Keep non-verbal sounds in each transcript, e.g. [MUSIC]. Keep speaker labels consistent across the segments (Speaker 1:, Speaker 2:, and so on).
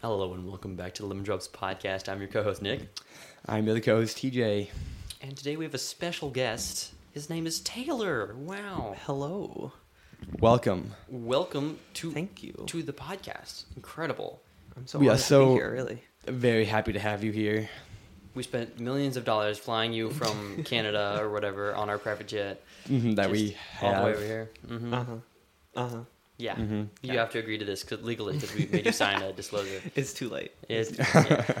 Speaker 1: Hello and welcome back to the Lemon Drops Podcast. I'm your co-host Nick,
Speaker 2: I'm the other co-host TJ.
Speaker 1: and today we have a special guest. His name is Taylor. Wow!
Speaker 3: Hello.
Speaker 2: Welcome.
Speaker 1: Welcome to
Speaker 3: Thank you.
Speaker 1: to the podcast. Incredible.
Speaker 3: I'm so
Speaker 2: We are
Speaker 3: honored to
Speaker 2: so-
Speaker 3: be here, really.
Speaker 2: Very happy to have you here.
Speaker 1: We spent millions of dollars flying you
Speaker 3: [LAUGHS]
Speaker 1: from Canada or whatever on our private jet
Speaker 2: Mhm, that we
Speaker 1: Just
Speaker 2: have.
Speaker 1: all the way over here. hmm
Speaker 2: Uh-huh.
Speaker 3: Uh huh. Uh huh.
Speaker 1: Yeah,
Speaker 2: Mhm.
Speaker 1: you have to agree to this 'cause- legally because we made you sign
Speaker 3: [LAUGHS]
Speaker 1: a disclosure.
Speaker 3: It's too late. [LAUGHS]
Speaker 1: It's, [LAUGHS] yeah.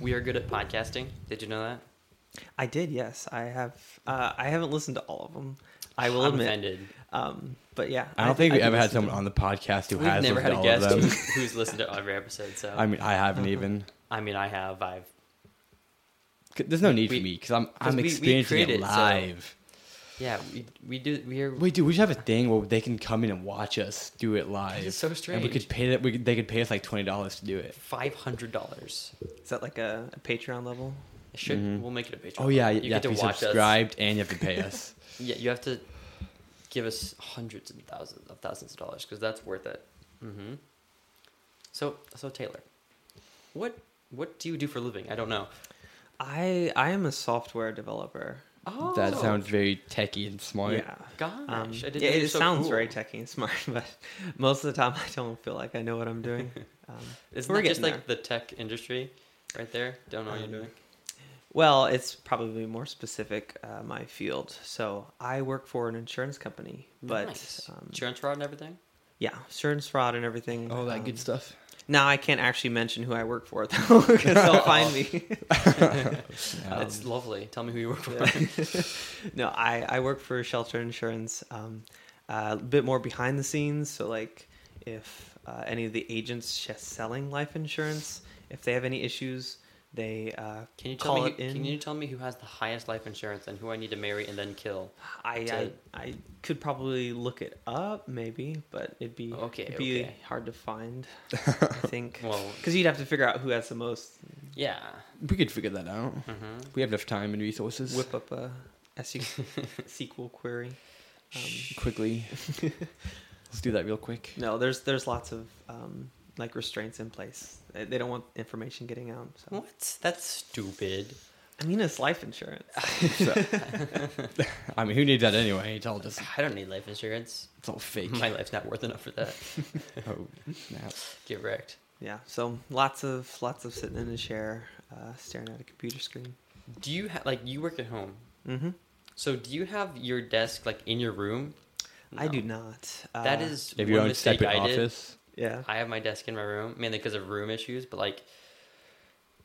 Speaker 1: we are good at podcasting. Did you know that?
Speaker 3: I did, yes. I have. Uh, I haven't listened to all of them. I will
Speaker 1: I'm
Speaker 3: admit.
Speaker 1: offended.
Speaker 3: Um, but yeah.
Speaker 2: I don't think
Speaker 3: I
Speaker 2: we
Speaker 3: did
Speaker 2: ever had
Speaker 3: listen to
Speaker 2: someone on the podcast who
Speaker 1: We've
Speaker 2: has
Speaker 1: never
Speaker 2: listened
Speaker 1: had
Speaker 2: to
Speaker 1: a
Speaker 2: all
Speaker 1: guest [LAUGHS]
Speaker 2: of them. [LAUGHS]
Speaker 1: who's, who's listened to every episode. So
Speaker 2: I mean, I
Speaker 1: [LAUGHS]
Speaker 2: haven't even.
Speaker 1: I mean, I have. I've
Speaker 2: 'Cause There's no need
Speaker 1: We-
Speaker 2: for me because I'm I'm
Speaker 1: we- we
Speaker 2: experiencing
Speaker 1: created,
Speaker 2: it
Speaker 1: so-
Speaker 2: live.
Speaker 1: yeah. We, we do. We are.
Speaker 2: Wait, dude, we should have a thing where they can come in and watch us do it live.
Speaker 1: is so
Speaker 2: And we
Speaker 1: strange.
Speaker 2: could pay that. We could, they could pay us like twenty dollars to do it.
Speaker 1: Five hundred dollars.
Speaker 3: them. Is that like a, a Patreon level?
Speaker 1: Should
Speaker 2: Mhm.
Speaker 1: we'll make it a Patreon?
Speaker 2: Oh yeah,
Speaker 1: You
Speaker 2: you,
Speaker 1: get
Speaker 2: have
Speaker 1: to
Speaker 2: to be
Speaker 1: watch us.
Speaker 2: subscribed and you have to
Speaker 1: [LAUGHS]
Speaker 2: pay us.
Speaker 1: Yeah, you have to give us hundreds and thousands of thousands of dollars because that's worth it. hmm So so Taylor, what what do you do for a living? I don't know.
Speaker 3: I I am a software developer.
Speaker 1: Oh,
Speaker 2: That sounds very techy and smart.
Speaker 3: Yeah.
Speaker 1: gosh. I
Speaker 3: Um,
Speaker 1: didn't
Speaker 3: yeah,
Speaker 1: know you were
Speaker 3: it
Speaker 1: so
Speaker 3: sounds
Speaker 1: cool.
Speaker 3: very techy and [LAUGHS] smart, but most of the time I don't feel like I know what
Speaker 2: [LAUGHS]
Speaker 3: I'm doing. Um,
Speaker 1: Isn't
Speaker 3: we're
Speaker 1: that just
Speaker 3: getting
Speaker 1: like the tech industry, right there? Don't know what you're
Speaker 3: Um,
Speaker 1: doing.
Speaker 3: Well, it's probably more specific uh, my field. So I work for an insurance company, but
Speaker 1: nice.
Speaker 3: um,
Speaker 1: insurance fraud and everything.
Speaker 3: yeah, insurance fraud and everything.
Speaker 2: All that
Speaker 3: um,
Speaker 2: good stuff.
Speaker 3: Now I can't actually mention who I work for [LAUGHS] though,
Speaker 2: [LAUGHS]
Speaker 3: because they'll find me. [LAUGHS]
Speaker 1: That's lovely. Tell me who you work for. [LAUGHS]
Speaker 3: no, I I work for Shelter Insurance. Um, a bit more behind the scenes. So like, if uh, any of the agents just selling life insurance, if they have any issues, they uh,
Speaker 1: Can you tell
Speaker 3: call
Speaker 1: me?
Speaker 3: it
Speaker 1: Who,
Speaker 3: in.
Speaker 1: can you tell me who has the highest life insurance and who I need to marry and then kill?
Speaker 3: I,
Speaker 1: to-
Speaker 3: I I could probably look it up maybe, but it'd be
Speaker 1: Okay,
Speaker 3: it'd be
Speaker 1: okay.
Speaker 3: hard to find. I
Speaker 2: [LAUGHS]
Speaker 3: think
Speaker 1: Well-
Speaker 3: because you'd have to figure out who has the most.
Speaker 1: Yeah.
Speaker 2: We could figure that out.
Speaker 1: hmm
Speaker 2: We have enough time and resources.
Speaker 3: Whip up a E
Speaker 1: [LAUGHS]
Speaker 3: SE SQL query. Um,
Speaker 1: [LAUGHS]
Speaker 2: quickly. Let's do that real quick.
Speaker 3: no, there's there's lots of um, like restraints in place. They, they don't want information getting out. So
Speaker 1: What? That's stupid.
Speaker 3: I mean, it's life insurance.
Speaker 2: So- [LAUGHS] I mean, who needs that anyway? It's all just
Speaker 1: I don't need life insurance.
Speaker 2: it's all fake.
Speaker 1: My life's not worth enough for that.
Speaker 2: Oh,
Speaker 1: [LAUGHS]
Speaker 2: snap.
Speaker 1: Get wrecked.
Speaker 3: Yeah, so lots of lots of sitting in a chair, uh, staring at a computer screen.
Speaker 1: Do you ha- like you work at home?
Speaker 3: hmm
Speaker 1: So do you have your desk like in your room?
Speaker 3: I
Speaker 1: No.
Speaker 3: do not. Uh,
Speaker 1: That is
Speaker 2: If
Speaker 1: one
Speaker 2: you're in
Speaker 1: mistake
Speaker 2: separate
Speaker 1: I did.
Speaker 2: office,
Speaker 3: yeah.
Speaker 1: I have my desk in my room mainly because of room issues, but like,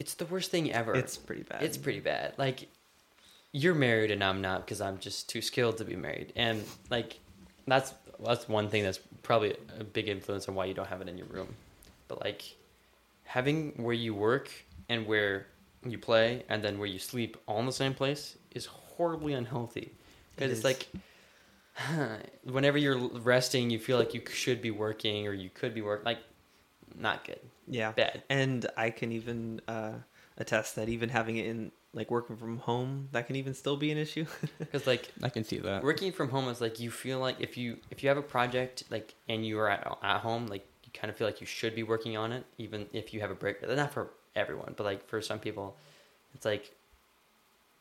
Speaker 1: it's the worst thing ever.
Speaker 3: It's pretty bad.
Speaker 1: It's pretty bad. Like, you're married and I'm not because I'm just too skilled to be married. And like, that's that's one thing that's probably a big influence on why you don't have it in your room. But like, having where you work and where you play and then where you sleep all in the same place is horribly unhealthy because
Speaker 3: It
Speaker 1: it's
Speaker 3: is.
Speaker 1: like. [SIGHS] Whenever you're resting, you feel like you should be working or you could be working. Like, not good.
Speaker 3: Yeah.
Speaker 1: Bad.
Speaker 3: And I can even uh, attest that even having it in like working from home, that can even still be an issue.
Speaker 1: Because, like,
Speaker 2: I can see
Speaker 3: Uh,
Speaker 2: that.
Speaker 1: working from home is like you feel like if you if you have a project like and you are at, at home like you kind of feel like you should be working on it even if you have a break not for everyone but like for some people it's like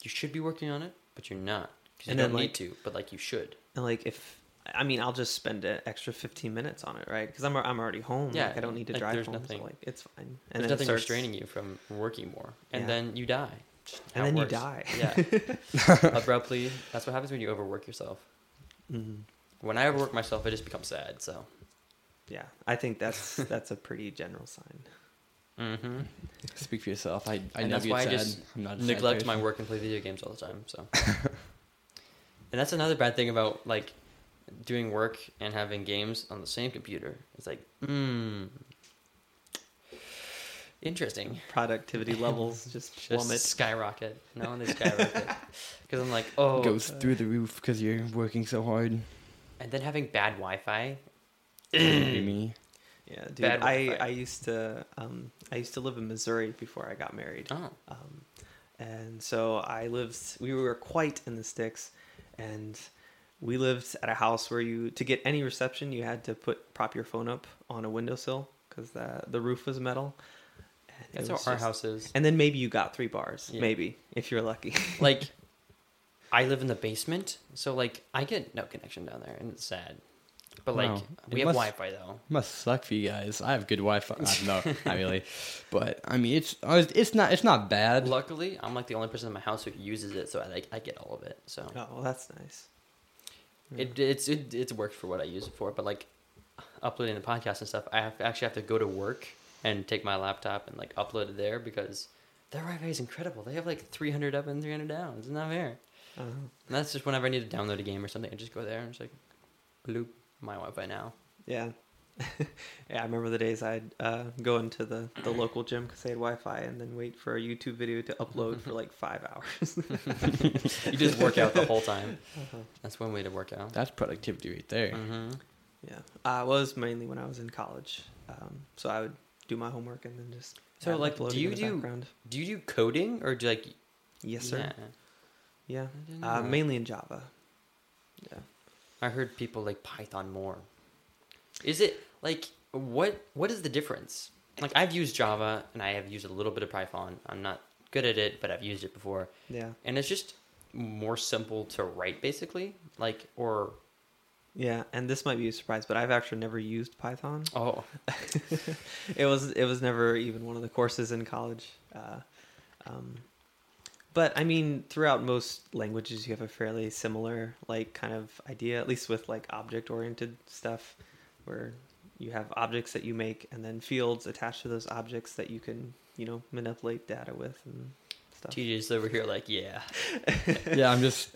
Speaker 1: you should be working on it but you're not 'Cause you
Speaker 3: And
Speaker 1: don't
Speaker 3: then,
Speaker 1: need
Speaker 3: like-
Speaker 1: to but like you should
Speaker 3: and like if I mean, I'll just spend an extra 15 minutes on it, right? Because I'm I'm already home.
Speaker 1: Yeah,
Speaker 3: like, I don't need to
Speaker 1: like,
Speaker 3: drive
Speaker 1: there's
Speaker 3: home.
Speaker 1: nothing-
Speaker 3: so like it's fine.
Speaker 1: and there's
Speaker 3: And then it
Speaker 1: nothing
Speaker 3: starts-
Speaker 1: restraining you from working more and
Speaker 3: Yeah.
Speaker 1: then you die Just how
Speaker 3: And
Speaker 1: it
Speaker 3: then you
Speaker 1: works.
Speaker 3: die. [LAUGHS]
Speaker 1: yeah abruptly that's what happens when you overwork yourself Mm-hmm.
Speaker 3: Mhm.
Speaker 1: when i overwork myself i just become sad so
Speaker 3: Yeah, I think that's
Speaker 1: [LAUGHS]
Speaker 3: that's a pretty general sign.
Speaker 1: mm-hmm.
Speaker 2: Speak for yourself. I, I
Speaker 1: And
Speaker 2: know
Speaker 1: that's
Speaker 2: you're
Speaker 1: why I
Speaker 2: sad.
Speaker 1: just
Speaker 2: I'm not a sad
Speaker 1: neglect my
Speaker 2: person.
Speaker 1: work and play video games all the time. So, and that's another bad thing about like doing work and having games on the same computer. It's like, hmm, interesting. [LAUGHS]
Speaker 3: Productivity levels just
Speaker 1: Just
Speaker 3: plummet.
Speaker 1: skyrocket. No, they skyrocket. Because I'm like, oh,
Speaker 2: goes through the roof because you're working
Speaker 1: [CLEARS THROAT]
Speaker 2: so hard.
Speaker 1: and then having bad Wi-Fi.
Speaker 2: me.
Speaker 3: yeah, dude.
Speaker 1: Bad
Speaker 3: I,
Speaker 1: Wi-Fi.
Speaker 3: I used to um, I used to live in Missouri before I got married.
Speaker 1: Oh,
Speaker 3: Um, and so I lived, we were quite in the sticks, and we lived at a house where you to get any reception you had to put prop your phone up on a windowsill because the the roof was metal. And it
Speaker 1: That's
Speaker 3: was
Speaker 1: how our
Speaker 3: just-
Speaker 1: house
Speaker 3: [LAUGHS]
Speaker 1: is.
Speaker 3: And then maybe you got three bars,
Speaker 1: Yeah.
Speaker 3: maybe if you're lucky. [LAUGHS]
Speaker 1: like I live in the basement, so like I get no connection down there, and it's sad. But like
Speaker 2: Wow.
Speaker 1: we
Speaker 2: It
Speaker 1: have
Speaker 2: must-
Speaker 1: Wi-Fi though.
Speaker 2: Must suck for you guys. I have good Wi-Fi. I don't
Speaker 1: [LAUGHS]
Speaker 2: know, not really, but I mean, it's I was- it's not it's not bad.
Speaker 1: Luckily, I'm like the only person in my house who uses it, so I like I get all of it. So
Speaker 3: oh, well, that's nice. Hmm.
Speaker 1: it it's it, it's worked for what I use it for. But like uploading the podcast and stuff, I have, actually have to go to work and take my laptop and like upload it there because their Wi-Fi is incredible. They have like 300 up and 300 down. It's not fair.
Speaker 3: Oh,
Speaker 1: And that's just whenever I need to download a game or something, I just go there and just like bloop my Wi-Fi now. [LAUGHS]
Speaker 3: yeah. [LAUGHS] yeah, I remember the days I'd uh, go into the, the local gym because they had Wi Fi and then wait for a YouTube video to
Speaker 1: [LAUGHS]
Speaker 3: upload for like five hours. [LAUGHS]
Speaker 1: you just work out the whole time.
Speaker 3: Uh-huh.
Speaker 1: That's one way to work out.
Speaker 2: That's productivity right there.
Speaker 1: hmm
Speaker 3: Yeah, I was mainly when I was in college. Um, so I would do my homework and then just
Speaker 1: So,
Speaker 3: have
Speaker 1: like,
Speaker 3: uploading
Speaker 1: do you
Speaker 3: in the
Speaker 1: do-
Speaker 3: background.
Speaker 1: Do you do coding or do you like?
Speaker 3: Yes, sir.
Speaker 1: Yeah. Mm.
Speaker 3: Yeah,
Speaker 1: I didn't
Speaker 3: Uh,
Speaker 1: know.
Speaker 3: mainly in Java. Yeah,
Speaker 1: I heard people like Python more. Is it like what? What is the difference? Like I've used Java and I have used a little bit of Python. I'm not good at it, but I've used it before,
Speaker 3: yeah,
Speaker 1: and it's just more simple to write, basically. Like or
Speaker 3: yeah. And this might be a surprise, but I've actually never used Python.
Speaker 1: oh,
Speaker 3: it was it was never even one of the courses in college. Uh, um, but I mean, throughout most languages, you have a fairly similar like kind of idea, at least with like object oriented stuff, where you have objects that you make and then fields attached to those objects that you can you know manipulate data with and stuff.
Speaker 1: TJ's over here like yeah. Uh.
Speaker 2: Yeah, I'm just.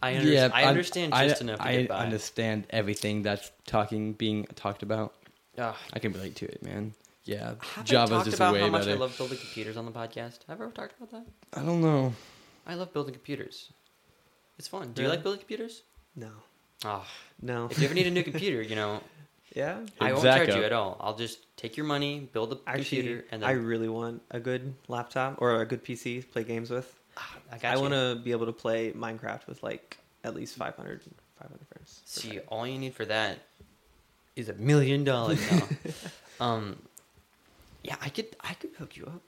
Speaker 1: I, under-
Speaker 2: yeah,
Speaker 1: I
Speaker 2: I'm-
Speaker 1: understand
Speaker 2: I-
Speaker 1: just enough to
Speaker 2: I
Speaker 1: get by.
Speaker 2: understand everything that's talking being talked about.
Speaker 1: Ugh.
Speaker 2: I can relate to it, man. Yeah,
Speaker 1: Have I
Speaker 2: Java's
Speaker 1: talked
Speaker 2: just
Speaker 1: about
Speaker 2: way
Speaker 1: how much
Speaker 2: better.
Speaker 1: I love building computers on the podcast? Have I ever talked about that?
Speaker 2: I don't know.
Speaker 1: I love building computers. It's fun. Do you
Speaker 3: Really?
Speaker 1: like building computers?
Speaker 3: No,
Speaker 1: Ah,
Speaker 3: no,
Speaker 1: if you ever need a new computer, you know,
Speaker 3: yeah.
Speaker 1: I won't charge
Speaker 2: Exactly.
Speaker 1: you at all. I'll just take your money, build a
Speaker 3: Actually,
Speaker 1: computer, and
Speaker 3: I
Speaker 1: then
Speaker 3: really want a good laptop or a good PC to play games with.
Speaker 1: Ah, I,
Speaker 3: I want
Speaker 1: want to
Speaker 3: to be able to play Minecraft with like at least 500, 500 frames. per
Speaker 1: see.
Speaker 3: second.
Speaker 1: All you need for that is a million dollars [LAUGHS] now. um, yeah, I could, I could hook you up.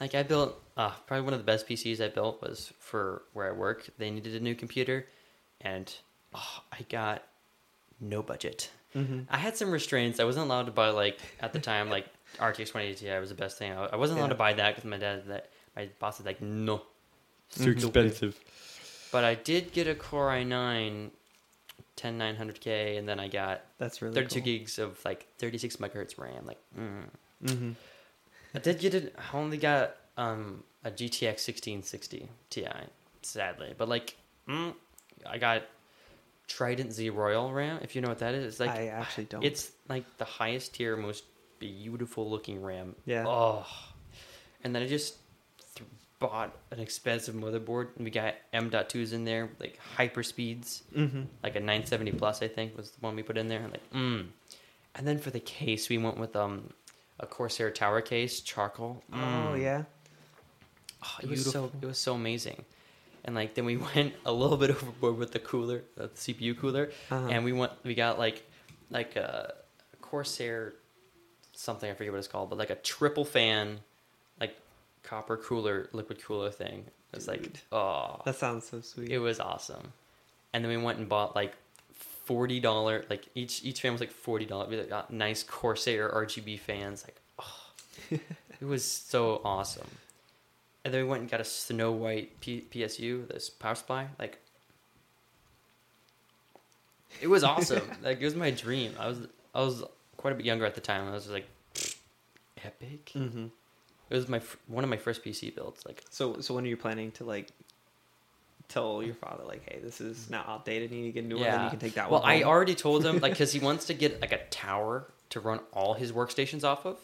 Speaker 1: Like I built, uh, probably one of the best PCs I built was for where I work. They needed a new computer, and oh, I got no budget.
Speaker 3: Mhm.
Speaker 1: I had some restraints. I wasn't allowed to buy like at the time like RTX 2080 Ti was the best thing. I I wasn't allowed
Speaker 3: Yeah.
Speaker 1: to buy that because my dad that my boss was like no.
Speaker 2: It's too
Speaker 1: Mm-hmm.
Speaker 2: expensive.
Speaker 1: But I did get a Core i9 10900K and then I got
Speaker 3: That's really
Speaker 1: 32
Speaker 3: cool.
Speaker 1: gigs of like 36 megahertz RAM. Like mm.
Speaker 3: Mm-hmm.
Speaker 1: I did get it. I only got um a GTX 1660 Ti sadly, but like mm, I got Trident Z Royal RAM. If you know what that is, it's like
Speaker 3: I actually don't.
Speaker 1: it's like the highest tier, most beautiful looking RAM.
Speaker 3: Yeah.
Speaker 1: Oh. And then I just th- bought an expensive motherboard, and we got M.2s in there, like hyper speeds,
Speaker 3: mm-hmm.
Speaker 1: like a 970 plus, I think, was the one we put in there. And like, mm. And then for the case, we went with um a Corsair Tower case, charcoal.
Speaker 3: Oh
Speaker 1: Mm.
Speaker 3: yeah.
Speaker 1: Oh, it was so
Speaker 3: Beautiful.
Speaker 1: it was so amazing. And like then we [LAUGHS] went a little bit overboard with the cooler, the CPU cooler,
Speaker 3: Uh-huh.
Speaker 1: and we went we got like like a Corsair something I forget what it's called, but like a triple fan, like copper cooler, liquid cooler thing. It was like
Speaker 3: Dude.
Speaker 1: oh,
Speaker 3: That sounds so sweet.
Speaker 1: it was awesome. And then we went and bought like forty dollar like each each fan was like forty dollar. We got nice Corsair RGB fans. Like oh, it was so awesome. And then we went and got a Snow White P- PSU, this power supply. Like it was awesome. like it was my dream. I was I was quite a bit younger at the time. I was just like [SNIFFS] epic.
Speaker 3: mm-hmm.
Speaker 1: It was my fir- one of my first PC builds. Like
Speaker 3: So so when are you planning to like tell your father like, hey, this is now outdated. You need to get a new one. Then you can take that
Speaker 1: well,
Speaker 3: one.
Speaker 1: I
Speaker 3: home.
Speaker 1: already told him
Speaker 3: [LAUGHS]
Speaker 1: like because he wants to get like a tower to run all his workstations off of.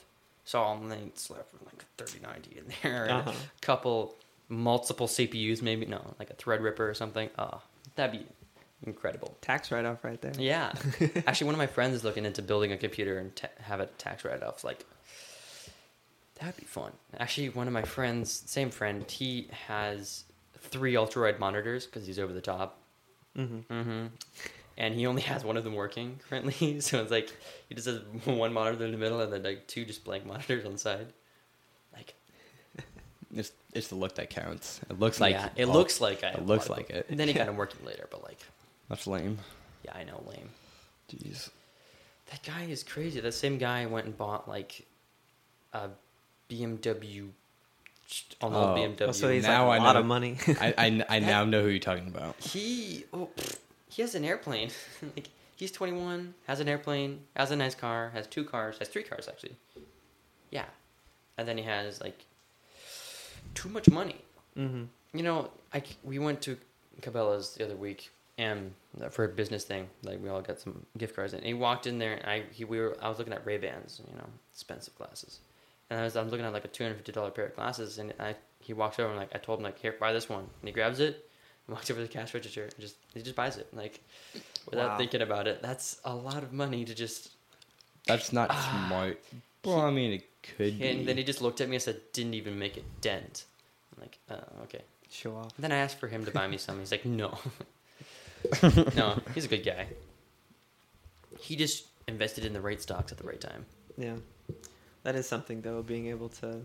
Speaker 1: So I'll need slap like a thirty ninety in there, and
Speaker 3: Uh-huh.
Speaker 1: a couple multiple CPUs, maybe no, like a Threadripper or something. Ah, that'd be incredible.
Speaker 3: tax write off right there. [LAUGHS]
Speaker 1: Yeah, actually, one of my friends is looking into building a computer and ta have a tax write off. Like that'd be fun. Actually, one of my friends, same friend, he has three ultra wide monitors because he's over the top
Speaker 3: Mm-hmm.
Speaker 1: hmm And he only has one of them working currently, [LAUGHS] so it's like he just has [LAUGHS] one monitor in the middle and then like two just blank monitors on the side. Like
Speaker 2: It's it's the look that counts. It looks like
Speaker 1: yeah, it
Speaker 2: oh,
Speaker 1: looks like I.
Speaker 2: it
Speaker 1: have a
Speaker 2: looks
Speaker 1: lot of
Speaker 2: like it.
Speaker 1: And then
Speaker 2: [LAUGHS]
Speaker 1: he got him working later, but like,
Speaker 2: that's lame.
Speaker 1: yeah, I know, lame. [LAUGHS]
Speaker 2: Jeez.
Speaker 1: That guy is crazy. That same guy went and bought like a BMW, on
Speaker 2: Oh,
Speaker 1: BMW.
Speaker 3: So he's
Speaker 2: Now
Speaker 3: like
Speaker 2: I
Speaker 3: a lot
Speaker 2: know.
Speaker 3: of money. [LAUGHS]
Speaker 2: I, I, I now know who you're talking about.
Speaker 1: he oh, pfft, he has an airplane. [LAUGHS] like he's 21, has an airplane, has a nice car, has two cars, has three cars actually. Yeah, and then he has like too much money.
Speaker 3: mm-hmm.
Speaker 1: You know, I c- we went to Cabela's the other week and for a business thing, like we all got some gift cards, and he walked in there, and I he we were I was looking at Ray Bans, you know, expensive glasses, and I was I'm looking at like a two hundred fifty dollar pair of glasses, and I he walks over and like I told him like here buy this one, and he grabs it, [LAUGHS] and walks over to the cash register, and just he just buys it like without
Speaker 3: Wow.
Speaker 1: thinking about it. That's a lot of money to just
Speaker 2: That's not
Speaker 1: Ah.
Speaker 2: smart. Well, I mean, it could be.
Speaker 1: and then he just looked at me and said didn't even make a dent. I'm like oh, okay.
Speaker 3: Show off.
Speaker 1: Then I asked for him to buy me some. He's like,
Speaker 2: [LAUGHS]
Speaker 1: no. no, he's a good guy. He just invested in the right stocks at the right time.
Speaker 3: Yeah, that is something though. Being able to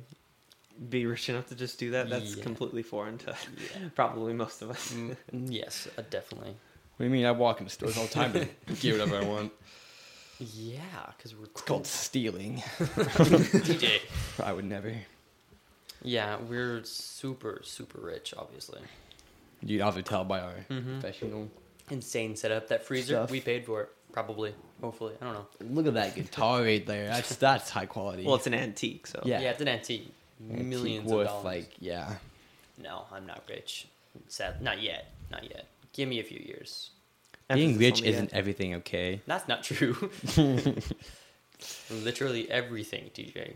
Speaker 3: be rich enough to just do that—that's
Speaker 1: Yeah.
Speaker 3: completely foreign to [LAUGHS] probably most of us.
Speaker 1: Mm, yes, uh, definitely.
Speaker 2: what do you mean? I walk into stores all the
Speaker 1: [LAUGHS]
Speaker 2: time to get whatever I want.
Speaker 1: Yeah, because we're
Speaker 2: It's
Speaker 1: cool.
Speaker 2: called stealing.
Speaker 1: DJ.
Speaker 2: I would never.
Speaker 1: [LAUGHS] Yeah, we're super, super rich, obviously.
Speaker 2: You'd have to tell by our
Speaker 1: Mhm.
Speaker 2: professional.
Speaker 1: Insane setup. That freezer,
Speaker 2: Mm-hmm. Stuff.
Speaker 1: we paid for it. Probably. Hopefully. I don't know.
Speaker 2: Look at that guitar right there. That's that's high quality.
Speaker 3: Well, it's an antique, so
Speaker 2: Yeah.
Speaker 1: Yeah, it's an antique.
Speaker 2: Antique
Speaker 1: Millions
Speaker 2: worth
Speaker 1: of dollars.
Speaker 2: like yeah.
Speaker 1: No, I'm not rich. Sad. Not yet. Not yet. Give me a few years.
Speaker 2: Being
Speaker 3: Emphasis
Speaker 2: rich
Speaker 3: on the
Speaker 2: isn't everything, [LAUGHS] okay?
Speaker 1: That's not [LAUGHS] true. Literally everything, DJ.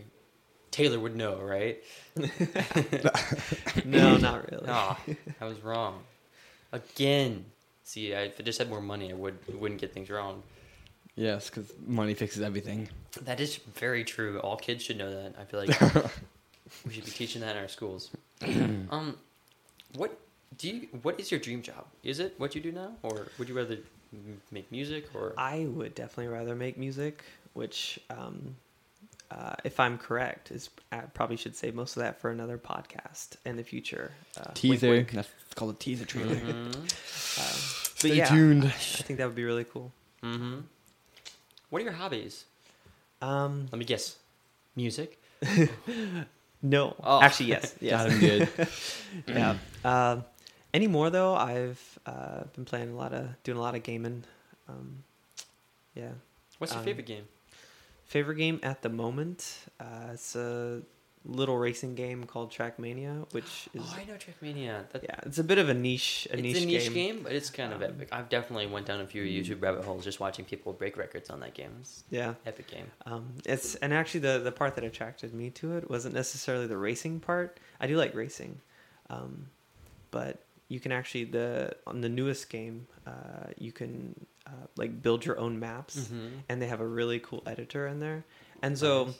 Speaker 1: Taylor would know, right?
Speaker 2: [LAUGHS]
Speaker 3: end. [LAUGHS] No, not really.
Speaker 1: Ah, [LAUGHS] I was wrong. Again. See, I, if I just had more money, I would wouldn't get things wrong.
Speaker 2: Yes, because money fixes everything.
Speaker 1: That is very true. All kids should know that. I feel like
Speaker 3: [LAUGHS]
Speaker 1: we should be teaching that in our
Speaker 3: [CLEARS THROAT]
Speaker 1: schools. um, what do you? What is your dream job? Is it what you do now, or would you rather m- make music? Or [LAUGHS]
Speaker 3: I would definitely rather make music, which, um, uh, if I'm correct, is I probably should save most of that for another podcast in the future. Uh, wink,
Speaker 2: Teaser.
Speaker 3: wink.
Speaker 2: That's it's called a teaser [LAUGHS] trailer.
Speaker 1: Mhm.
Speaker 3: Uh, but
Speaker 2: Stay
Speaker 3: yeah,
Speaker 2: [LAUGHS] tuned.
Speaker 3: I think that would be really cool.
Speaker 1: Mm-hmm. What are your hobbies?
Speaker 3: Um,
Speaker 1: Let me guess. Music.
Speaker 3: no,
Speaker 1: Oh.
Speaker 2: [LAUGHS]
Speaker 3: actually, yes,
Speaker 2: Got
Speaker 3: yes,
Speaker 2: him good. Mm.
Speaker 3: yeah. Um, anymore though, I've uh, been playing a lot of doing a lot of gaming. Um, yeah,
Speaker 1: What's your
Speaker 3: Um,
Speaker 1: favorite game?
Speaker 3: favorite game at the moment. Uh, it's a little racing game called Trackmania, which is
Speaker 1: Oh, I know Trackmania. That,
Speaker 3: yeah, it's a bit of a niche, a
Speaker 1: it's
Speaker 3: niche,
Speaker 1: a niche
Speaker 3: game.
Speaker 1: game. but it's kind of
Speaker 3: Um, mm-hmm.
Speaker 1: epic. I've definitely went down a few YouTube rabbit holes just watching people break records on that game. It's
Speaker 3: Yeah,
Speaker 1: an epic game.
Speaker 3: um, it's and actually the the part that attracted me to it wasn't necessarily the racing part. I do like racing, um, but you can actually the on the newest game uh, you can uh, like build your own maps. and they have a really cool editor in there and so
Speaker 1: Nice.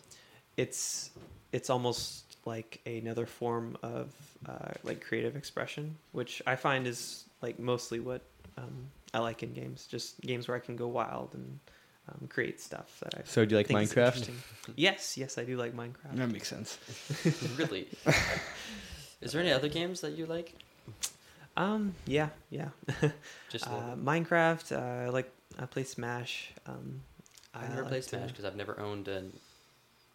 Speaker 3: it's it's almost like another form of uh, like creative expression which i find is like mostly what um, i like in games just games where i can go wild and um, create stuff that i
Speaker 2: so do you like
Speaker 3: think is
Speaker 2: Minecraft?
Speaker 3: interesting. yes yes i do like minecraft
Speaker 2: That makes sense.
Speaker 1: [LAUGHS]
Speaker 3: [LAUGHS]
Speaker 1: really. Is there any other games that you like?
Speaker 3: um yeah yeah
Speaker 1: Just the-
Speaker 3: uh, minecraft uh, I like i play smash um
Speaker 1: I've never played
Speaker 3: like to-
Speaker 1: Smash because I've never owned a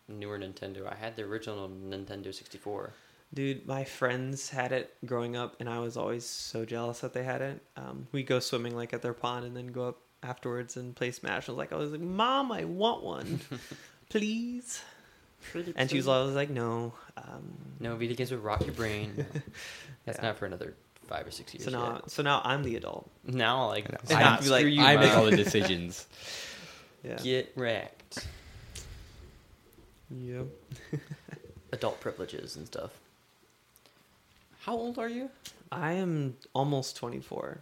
Speaker 1: newer Nintendo. I had the original Nintendo 64.
Speaker 3: Dude, my friends had it growing up, and I was always so jealous that they had it. Um, we'd go swimming like at their pond, and then go up afterwards and play Smash. I was like, I was like, Mom, I want one, please. And she was always like, No. Um,
Speaker 1: "No, video games would rot your brain. No. That's
Speaker 3: [LAUGHS] Yeah.
Speaker 1: not for another five or six years."
Speaker 3: So now,
Speaker 1: yet.
Speaker 3: so now I'm the adult.
Speaker 1: now, like,
Speaker 2: I know.
Speaker 1: stop,
Speaker 2: I'm-
Speaker 1: screw
Speaker 3: like-
Speaker 1: you,
Speaker 2: I make
Speaker 1: Mom.
Speaker 2: all the [LAUGHS] decisions.
Speaker 3: Yeah.
Speaker 1: Get wrecked.
Speaker 3: Yep.
Speaker 1: Adult privileges and stuff. How old are you?
Speaker 3: I am almost 24.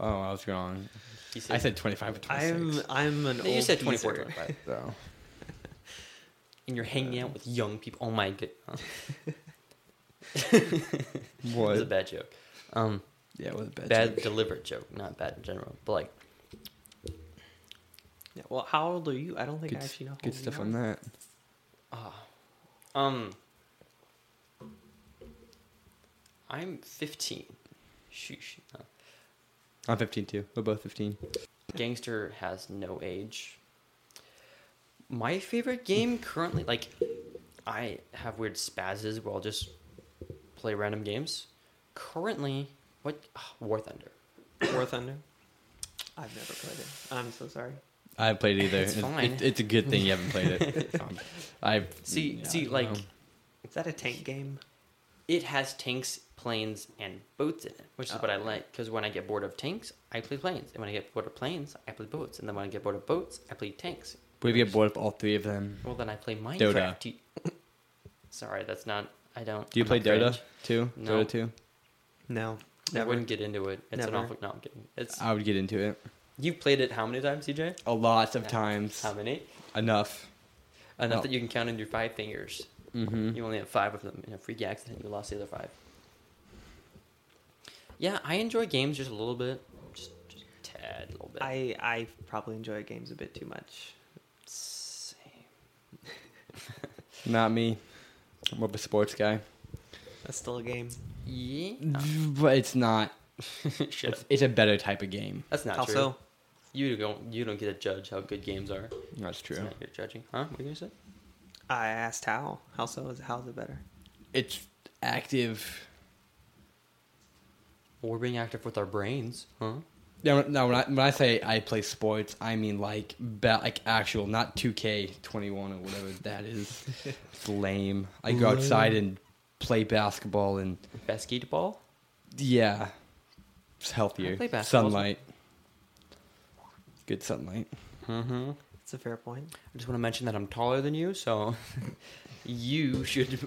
Speaker 2: Oh, I was wrong.
Speaker 1: He
Speaker 2: I said 25 or
Speaker 3: I'm
Speaker 2: 26.
Speaker 3: I'm an
Speaker 1: No,
Speaker 3: old.
Speaker 1: you said 24,
Speaker 3: geezer.
Speaker 1: [LAUGHS] 25.
Speaker 2: So.
Speaker 1: And you're hanging out with young people. Oh my god, that was a
Speaker 2: [LAUGHS] What?
Speaker 1: bad joke. Um,
Speaker 2: Yeah, with a bad,
Speaker 1: bad
Speaker 2: joke.
Speaker 1: deliberate joke, not bad in general. But like,
Speaker 3: Yeah, well, how old are you? I don't think
Speaker 2: Good,
Speaker 3: I
Speaker 2: s-
Speaker 3: actually know. how
Speaker 2: good
Speaker 3: old you
Speaker 2: stuff
Speaker 3: are.
Speaker 2: on that.
Speaker 1: ah, um, I'm 15. Sheesh. No.
Speaker 2: I'm 15 too. We're both 15.
Speaker 1: Gangster has no age. My favorite game currently, like, I have weird spazzes where I'll just play random games. Currently, what ah, War Thunder?
Speaker 3: War Thunder. I've never played it. I'm so sorry.
Speaker 2: I haven't played it either.
Speaker 1: It's
Speaker 2: It-
Speaker 1: fine.
Speaker 2: it- it's a good thing you haven't played [LAUGHS] it. I
Speaker 1: See,
Speaker 2: Mm, yeah, I
Speaker 1: see,
Speaker 2: don't
Speaker 1: like,
Speaker 2: know.
Speaker 3: Is that a tank game?
Speaker 1: it has tanks, planes, and boats in it, which is
Speaker 3: Oh,
Speaker 1: what I
Speaker 3: okay.
Speaker 1: like. Because when I get bored of tanks, I play planes, and when I get bored of planes, I play boats, and then when I get bored of boats, I play tanks.
Speaker 2: But if you get bored of all three of them,
Speaker 1: Well, then I play Minecraft.
Speaker 2: Dota.
Speaker 1: You- [LAUGHS] Sorry, that's not. I don't.
Speaker 2: do you
Speaker 1: I'm
Speaker 2: play
Speaker 1: not
Speaker 2: Dota
Speaker 1: cringe.
Speaker 2: too?
Speaker 1: No.
Speaker 2: Dota two?
Speaker 3: No.
Speaker 1: I
Speaker 3: Never.
Speaker 1: wouldn't get into it. It's an
Speaker 3: Never.
Speaker 1: awful. No, I'm kidding. It's
Speaker 2: I would get into it
Speaker 1: you've played it how many times, CJ?
Speaker 2: a lot of
Speaker 1: Yeah.
Speaker 2: times.
Speaker 1: How many?
Speaker 2: Enough.
Speaker 1: Enough
Speaker 2: Well-
Speaker 1: that you can count on your five fingers.
Speaker 2: Mm-hmm.
Speaker 1: You only have five of them. In a freak accident, you lost the other five. Yeah, I enjoy games just a little bit, just just a tad, little bit.
Speaker 3: I I probably enjoy games a bit too much.
Speaker 1: Same.
Speaker 2: Not me. I'm more of a sports guy,
Speaker 3: That's still a game.
Speaker 2: [LAUGHS]
Speaker 1: [LAUGHS] Yeah.
Speaker 2: but it's not.
Speaker 1: Shut up.
Speaker 2: It's, it's a better type of game.
Speaker 1: That's not
Speaker 3: also,
Speaker 1: true. You don't. You don't get to judge how good games are.
Speaker 2: That's
Speaker 1: It's
Speaker 2: true.
Speaker 1: not your judging, huh? What are you gonna say?
Speaker 3: I asked how. How so? Is how's it better?
Speaker 2: It's active.
Speaker 1: Well, we're being active with our brains, huh?
Speaker 2: No, no. When I, when I say I play sports, I mean like be, like actual, not 2K21 or whatever
Speaker 1: [LAUGHS]
Speaker 2: that is. it's lame. I go outside and play basketball and
Speaker 1: Basketball.
Speaker 2: yeah, it's
Speaker 1: I
Speaker 2: healthier.
Speaker 1: play basketball.
Speaker 2: Sunlight. Good sunlight.
Speaker 1: Mm-hmm.
Speaker 3: It's a fair point.
Speaker 1: I just want to mention that I'm taller than you, so [LAUGHS] you should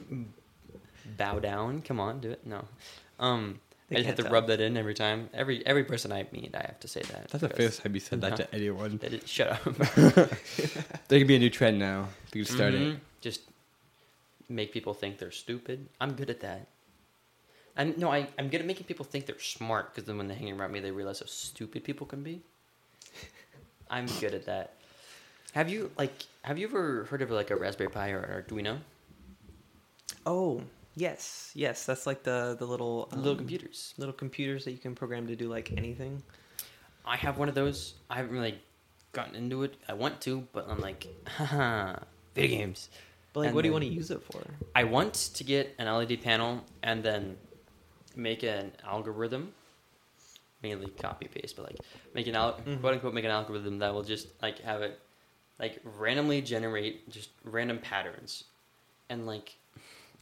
Speaker 1: bow down. Come on, do it. No, um, I
Speaker 3: They
Speaker 1: just have
Speaker 3: can't
Speaker 1: to
Speaker 3: tell.
Speaker 1: rub that in every time. Every every person I meet, I have to say that.
Speaker 2: That's the
Speaker 1: because
Speaker 2: first time you said that to anyone.
Speaker 1: That is, shut up.
Speaker 2: There could be a new trend now. [LAUGHS] You could start
Speaker 1: Mhm. Just make people think they're stupid. I'm good at that. I'm no, I I'm good at making people think they're smart because then when they're hanging around me, they realize how stupid people can be. I'm good at that. Have you like have you ever heard of like a Raspberry Pi or an Arduino?
Speaker 3: Oh yes, yes. That's like the the little
Speaker 1: Little
Speaker 3: um,
Speaker 1: computers.
Speaker 3: little computers that you can program to do like anything.
Speaker 1: I have one of those. I haven't really gotten into it. I want to, but I'm like, haha, video games.
Speaker 3: But like,
Speaker 1: And
Speaker 3: what do you
Speaker 1: then-
Speaker 3: want to use it for?
Speaker 1: I want to get an LED panel and then make an algorithm, mainly copy paste, but like make an al-
Speaker 3: Mhm.
Speaker 1: quote unquote make an algorithm that will just like have it like randomly generate just random patterns, and like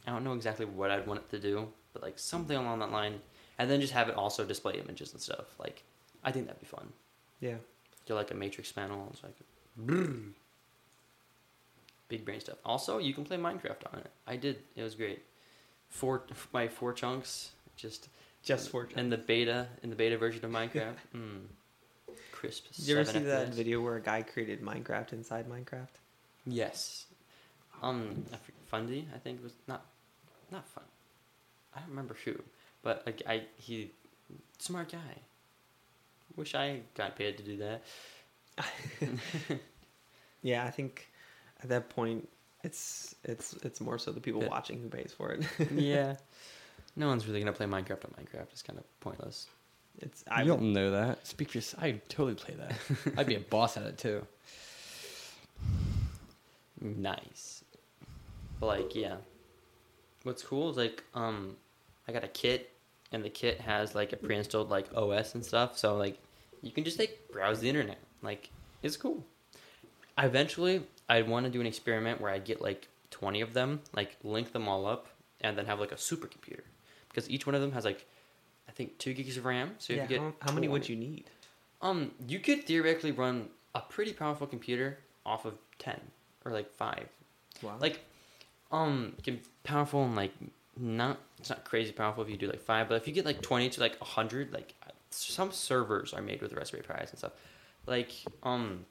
Speaker 1: I don't know exactly what I'd want it to do, but like something along that line, and then just have it also display images and stuff. Like I think that'd be fun.
Speaker 3: Yeah.
Speaker 1: You're like a matrix panel. It's like brrr. big brain stuff. Also, you can play Minecraft on it. I did. It was great. Four my four chunks just
Speaker 3: Just for
Speaker 1: and the beta in the beta version of
Speaker 3: [LAUGHS]
Speaker 1: Minecraft. mm, crisp.
Speaker 3: Did you ever see
Speaker 1: seven
Speaker 3: that
Speaker 1: FPS.
Speaker 3: video where a guy created Minecraft inside Minecraft?
Speaker 1: Yes. Um, I forget- Fundy, I think was not, not fun. I don't remember who, but like I he, smart guy. Wish I got paid to do that.
Speaker 3: Yeah, I think at that point it's it's it's more so the people
Speaker 1: Yeah.
Speaker 3: watching who pays for it. [LAUGHS]
Speaker 1: yeah. [LAUGHS] No one's really gonna play Minecraft on Minecraft. It's kind of pointless.
Speaker 3: It's
Speaker 2: I
Speaker 3: I
Speaker 2: you don't know that. Speak for yourself. I totally play [LAUGHS] that. I'd be a boss at it too.
Speaker 1: Nice. But like, yeah. What's cool is like, um, I got a kit, and the kit has like a pre-installed like OS and stuff. So like, you can just like browse the internet. Like, it's cool. Eventually, I'd want to do an experiment where I get like twenty of them, like link them all up, and then have like a supercomputer because each one of them has like, I think two gigs of RAM. So if
Speaker 3: yeah,
Speaker 1: you get
Speaker 3: how, how
Speaker 1: 20
Speaker 3: many would you need?
Speaker 1: um, you could theoretically run a pretty powerful computer off of ten or like five.
Speaker 3: Wow.
Speaker 1: Like, um, can powerful and like not it's not crazy powerful if you do like five, but if you get like twenty to like hundred, like uh, some servers are made with Raspberry Pis and stuff. Like, um,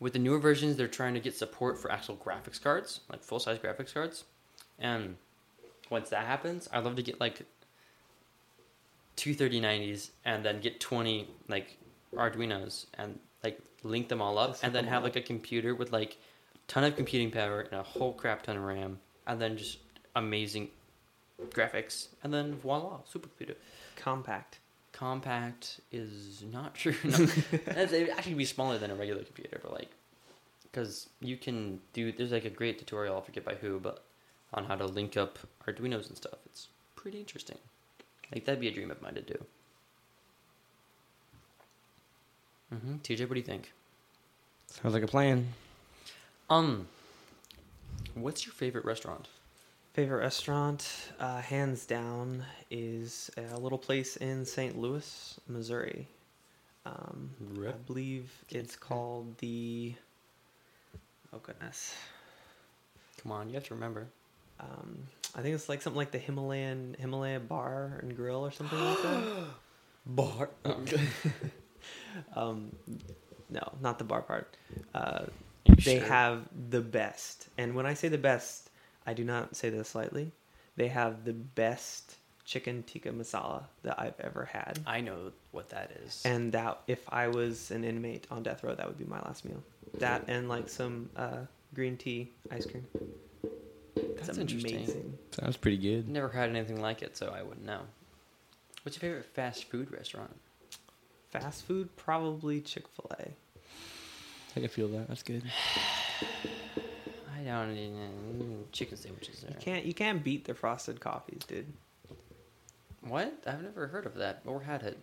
Speaker 1: with the newer versions, they're trying to get support for actual graphics cards, like full size graphics cards, and once that happens, I'd love to get like two 3090s and then get 20 like Arduinos and like link them all up
Speaker 3: Just
Speaker 1: and
Speaker 3: hook
Speaker 1: then
Speaker 3: 'em
Speaker 1: have
Speaker 3: all
Speaker 1: like a computer with like ton of computing power and a whole crap ton of RAM and then just amazing graphics and then voila supercomputer
Speaker 3: Compact.
Speaker 1: compact is not true. [LAUGHS] No. That's- it would actually be smaller than a regular computer, but like, because you can do. There's like a great tutorial. I forget by who, but on how to link up Arduino's and stuff. It's pretty interesting. Like that'd be a dream of mine to do. hmm TJ, what do you think?
Speaker 2: Sounds like a plan.
Speaker 1: Um, what's your favorite restaurant?
Speaker 3: Favorite restaurant, uh, hands down, is a little place in St. Louis, Missouri. Um, I
Speaker 1: Rip.
Speaker 3: believe
Speaker 1: Okay.
Speaker 3: it's called the. Oh goodness.
Speaker 1: Come on, you have to
Speaker 3: [GASPS]
Speaker 1: remember.
Speaker 3: Um, I think it's like something like the Himalayan Himalaya Bar and Grill or something
Speaker 1: [GASPS]
Speaker 3: like that.
Speaker 1: [LAUGHS]
Speaker 3: [LAUGHS]
Speaker 1: Bar.
Speaker 3: Um, no, not the bar part. Uh,
Speaker 1: You
Speaker 3: they
Speaker 1: sure?
Speaker 3: have the best, and when I say the best, I do not say this lightly. They have the best chicken tikka masala that I've ever had.
Speaker 1: I know what that is.
Speaker 3: and that if I was an inmate on death row, that would be my last meal. That and like some uh, green tea ice cream. It's
Speaker 1: That's interesting.
Speaker 2: Sounds pretty good.
Speaker 1: Never had anything like it, so I wouldn't know. What's your favorite fast food restaurant?
Speaker 3: Fast food, probably Chick Fil A.
Speaker 2: I can feel that. That's good.
Speaker 1: I don't even chicken sandwiches.
Speaker 3: You
Speaker 1: There.
Speaker 3: can't you can't beat their frosted coffees, dude.
Speaker 1: What? I've never heard of that or had it.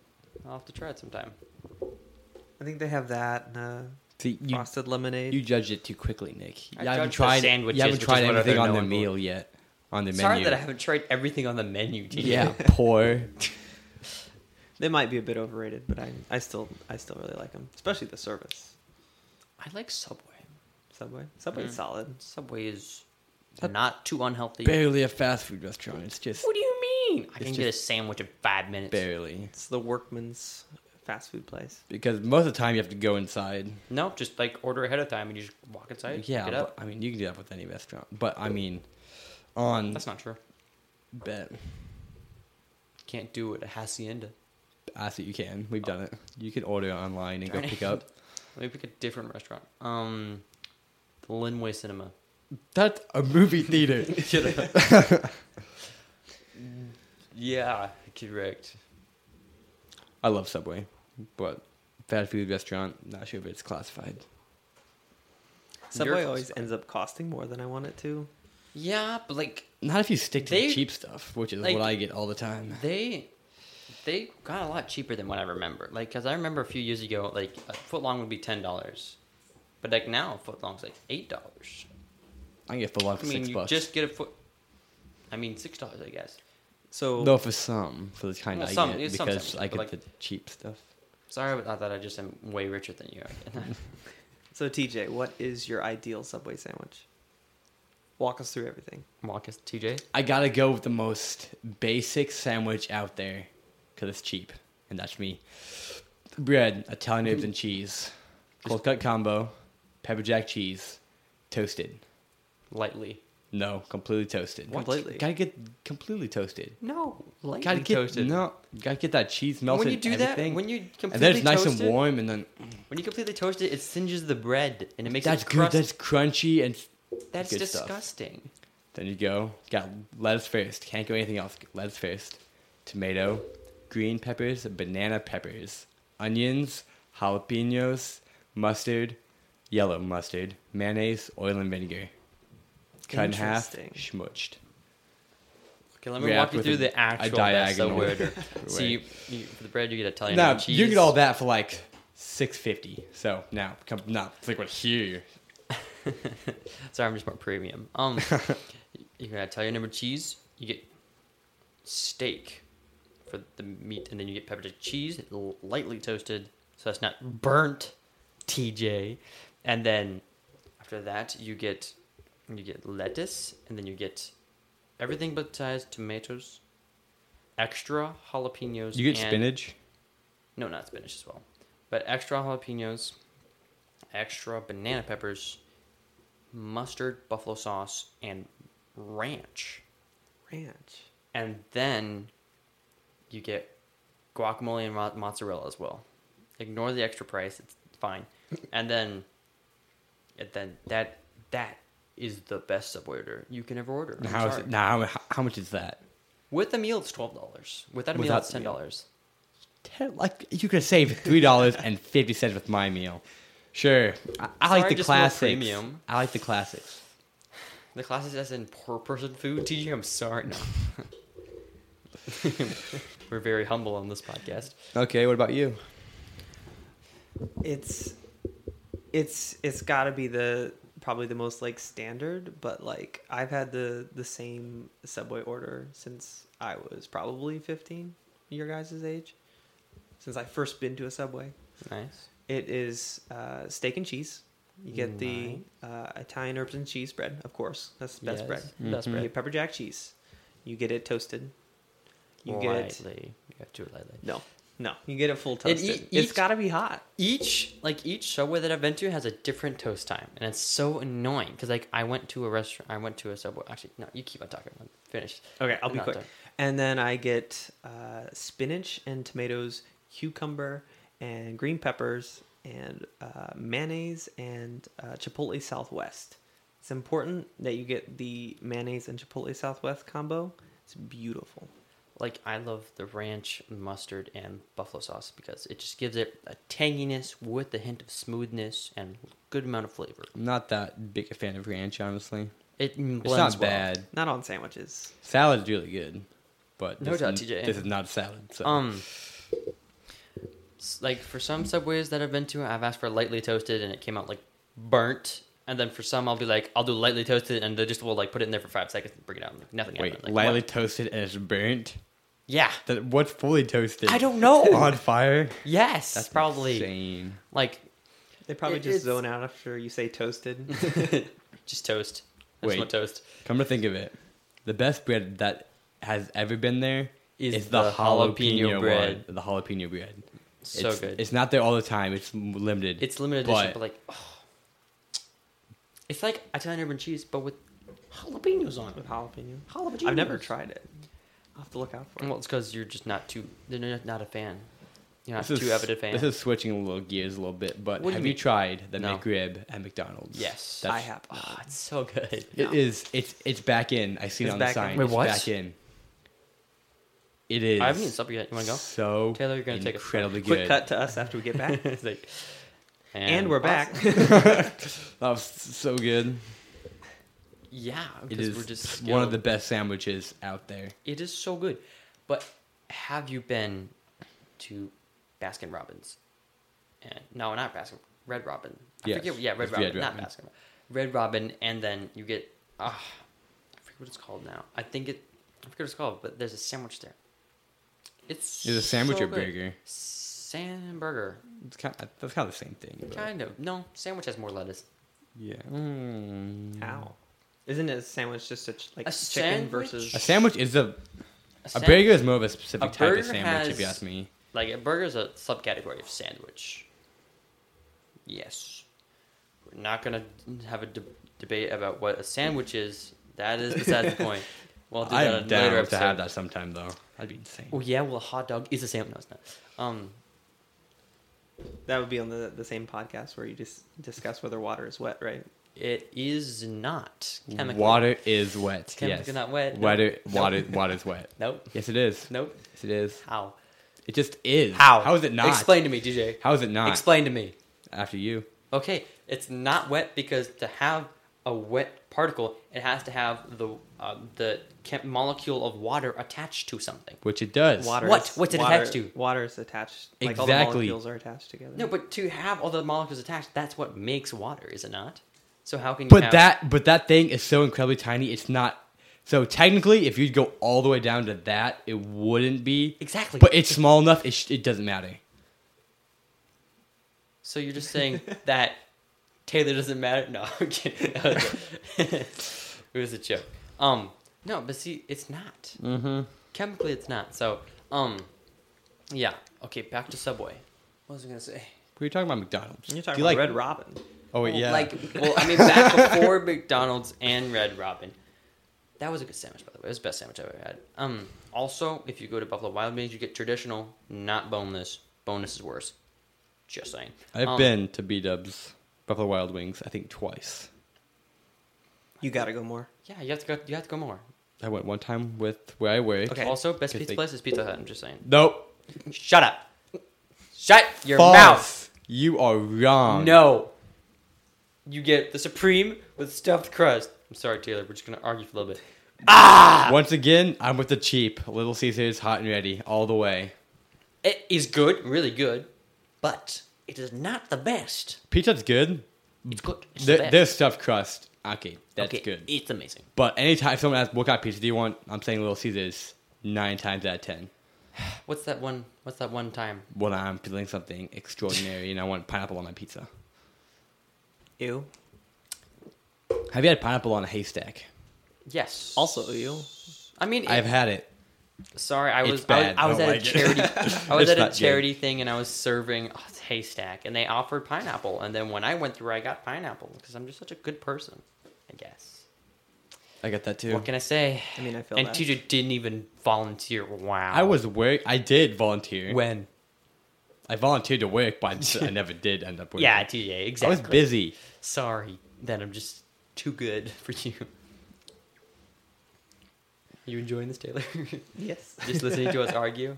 Speaker 1: I'll have to try it sometime.
Speaker 3: I think they have that and uh,
Speaker 2: See, you
Speaker 3: frosted lemonade.
Speaker 2: you judged it too quickly, Nick. You
Speaker 1: I
Speaker 2: haven't
Speaker 1: judged the
Speaker 2: tried
Speaker 1: sandwiches,
Speaker 2: You haven't
Speaker 1: which is
Speaker 2: tried
Speaker 1: what
Speaker 2: anything
Speaker 1: they're
Speaker 2: on the
Speaker 1: known for.
Speaker 2: meal yet. On the
Speaker 1: Sorry
Speaker 2: menu.
Speaker 1: that I haven't tried everything on the menu. TJ.
Speaker 2: yeah, poor.
Speaker 1: [LAUGHS]
Speaker 3: they might be a bit overrated, but I I still I still really like them, especially the service.
Speaker 1: I like Subway.
Speaker 3: Subway, Subway's
Speaker 1: Mm.
Speaker 3: solid.
Speaker 1: Subway is
Speaker 2: That-
Speaker 1: not too unhealthy.
Speaker 2: barely a fast food restaurant. It's just
Speaker 1: What do you mean? I
Speaker 2: It's
Speaker 1: can get a sandwich in five minutes.
Speaker 2: barely
Speaker 3: It's the workman's fast food place.
Speaker 2: because most of the time you have to go inside.
Speaker 1: No, just like order ahead of time and you just walk inside.
Speaker 2: yeah,
Speaker 1: pick it up.
Speaker 2: but, I mean you can do that with any restaurant, but I mean, on
Speaker 1: That's not true.
Speaker 2: bet
Speaker 1: Can't do it at Hacienda.
Speaker 2: I think you can. We've done it. You can order online and go
Speaker 1: Darn it. [LAUGHS]
Speaker 2: pick up.
Speaker 1: Let me pick a different restaurant. Um, the Linway Cinema.
Speaker 2: That's a movie theater.
Speaker 1: [LAUGHS] yeah, correct.
Speaker 2: I love Subway, but fast food restaurant. Not sure if it's classified.
Speaker 3: Subway
Speaker 1: Your-
Speaker 3: always ends up costing more than I want it to.
Speaker 1: Yeah, but like
Speaker 2: Not if you stick to
Speaker 1: They-
Speaker 2: the cheap stuff, which is
Speaker 1: like-
Speaker 2: what I get all the time.
Speaker 1: they they got a lot cheaper than what I remember. Like, cause I remember a few years ago, like a foot long would be ten dollars, but like now a foot long's like eight dollars.
Speaker 2: I get full off
Speaker 1: I
Speaker 2: for
Speaker 1: mean,
Speaker 2: six
Speaker 1: you
Speaker 2: bucks.
Speaker 1: just get a foot. I mean, six dollars, I guess.
Speaker 3: So
Speaker 2: no, for some, for the kind
Speaker 1: Well,
Speaker 2: I
Speaker 1: some-
Speaker 2: get
Speaker 1: it's some
Speaker 2: because
Speaker 1: sandwiches,
Speaker 2: I
Speaker 1: but,
Speaker 2: get
Speaker 1: like-
Speaker 2: the cheap stuff.
Speaker 1: Sorry, but I thought I just am way richer than you. [LAUGHS]
Speaker 3: So TJ, what is your ideal Subway sandwich? Walk us through everything.
Speaker 1: Walk us, TJ.
Speaker 2: I gotta go with the most basic sandwich out there because it's cheap, and that's me. Bread, Italian herbs and cheese, cold cut combo, pepper jack cheese, toasted.
Speaker 1: Lightly.
Speaker 2: No, completely toasted.
Speaker 3: What? Completely?
Speaker 2: Gotta get completely toasted.
Speaker 1: No, lightly
Speaker 2: Gotta get
Speaker 1: toasted.
Speaker 2: no. Gotta get that cheese melted.
Speaker 1: when you do
Speaker 2: everything.
Speaker 1: that, when you
Speaker 2: and
Speaker 1: completely
Speaker 2: then it's nice
Speaker 1: toast
Speaker 2: and
Speaker 1: it,
Speaker 2: warm, and then
Speaker 1: when you completely toast it, it singes the bread and it makes
Speaker 2: that's
Speaker 1: it
Speaker 2: good.
Speaker 1: crust.
Speaker 2: That's crunchy, and
Speaker 1: That's
Speaker 2: good stuff.
Speaker 1: disgusting.
Speaker 2: Then you go, got lettuce first. Can't go anything else. Lettuce first. Tomato, green peppers, banana peppers, onions, jalapenos, mustard, yellow mustard, mayonnaise, oil, and vinegar. Cut in half,
Speaker 3: Interesting.
Speaker 2: schmutched.
Speaker 1: Okay, let me
Speaker 2: React
Speaker 1: walk you
Speaker 2: with
Speaker 1: through
Speaker 2: a-
Speaker 1: the actual mess that
Speaker 2: diagonal.
Speaker 1: we
Speaker 2: [LAUGHS]
Speaker 1: order.
Speaker 2: Right.
Speaker 1: So you, you, for the bread, you get Italian
Speaker 2: now
Speaker 1: and cheese.
Speaker 2: you get all that for like six fifty. So now come now click right here.
Speaker 1: [LAUGHS] Sorry, I'm just more premium.
Speaker 2: [LAUGHS]
Speaker 1: Um, you get Italian number cheese. You get steak for the meat, and then you get pepper jack cheese, l- lightly toasted, so that's not burnt. TJ, and then after that you get you get lettuce, and then you get everything besides tomatoes, extra jalapenos.
Speaker 2: You get
Speaker 1: and-
Speaker 2: spinach.
Speaker 1: no, not spinach as well. But extra jalapenos, extra banana peppers, mustard, buffalo sauce, and ranch.
Speaker 3: ranch.
Speaker 1: And then you get guacamole and mo- mozzarella as well. Ignore the extra price; it's fine. And then, and then that that is the best sub order you can ever order. I'm
Speaker 2: How is
Speaker 1: sorry.
Speaker 2: it? Now, how, how much is that?
Speaker 1: With a meal, it's twelve dollars. Without a meal,
Speaker 2: Without
Speaker 1: it's
Speaker 2: the
Speaker 1: ten
Speaker 2: meal.
Speaker 1: dollars.
Speaker 2: Ten, like you could save three dollars and fifty cents with my meal. Sure, I, I like
Speaker 1: Sorry,
Speaker 2: the
Speaker 1: just more
Speaker 2: classics.
Speaker 1: premium.
Speaker 2: I like the classics.
Speaker 1: The classes as in poor person food. TJ, I'm sorry. No. [LAUGHS] We're very humble on this podcast.
Speaker 2: Okay, what about you?
Speaker 3: it's it's it's got to be the probably the most like standard but like i've had the the same subway order since i was probably 15 your guys' age since i first been to a subway
Speaker 1: Nice.
Speaker 3: it is uh, steak and cheese you get the uh, italian herbs and cheese bread of course that's the best
Speaker 1: Yes, Mm-hmm.
Speaker 3: bread
Speaker 1: best
Speaker 2: Mhm.
Speaker 3: you
Speaker 1: bread.
Speaker 3: get pepper jack cheese you get it toasted you get
Speaker 1: lightly. You have to do it lightly.
Speaker 3: no no you get it full
Speaker 1: And
Speaker 3: toasted
Speaker 1: e-
Speaker 3: it's
Speaker 1: each-
Speaker 3: got to be hot
Speaker 1: each like each subway that I've been to has a different toast time, and it's so annoying because like I went to a restaurant, I went to a subway. Actually, no, you keep on talking. I'm finished.
Speaker 3: Okay, I'll be
Speaker 1: Not
Speaker 3: quick.
Speaker 1: done.
Speaker 3: And then I get uh, spinach and tomatoes, cucumber and green peppers, and uh, mayonnaise and uh, chipotle Southwest. It's important that you get the mayonnaise and chipotle Southwest combo. It's beautiful.
Speaker 1: Like I love the ranch mustard and buffalo sauce because it just gives it a tanginess with a hint of smoothness and good amount of flavor.
Speaker 2: I'm not that big a fan of ranch, honestly.
Speaker 1: It blends
Speaker 2: It's not
Speaker 1: well.
Speaker 2: bad.
Speaker 3: Not on sandwiches.
Speaker 2: Salad's really good, but
Speaker 1: No
Speaker 2: this
Speaker 1: doubt,
Speaker 2: is-
Speaker 1: TJ.
Speaker 2: This is not a salad. So.
Speaker 1: Um, s- like for some subways that I've been to, I've asked for lightly toasted and it came out like burnt. And then for some, I'll be like, I'll do lightly toasted, and they just will like put it in there for five seconds and bring it out. And, like, nothing.
Speaker 2: wait,
Speaker 1: happened. Like,
Speaker 2: lightly
Speaker 1: what?
Speaker 2: toasted and it's burnt.
Speaker 1: Yeah.
Speaker 2: That what's fully toasted?
Speaker 1: I don't know.
Speaker 2: [LAUGHS] On fire.
Speaker 1: Yes. That's probably
Speaker 2: insane.
Speaker 1: like
Speaker 3: They probably
Speaker 1: It-
Speaker 3: just
Speaker 1: it's-
Speaker 3: zone out after you say
Speaker 1: [LAUGHS]
Speaker 3: toasted.
Speaker 1: just toast. I just
Speaker 2: Wait.
Speaker 1: want toast.
Speaker 2: Come to think of it, the best bread that has ever been there
Speaker 1: Is
Speaker 2: is, the,
Speaker 1: the
Speaker 2: jalapeno,
Speaker 1: jalapeno bread.
Speaker 2: bread. The jalapeno bread.
Speaker 1: So
Speaker 2: it's,
Speaker 1: good. It's,
Speaker 2: It's not there all the time. It's m- limited.
Speaker 1: limited edition,
Speaker 2: but-
Speaker 1: but like, oh. it's like Italian urban cheese, but with jalapenos on it.
Speaker 3: with jalapeno.
Speaker 1: Jalapenos.
Speaker 3: I've never tried it. I'll have to look out for it.
Speaker 1: Well, it's because you're just not too, you're not- not a fan. You're not
Speaker 2: This
Speaker 1: too
Speaker 2: is,
Speaker 1: avid a fan.
Speaker 2: This is switching a little gears a little bit, but
Speaker 1: What do you
Speaker 2: have you,
Speaker 1: mean?
Speaker 2: tried the
Speaker 1: No.
Speaker 2: McRib at McDonald's?
Speaker 1: Yes.
Speaker 3: I
Speaker 2: That's-
Speaker 3: have
Speaker 1: Oh,
Speaker 3: not.
Speaker 1: [LAUGHS] it's so good.
Speaker 2: It
Speaker 3: No.
Speaker 2: is- It's it's back in. I seen it
Speaker 3: It's
Speaker 2: on the
Speaker 3: back in.
Speaker 2: sign.
Speaker 1: Wait,
Speaker 2: it's
Speaker 1: what?
Speaker 2: back in. It is.
Speaker 1: I haven't eaten supper yet. You want to go?
Speaker 2: So
Speaker 1: Taylor, you're gonna take a-
Speaker 2: incredibly
Speaker 3: Quick
Speaker 1: [LAUGHS]
Speaker 2: good.
Speaker 3: cut to us after we get back.
Speaker 1: It's like-
Speaker 3: and we're
Speaker 2: [LAUGHS]
Speaker 3: back. [LAUGHS]
Speaker 2: That was so good.
Speaker 1: Yeah,
Speaker 2: It
Speaker 1: because
Speaker 2: is
Speaker 1: we're just
Speaker 2: one of the
Speaker 1: skilled.
Speaker 2: best sandwiches out there.
Speaker 1: It is so good. But have you been to Baskin Robbins? And no, not Baskin. Red Robin. I
Speaker 2: Yes.
Speaker 1: forget. Yeah, Red
Speaker 2: It's
Speaker 1: Robin,
Speaker 2: Red
Speaker 1: not
Speaker 2: Robin.
Speaker 1: Baskin. Red Robin, and then you get ah, I forget what it's called now. I think it. I forget what it's called, but there's a sandwich there. It's
Speaker 2: Is it a sandwich
Speaker 1: so
Speaker 2: or
Speaker 1: good.
Speaker 2: burger?
Speaker 1: Sam burger.
Speaker 2: It's kind of, that's kind of the same thing. but-
Speaker 1: Kind of. No, sandwich has more lettuce.
Speaker 2: Yeah. Mm.
Speaker 3: How? Isn't a sandwich just a ch- like
Speaker 1: A
Speaker 3: chicken
Speaker 1: sandwich?
Speaker 3: versus?
Speaker 2: A sandwich is a
Speaker 1: A,
Speaker 2: a
Speaker 1: sand-
Speaker 2: burger is more of a specific
Speaker 1: A
Speaker 2: type
Speaker 1: burger
Speaker 2: of sandwich, if you
Speaker 1: has-
Speaker 2: ask me.
Speaker 1: Like a burger's a subcategory of sandwich. Yes. We're not gonna have a de- debate about what a sandwich is. That is besides the
Speaker 2: [LAUGHS]
Speaker 1: point. We'll do that
Speaker 2: I'm
Speaker 1: on later
Speaker 2: down
Speaker 1: episode.
Speaker 2: to have that sometime though. That'd be insane.
Speaker 1: Well, yeah. Well, a hot dog is a sandwich. No, it's not. Um,
Speaker 3: That would be on the, the same podcast where you just discuss whether water is wet, right?
Speaker 1: it is not chemically.
Speaker 2: Water is wet.
Speaker 1: chemically
Speaker 2: yes.
Speaker 1: not wet. [LAUGHS] No.
Speaker 2: Water,
Speaker 1: Nope.
Speaker 2: water, water is wet.
Speaker 1: Nope.
Speaker 2: Yes, it is.
Speaker 1: Nope.
Speaker 2: Yes, it is.
Speaker 1: How?
Speaker 2: It just is.
Speaker 1: How?
Speaker 2: How is it not?
Speaker 1: Explain to me, DJ.
Speaker 2: How is it not?
Speaker 1: Explain to me.
Speaker 2: After you.
Speaker 1: Okay, it's not wet because to have a wet particle, it has to have the uh, the chem- molecule of water attached to something.
Speaker 2: Which it does.
Speaker 3: Water.
Speaker 1: What?
Speaker 3: is-
Speaker 1: What's it
Speaker 3: water-
Speaker 1: attached to?
Speaker 3: Water is attached. Like all the
Speaker 2: Exactly.
Speaker 3: molecules are attached together.
Speaker 1: No, but to have all the molecules attached, that's what makes water, is it not? So how can you?
Speaker 2: But
Speaker 1: have-
Speaker 2: that but that thing is so incredibly tiny, it's not so technically if you'd go all the way down to that, it wouldn't be.
Speaker 1: exactly.
Speaker 2: But it's small enough, it, sh- it doesn't matter.
Speaker 1: so you're just
Speaker 2: [LAUGHS]
Speaker 1: saying that Taylor doesn't matter. No, I'm kidding. [LAUGHS] That was a- [LAUGHS] it was a joke. Um, no, but see, it's not.
Speaker 2: Mm-hmm.
Speaker 1: Chemically, it's not. So, um, yeah. Okay, back to Subway. What was I gonna say?
Speaker 2: We're talking about McDonald's.
Speaker 3: You're talking
Speaker 2: Do you
Speaker 3: about
Speaker 2: like,
Speaker 3: Red Robin.
Speaker 2: Oh wait,
Speaker 1: Well,
Speaker 2: yeah. [LAUGHS]
Speaker 1: Like, well, I mean, back before McDonald's and Red Robin, That was a good sandwich, by the way. It was the best sandwich I've ever had. Um, also, if you go to Buffalo Wild Wings, you get traditional, not boneless. Boneless is worse. Just saying.
Speaker 2: I've
Speaker 1: Um,
Speaker 2: been to B Dubs Buffalo Wild Wings. I think twice.
Speaker 3: You gotta go more.
Speaker 1: Yeah, you have to go. You have to go more.
Speaker 2: I went one time with where I work.
Speaker 3: Okay.
Speaker 1: Also, best
Speaker 2: Good
Speaker 1: pizza
Speaker 2: thing.
Speaker 1: place is Pizza Hut. I'm just saying.
Speaker 2: Nope.
Speaker 1: Shut up. Shut your mouth.
Speaker 2: False. You are wrong.
Speaker 1: No. You get the supreme with stuffed crust. I'm sorry, Taylor. We're just gonna argue for a little bit.
Speaker 2: Once again, I'm with the cheap. Little Caesars, hot and ready, all the way.
Speaker 1: It is good, really good, but it is not the best.
Speaker 2: Pizza's good.
Speaker 1: It's good. It's the
Speaker 2: Th-
Speaker 1: best.
Speaker 2: There's stuffed crust. Okay, that's
Speaker 1: Okay,
Speaker 2: good.
Speaker 1: It's amazing.
Speaker 2: But anytime someone asks what kind of pizza do you want, I'm saying Little Caesars nine times out of ten.
Speaker 1: What's that one? What's that one time?
Speaker 2: When I'm feeling something extraordinary and I want pineapple on my pizza.
Speaker 3: Ew.
Speaker 2: Have you had pineapple on a haystack?
Speaker 1: Yes.
Speaker 3: Also ew.
Speaker 1: I mean,
Speaker 2: I've had it.
Speaker 1: sorry, I
Speaker 2: It's
Speaker 1: was I was,
Speaker 2: bad.
Speaker 1: I was
Speaker 2: I
Speaker 1: at a
Speaker 2: don't like it. [LAUGHS]
Speaker 1: charity. I was
Speaker 2: It's
Speaker 1: at a
Speaker 2: not good.
Speaker 1: charity thing, and I was serving oh, it's haystack, and they offered pineapple. And then when I went through, I got pineapple because I'm just such a good person, I guess.
Speaker 2: I got that too.
Speaker 1: What can I say?
Speaker 3: I mean, I feel
Speaker 1: And
Speaker 3: that.
Speaker 1: teacher didn't even volunteer. Wow.
Speaker 2: I was work. I did volunteer.
Speaker 1: when.
Speaker 2: I volunteered to work,
Speaker 1: [LAUGHS]
Speaker 2: but I never did end up working.
Speaker 1: Yeah, TJ,
Speaker 2: I
Speaker 1: exactly.
Speaker 2: was busy.
Speaker 1: Sorry that I'm just too good [LAUGHS] for you. You enjoying this, Taylor? [LAUGHS]
Speaker 3: Yes.
Speaker 1: just listening
Speaker 3: [LAUGHS]
Speaker 1: to us argue?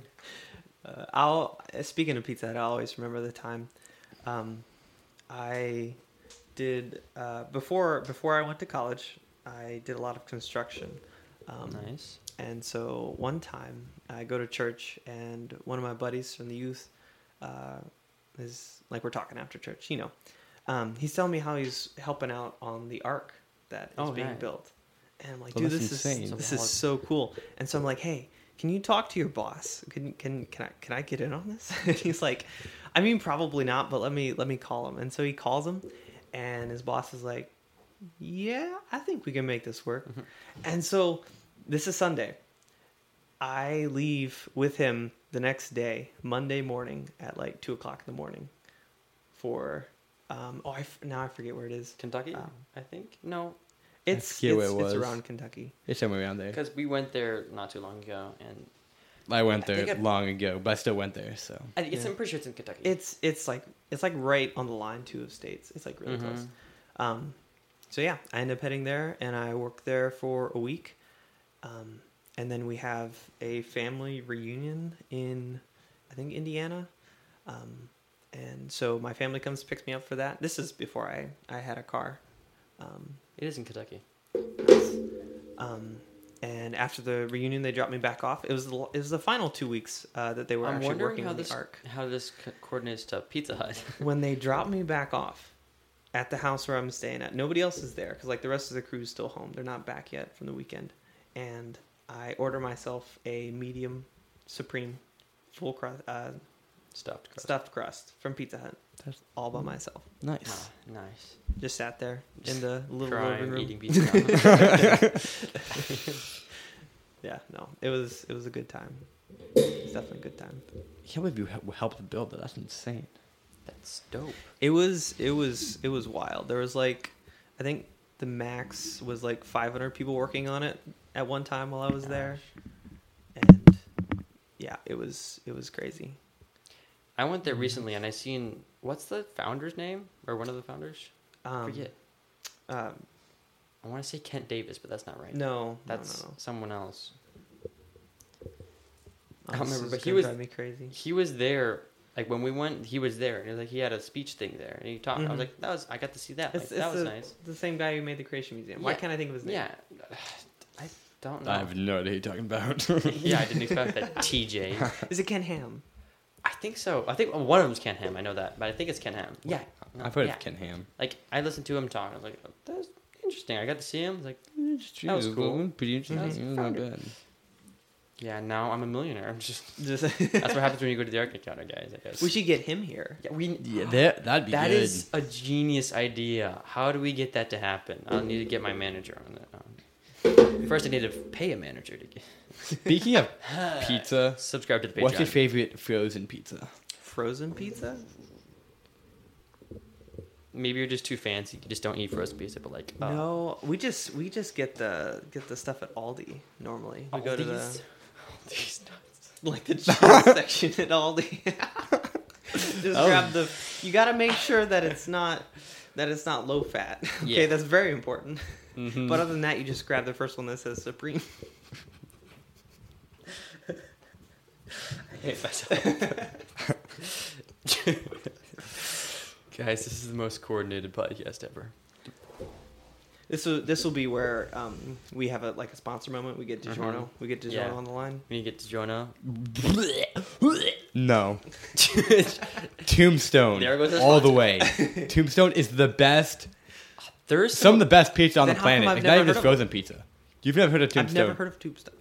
Speaker 3: Uh, I'll uh, speaking of pizza, Hut, I always remember the time um, I did uh, before before I went to college. I did a lot of construction, um,
Speaker 1: Nice.
Speaker 3: and so one time I go to church, and one of my buddies from the youth uh, is like we're talking after church, you know. Um, he's telling me how he's helping out on the ark that is
Speaker 1: Oh,
Speaker 3: being
Speaker 1: nice.
Speaker 3: built, and I'm like,
Speaker 2: Well,
Speaker 3: dude,
Speaker 2: that's
Speaker 3: this is
Speaker 2: insane.
Speaker 3: this is so cool. And so I'm like, hey, can you talk to your boss? Can can can I can I get in on this? [LAUGHS] and he's like, I mean, probably not, but let me let me call him. And so he calls him, and his boss is like, yeah, I think we can make this work. and so this is Sunday. I leave with him the next day, Monday morning at like two o'clock in the morning, for um, oh I f- now I forget where it is.
Speaker 1: Kentucky,
Speaker 3: Um,
Speaker 1: Oh, I think. No,
Speaker 3: It's
Speaker 2: forget
Speaker 3: it's,
Speaker 2: where it was.
Speaker 3: it's around Kentucky.
Speaker 2: It's somewhere around there.
Speaker 1: because we went there not too long ago, and
Speaker 2: I went
Speaker 1: I think
Speaker 2: there
Speaker 1: I-
Speaker 2: long ago, but I still went there. So
Speaker 1: I think it's,
Speaker 3: Yeah.
Speaker 1: I'm pretty sure it's in Kentucky.
Speaker 3: It's it's like it's like right on the line two of states. It's like really
Speaker 1: Mhm.
Speaker 3: close. Um, so yeah, I end up heading there and I work there for a week, um, and then we have a family reunion in I think Indiana, um, and so my family comes picks me up for that. This is before I I had a car. Um,
Speaker 1: it is in Kentucky.
Speaker 3: um, and after the reunion, they dropped me back off. It was the, it was the final two weeks uh, that they were
Speaker 1: I'm
Speaker 3: actually
Speaker 1: wondering
Speaker 3: working
Speaker 1: how
Speaker 3: on
Speaker 1: this
Speaker 3: the arc.
Speaker 1: how this co- coordinates to Pizza Hut. [LAUGHS]
Speaker 3: when they dropped me back off at the house where I'm staying at, nobody else is there because like the rest of the crew's still home. They're not back yet from the weekend, and I order myself a medium supreme full crust uh,
Speaker 1: Stuffed crust.
Speaker 3: stuffed crust from Pizza Hut.
Speaker 2: That's-
Speaker 3: all by myself.
Speaker 2: nice.
Speaker 1: Ah, nice.
Speaker 3: Just sat there in the little living
Speaker 1: Crying,
Speaker 3: room.
Speaker 1: eating
Speaker 3: [LAUGHS]
Speaker 1: pizza.
Speaker 3: Yeah, no, it was it was a good time. It's definitely a good time.
Speaker 2: I can't believe you hel- helped build it. That's insane.
Speaker 1: That's dope.
Speaker 3: It was it was it was wild. There was like I think the max was like 500 people working on it at one time while I was there. And yeah, it was it was crazy.
Speaker 1: I went
Speaker 3: Mm-hmm.
Speaker 1: there recently and I seen what's the founder's name or one of the founders? I
Speaker 3: Um,
Speaker 1: Forget.
Speaker 3: Um,
Speaker 1: I want to say Kent Davis, but that's not right.
Speaker 3: no,
Speaker 1: that's
Speaker 3: that's no, no,
Speaker 1: someone else.
Speaker 3: no.
Speaker 1: I don't
Speaker 3: This
Speaker 1: remember,
Speaker 3: is
Speaker 1: but he
Speaker 3: gonna
Speaker 1: was-
Speaker 3: drive me crazy.
Speaker 1: He was there. Like when we went, he was there, and it was like he had a speech thing there, and he talked. I
Speaker 3: Mhm.
Speaker 1: was like, "That was I got to see that. Like,
Speaker 3: It's,
Speaker 1: that
Speaker 3: it's
Speaker 1: was
Speaker 3: the,
Speaker 1: nice."
Speaker 3: the same guy who made the Creation Museum. Why
Speaker 1: Yeah.
Speaker 3: can't I think of his name?
Speaker 1: Yeah, [SIGHS] I don't know. [LAUGHS]
Speaker 2: I have no idea what you're talking about.
Speaker 1: yeah, I didn't expect that. TJ,
Speaker 3: Is it Ken Ham?
Speaker 1: I think so. I think one of them's Ken Ham. I know that, but I think it's Ken Ham. Yeah, no,
Speaker 2: [LAUGHS] I've heard
Speaker 1: yeah.
Speaker 2: of Ken Ham.
Speaker 1: Like I listened to him talk. I was like, "Oh, "That's interesting." I got to see him. I was like, That was cool.
Speaker 2: Pretty
Speaker 1: interesting. That was It was not fun. "Yeah, now I'm a millionaire." [LAUGHS] I'm just.
Speaker 3: Just [LAUGHS]
Speaker 1: That's what happens when you go to the art encounter, guys. I guess.
Speaker 3: we should get him here.
Speaker 1: Yeah, we.
Speaker 2: Yeah, that, that'd be
Speaker 1: That
Speaker 2: good.
Speaker 1: is [LAUGHS] a genius idea. How do we get that to happen? I'll need to get my manager on that. Um, first, I need to pay a manager to
Speaker 2: [LAUGHS]
Speaker 1: get,
Speaker 2: Speaking of pizza,
Speaker 1: subscribe to the Patreon.
Speaker 2: what's your favorite frozen pizza?
Speaker 3: Frozen pizza?
Speaker 1: maybe you're just too fancy. You just don't eat frozen pizza, but like oh,
Speaker 3: No, we just we just get the get the stuff at Aldi normally. We
Speaker 1: all
Speaker 3: go to
Speaker 1: these- [LAUGHS] all
Speaker 3: the
Speaker 1: these nuts.
Speaker 3: like the cheese [LAUGHS] section at Aldi. [LAUGHS] just
Speaker 1: Oh.
Speaker 3: grab the. You got to make sure that it's not that it's not low fat. [LAUGHS] okay,
Speaker 1: Yeah.
Speaker 3: that's very important.
Speaker 2: Mhm.
Speaker 3: But other than that, you just grab the first one that says Supreme.
Speaker 1: I hate myself. [LAUGHS] Guys, this is the most coordinated podcast ever.
Speaker 3: [LAUGHS] This will this will be where um, we have a like a sponsor moment. We get DiGiorno.
Speaker 1: Mhm.
Speaker 3: We get DiGiorno
Speaker 1: Yeah.
Speaker 3: on the line.
Speaker 1: When you get to
Speaker 2: [LAUGHS]
Speaker 1: Jonah,
Speaker 2: [LAUGHS] No. Tombstone.
Speaker 1: There goes our
Speaker 2: all the
Speaker 1: [LAUGHS]
Speaker 2: way. Tombstone is the best,
Speaker 1: there's
Speaker 2: some of the best pizza on
Speaker 3: Then
Speaker 2: the
Speaker 3: how come
Speaker 2: planet.
Speaker 3: I've
Speaker 2: Like,
Speaker 3: never
Speaker 2: not even
Speaker 3: heard
Speaker 2: just
Speaker 3: of it?
Speaker 2: frozen pizza. You've never heard of
Speaker 3: I've
Speaker 2: Tombstone.
Speaker 3: never heard of Tombstone.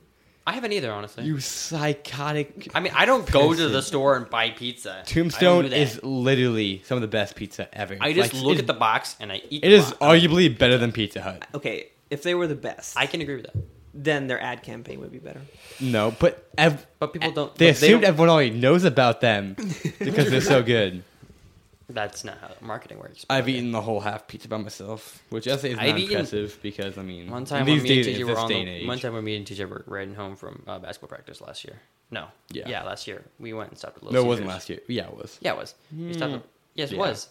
Speaker 1: I haven't either, honestly.
Speaker 2: You psychotic.
Speaker 1: I mean, I don't go to
Speaker 2: Person.
Speaker 1: the store and buy pizza. I don't
Speaker 2: Tombstone
Speaker 1: do that.
Speaker 2: is literally some of the best pizza ever.
Speaker 1: I just
Speaker 2: Like,
Speaker 1: look
Speaker 2: it-
Speaker 1: at the box and I eat.
Speaker 2: It
Speaker 1: the
Speaker 2: is
Speaker 1: box.
Speaker 2: arguably better than Pizza Hut.
Speaker 3: Okay, if they were the best,
Speaker 1: I can agree with that,
Speaker 3: then their ad campaign would be better.
Speaker 2: No, but ev- e,
Speaker 1: but people don't.
Speaker 2: they
Speaker 1: but they
Speaker 2: assumed
Speaker 1: don't-
Speaker 2: everyone already knows
Speaker 1: [LAUGHS]
Speaker 2: about them because they're so good.
Speaker 1: that's not how marketing works.
Speaker 2: I've
Speaker 1: but-
Speaker 2: eaten the whole half pizza by myself, which I say is
Speaker 1: I've
Speaker 2: not
Speaker 1: eaten-
Speaker 2: impressive because I mean
Speaker 1: One time,
Speaker 2: these
Speaker 1: when me
Speaker 2: days,
Speaker 1: and TJ
Speaker 2: in
Speaker 1: were
Speaker 2: this
Speaker 1: on
Speaker 2: day and
Speaker 1: the,
Speaker 2: age,
Speaker 1: one time when me and TJ were riding home from uh, basketball practice last year. No,
Speaker 2: Yeah.
Speaker 1: yeah, last year we went and stopped at Little.
Speaker 2: no, it wasn't
Speaker 1: Caesars.
Speaker 2: last year. Yeah, it was.
Speaker 1: Yeah, it was. We stopped. At, yes, it
Speaker 2: Yeah.
Speaker 1: was.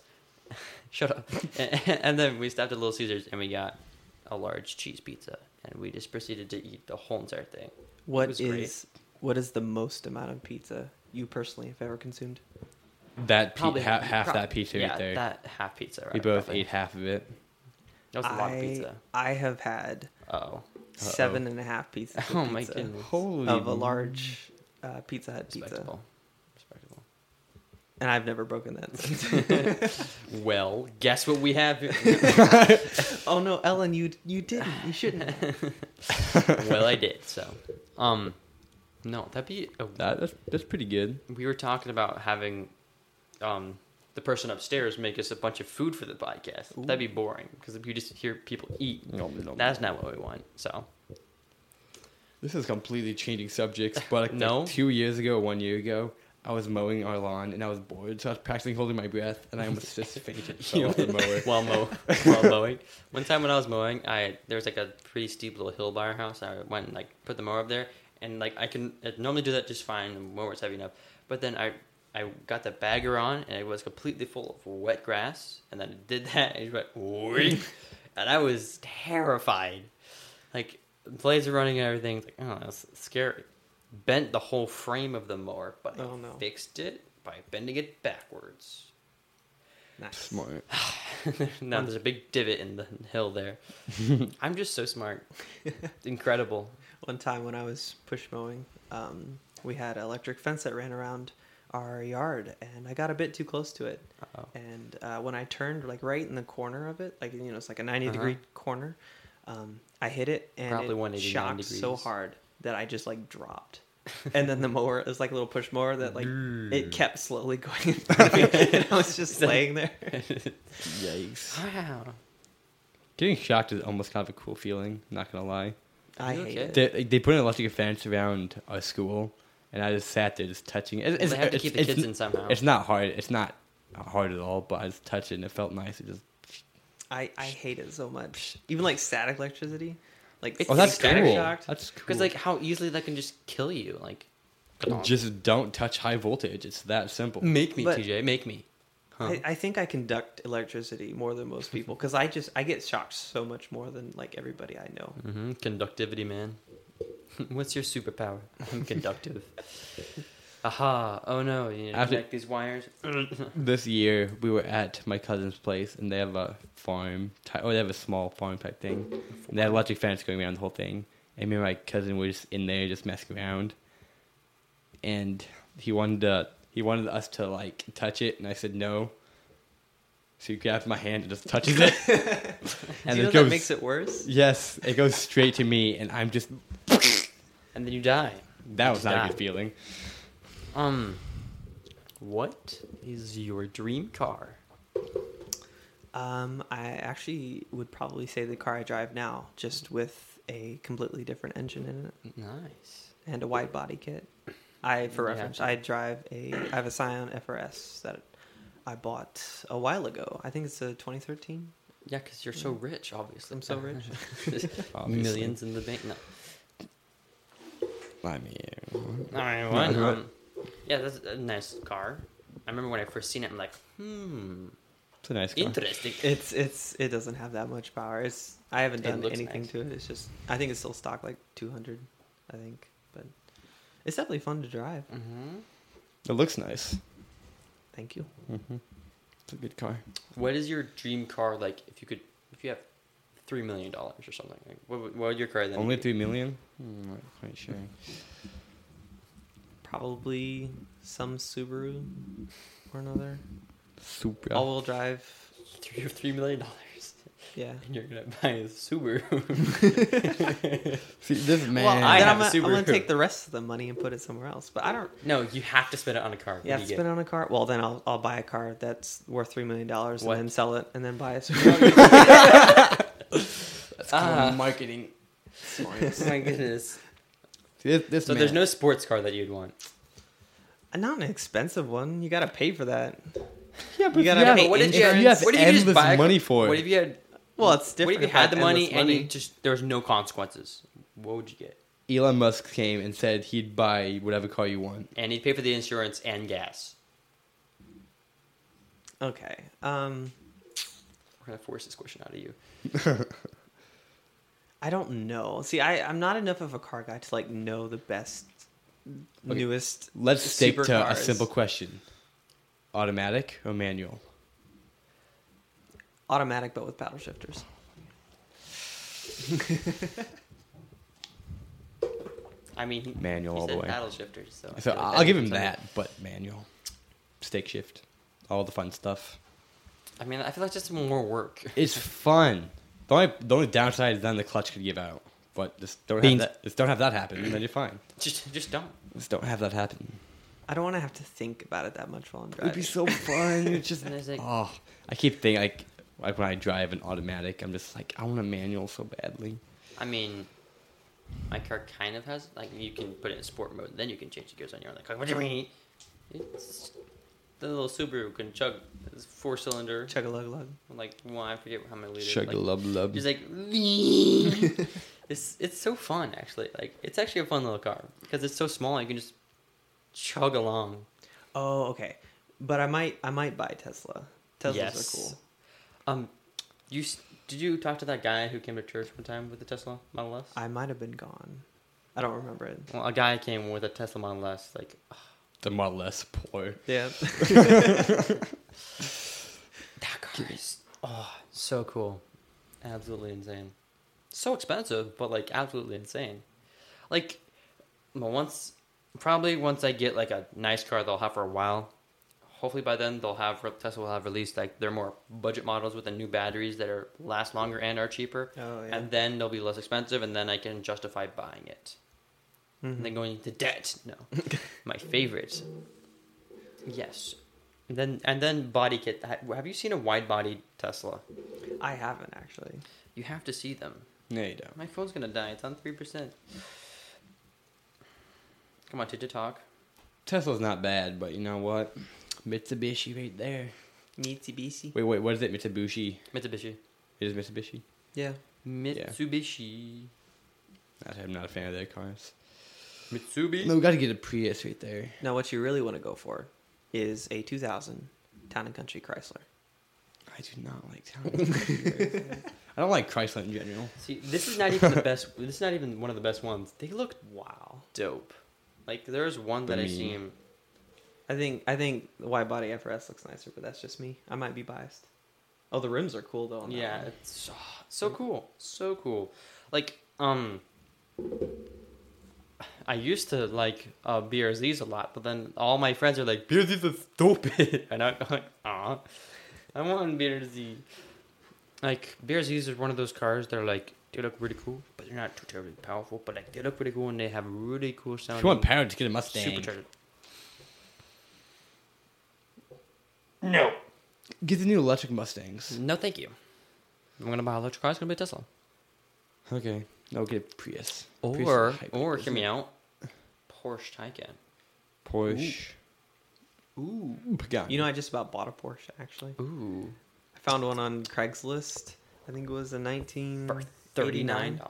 Speaker 1: [LAUGHS] Shut up. [LAUGHS] and then we stopped at Little Caesars and we got a large cheese pizza, and we just proceeded to eat the whole entire thing.
Speaker 3: What
Speaker 1: was
Speaker 3: is
Speaker 1: great.
Speaker 3: what is the most amount of pizza you personally have ever consumed?
Speaker 2: That pe- ha- half
Speaker 1: prob-
Speaker 2: that pizza
Speaker 1: yeah,
Speaker 2: right there.
Speaker 1: That half pizza. Right,
Speaker 2: we both
Speaker 1: probably.
Speaker 2: ate half of it.
Speaker 1: That was a lot of pizza.
Speaker 3: I have had
Speaker 1: Oh,
Speaker 3: seven and a half pieces
Speaker 1: [LAUGHS]
Speaker 3: of,
Speaker 1: oh my
Speaker 3: pizza
Speaker 1: goodness.
Speaker 2: Holy
Speaker 3: of a large uh, Pizza Hut pizza,
Speaker 1: Respectable. Respectable.
Speaker 3: and I've never broken
Speaker 1: [LAUGHS]
Speaker 3: that.
Speaker 1: Well, guess what we have here? [LAUGHS]
Speaker 3: oh no, Ellen, you you didn't.
Speaker 1: [LAUGHS]
Speaker 3: You shouldn't.
Speaker 1: well, I did. So, um, no, that'd be. A,
Speaker 2: That, that's that's pretty good.
Speaker 1: we were talking about having, um, the person upstairs make us a bunch of food for the podcast. That'd be boring because if you just hear people eat, that's not what we want. So,
Speaker 2: This is completely changing subjects, but like,
Speaker 1: No.
Speaker 2: like, two years ago, one year ago, I was mowing our lawn and I was bored, so I was practically holding my breath, and I
Speaker 1: [LAUGHS]
Speaker 2: almost just fainted
Speaker 3: [LAUGHS]
Speaker 2: and fell off the mower.
Speaker 1: while, mow, while mowing. One time when I was mowing, I there was like a pretty steep little hill by our house. I went and like put the mower up there, and like I can I normally do that just fine. The mower's heavy enough, but then I I got the bagger on, and it was completely full of wet grass. And then I did [LAUGHS] that, and it went "Oink," and I was terrified. Like blades are running and everything. It's like oh, that's scary. Bent the whole frame of the mower, but I
Speaker 3: Oh, no.
Speaker 1: fixed it by bending it backwards.
Speaker 3: Nice.
Speaker 2: Smart.
Speaker 1: [LAUGHS] now there's a big divot in the hill
Speaker 3: [LAUGHS]
Speaker 1: there. I'm just so smart. Incredible.
Speaker 3: One time when I was push mowing, um, we had electric fence that ran around our yard, and I got a bit too close to it.
Speaker 1: Uh-oh.
Speaker 3: And uh, when I turned, like right in the corner of it, like you know, it's like a 90
Speaker 1: Uh-huh.
Speaker 3: degree corner. Um, I hit it, and
Speaker 1: Probably
Speaker 3: it
Speaker 1: 189
Speaker 3: shocked so
Speaker 1: degrees.
Speaker 3: hard that I just
Speaker 1: [LAUGHS]
Speaker 3: like dropped. and then the mower is like a little push mower that like it kept slowly [LAUGHS] going,
Speaker 1: [LAUGHS]
Speaker 3: in front of me, and I was just laying there.
Speaker 2: Yikes.
Speaker 1: Wow.
Speaker 2: Getting shocked is almost kind of a cool feeling. Not gonna lie.
Speaker 3: I
Speaker 1: You
Speaker 3: hate
Speaker 1: okay?
Speaker 3: it.
Speaker 2: They, they put an electric fence around our school, and I just sat there just touching it. It's,
Speaker 1: Well, they have to
Speaker 2: it's-
Speaker 1: keep the
Speaker 2: it's-
Speaker 1: kids in somehow.
Speaker 2: It's not hard. It's not hard at all. But I just touched it, and it felt nice. It just
Speaker 3: I, I hate it so much. Even like static electricity, like
Speaker 1: It's
Speaker 2: oh, that's
Speaker 1: static
Speaker 2: cool.
Speaker 3: shocked.
Speaker 2: That's cool.
Speaker 1: Because like how easily that can just kill you. Like
Speaker 2: just don't touch high voltage. It's that simple.
Speaker 1: make me,
Speaker 3: But-
Speaker 1: TJ. Make me. Huh.
Speaker 3: I, I think I conduct electricity more than most
Speaker 2: [LAUGHS]
Speaker 3: people because I just I get shocked so much more than like everybody I know.
Speaker 1: hmm Conductivity, man. [LAUGHS] What's your superpower? I'm conductive.
Speaker 3: [LAUGHS]
Speaker 1: Aha! Oh no! You need to
Speaker 2: After-
Speaker 1: connect these wires. [LAUGHS]
Speaker 2: This year we were at my cousin's place, and they have a farm. Ty- oh, they have a small farm type thing. And they had electric fence going around the whole thing. And me and my cousin were just in there, just messing around. And he wanted to, he wanted us to like touch it, and I said no. So he grabbed my hand and just touches
Speaker 3: [LAUGHS]
Speaker 2: it,
Speaker 3: And
Speaker 2: and
Speaker 3: you know
Speaker 2: it goes.
Speaker 3: that makes it worse.
Speaker 2: yes, it goes straight to me, and I'm just.
Speaker 1: and then you die.
Speaker 2: That was not a
Speaker 1: die.
Speaker 2: good feeling.
Speaker 1: Um, what is your dream car?
Speaker 3: Um, I actually would probably say the car I drive now, just with a completely different engine in it
Speaker 1: Nice.
Speaker 3: and a wide body kit. I, for
Speaker 1: Yeah.
Speaker 3: reference, I drive a I have a Scion FRS that I bought a while ago. I think it's a 2013.
Speaker 1: Yeah, because you're so rich, obviously.
Speaker 3: Mm. I'm so rich.
Speaker 1: [LAUGHS]
Speaker 3: [LAUGHS]
Speaker 2: Obviously.
Speaker 1: Millions in the bank. No.
Speaker 2: I mean,
Speaker 1: All right,
Speaker 2: Mhm.
Speaker 1: well, um, yeah, that's a nice car. I remember when I first seen it, I'm like, hmm,
Speaker 2: it's a nice car.
Speaker 1: interesting.
Speaker 3: It's it's it doesn't have that much power. It's I haven't
Speaker 1: It
Speaker 3: done
Speaker 1: looks
Speaker 3: anything
Speaker 1: nice.
Speaker 3: to it. It's just I think it's still stock like 200, I think. But it's definitely fun to drive.
Speaker 1: Mhm.
Speaker 2: It looks nice.
Speaker 3: Thank you.
Speaker 2: hmm It's a good car.
Speaker 1: What is your dream car like? If you could, if you have three million dollars or something, like, what would, what would your car then?
Speaker 2: Only
Speaker 1: be?
Speaker 2: three million. Hmm, not quite sure.
Speaker 3: Probably some Subaru or another.
Speaker 2: Super.
Speaker 3: All-wheel drive.
Speaker 1: three three million dollars, [LAUGHS]
Speaker 3: Yeah.
Speaker 1: and you're gonna buy a
Speaker 2: [LAUGHS]
Speaker 1: Subaru. [LAUGHS]
Speaker 2: See, this man.
Speaker 3: well,
Speaker 1: I
Speaker 3: then
Speaker 1: have
Speaker 3: I'm,
Speaker 1: a
Speaker 3: gonna- I'm gonna
Speaker 1: Subaru.
Speaker 3: take the rest of the money and put it somewhere else. But I don't.
Speaker 1: no, you have to spend it on a car. What
Speaker 3: Yeah,
Speaker 1: do
Speaker 3: if
Speaker 1: you
Speaker 3: it's been on a car. Well, then I'll I'll buy a car that's worth three million dollars and
Speaker 1: What?
Speaker 3: then sell it and then
Speaker 1: [LAUGHS]
Speaker 3: buy a Subaru.
Speaker 1: get? [LAUGHS]
Speaker 2: Ah.
Speaker 1: Ah.
Speaker 2: marketing.
Speaker 1: oh [LAUGHS] my goodness.
Speaker 2: See, this, this
Speaker 1: So
Speaker 2: man.
Speaker 1: there's no sports car that you'd want.
Speaker 3: Not an expensive one. You gotta pay for that.
Speaker 2: Yeah,
Speaker 3: but you gotta
Speaker 1: Yeah,
Speaker 3: pay
Speaker 1: but what if you
Speaker 3: insurance.
Speaker 1: had,
Speaker 2: You have
Speaker 1: what if you just
Speaker 2: endless
Speaker 1: buy a-
Speaker 2: money for it.
Speaker 1: What if you had?
Speaker 3: Well, it's different.
Speaker 1: What if you
Speaker 3: if I
Speaker 1: had the money,
Speaker 3: endless
Speaker 1: and you just there was no consequences? What would you get?
Speaker 2: Elon Musk came and said he'd buy whatever car you want.
Speaker 1: And he'd pay for the insurance and gas.
Speaker 3: Okay. Um,
Speaker 1: We're gonna force this question out of you.
Speaker 3: I don't know. See, I I'm not enough of a car guy to like know the best,
Speaker 2: Okay.
Speaker 3: newest.
Speaker 2: Let's stick to a
Speaker 3: supercars.
Speaker 2: simple question: automatic or manual?
Speaker 3: Automatic, but with paddle shifters.
Speaker 1: I mean, he,
Speaker 2: Manual
Speaker 1: he
Speaker 2: all the
Speaker 1: said
Speaker 2: way.
Speaker 1: paddle shifters. So, I
Speaker 2: So
Speaker 1: feel like
Speaker 2: I'll give him
Speaker 1: means something.
Speaker 2: that, but manual, stick shift, all the fun stuff.
Speaker 1: I mean, I feel like just more work. [LAUGHS]
Speaker 2: It's fun. The only, the only downside is then the clutch could give out. But just don't have
Speaker 1: Beans.
Speaker 2: that. Just don't have that happen, and then you're fine.
Speaker 1: Just, just don't.
Speaker 2: Just don't have that happen.
Speaker 3: I don't want to have to think about it that much while I'm
Speaker 2: It would
Speaker 3: driving.
Speaker 2: be so fun. It's just
Speaker 1: And there's like-
Speaker 2: oh, I keep thinking like like when I drive an automatic, I'm just like I want a manual so badly.
Speaker 1: I mean, my car kind of has like you can put it in sport mode, then you can change the gears on your own. Like, what do you mean? It's the little Subaru can chug. It's four cylinder.
Speaker 3: [LAUGHS] Chug a lug lug.
Speaker 1: Like, well, I forget how many liters.
Speaker 2: Sugar
Speaker 1: like,
Speaker 2: love love.
Speaker 1: Just like it's it's so fun actually. Like it's actually a fun little car because it's so small. You can just chug along.
Speaker 3: Oh, okay. But I might I might buy a Tesla. Teslas
Speaker 1: Yes.
Speaker 3: are cool.
Speaker 1: Um, you s- did you talk to that guy who came to church one time with a Tesla Model S?
Speaker 3: I might have been gone. I don't remember it.
Speaker 1: well, a guy came with a Tesla Model S. Like
Speaker 2: the Model S poor.
Speaker 3: Yeah.
Speaker 1: that car is oh so cool, absolutely insane, so expensive, but like absolutely insane. Like, well, once probably once I get like a nice car, they'll have for a while. Hopefully by then they'll have Tesla will have released like their more budget models with the new batteries that are last longer and are cheaper,
Speaker 3: [LAUGHS] Oh yeah.
Speaker 1: and then they'll be less expensive, and then I can justify buying it
Speaker 3: Mhm.
Speaker 1: and then going into debt.
Speaker 2: [LAUGHS]
Speaker 1: No, my favorite. Yes, and then and then body kit. Ha- Have you seen a wide body Tesla?
Speaker 3: I haven't actually.
Speaker 1: You have to see them.
Speaker 2: No, you don't.
Speaker 1: My phone's gonna die. It's on three percent. Come on, TikTok.
Speaker 2: Tesla's not bad, but you know what? Mitsubishi right there.
Speaker 3: Mitsubishi.
Speaker 2: Wait, wait, what is it? Mitsubishi?
Speaker 1: Mitsubishi.
Speaker 2: It is Mitsubishi.
Speaker 3: Yeah.
Speaker 1: Mitsubishi.
Speaker 2: I'm not a fan of their cars.
Speaker 1: Mitsubi.
Speaker 2: No, we got to get a Prius right there.
Speaker 3: Now, what you really want to go for is a 2000 Town and Country Chrysler.
Speaker 2: I do not like
Speaker 1: [LAUGHS]
Speaker 2: Town. I don't like Chrysler in general.
Speaker 1: See, this is not even
Speaker 2: [LAUGHS]
Speaker 1: the best. This is not even one of the best ones. They look
Speaker 3: Wow.
Speaker 1: dope. Like there's one that
Speaker 2: The
Speaker 1: I
Speaker 2: meme.
Speaker 1: seen.
Speaker 3: I think I think the wide body FRS looks nicer, but that's just me. I might be biased. Oh, the rims are cool though. On that
Speaker 1: yeah
Speaker 3: one.
Speaker 1: it's so, so cool so cool like um i used to like uh brz's a lot but then all my friends are like brz is stupid [LAUGHS] and i'm like ah i want brz like brz is one of those cars that are like they look really cool but they're not too terribly powerful but like they look pretty cool and they have really cool sound
Speaker 2: If you want power, just get a Mustang.
Speaker 1: supercharged
Speaker 2: Get the new electric Mustangs.
Speaker 1: no thank you i'm gonna buy an electric car it's gonna be a tesla
Speaker 2: Okay. No, get a Prius. Prius is
Speaker 1: or
Speaker 2: hybrid,
Speaker 1: or
Speaker 2: isn't
Speaker 1: hear me
Speaker 2: it?
Speaker 1: out porsche taycan
Speaker 2: Porsche.
Speaker 3: Ooh.
Speaker 2: Pagani.
Speaker 3: You know, I just about bought a Porsche actually.
Speaker 1: Ooh.
Speaker 3: I found one on Craigslist. I think it was a 19
Speaker 1: For $39.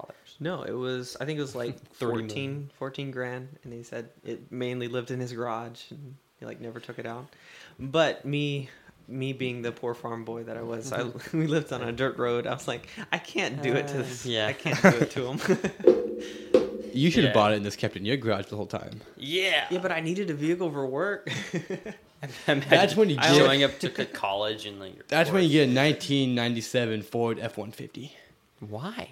Speaker 3: No, it was I think it [LAUGHS] was like
Speaker 1: 30
Speaker 3: 14, 14 grand and he said it mainly lived in his garage and he like never took it out. But me me being the poor farm boy that I was, [LAUGHS] I, we lived on a dirt road. I was like, I can't do it to
Speaker 1: Uh,
Speaker 3: this.
Speaker 1: yeah.
Speaker 3: I can't do it [LAUGHS] to him.
Speaker 2: You should have
Speaker 1: Yeah.
Speaker 2: bought it and just kept it in your garage the whole time.
Speaker 1: Yeah.
Speaker 3: yeah, but I needed a vehicle for work. [LAUGHS]
Speaker 2: That's when you get-
Speaker 1: showing up to c- college and like. Your
Speaker 2: That's when you
Speaker 1: Porsche.
Speaker 2: get a 1997 Ford F-150.
Speaker 1: Why?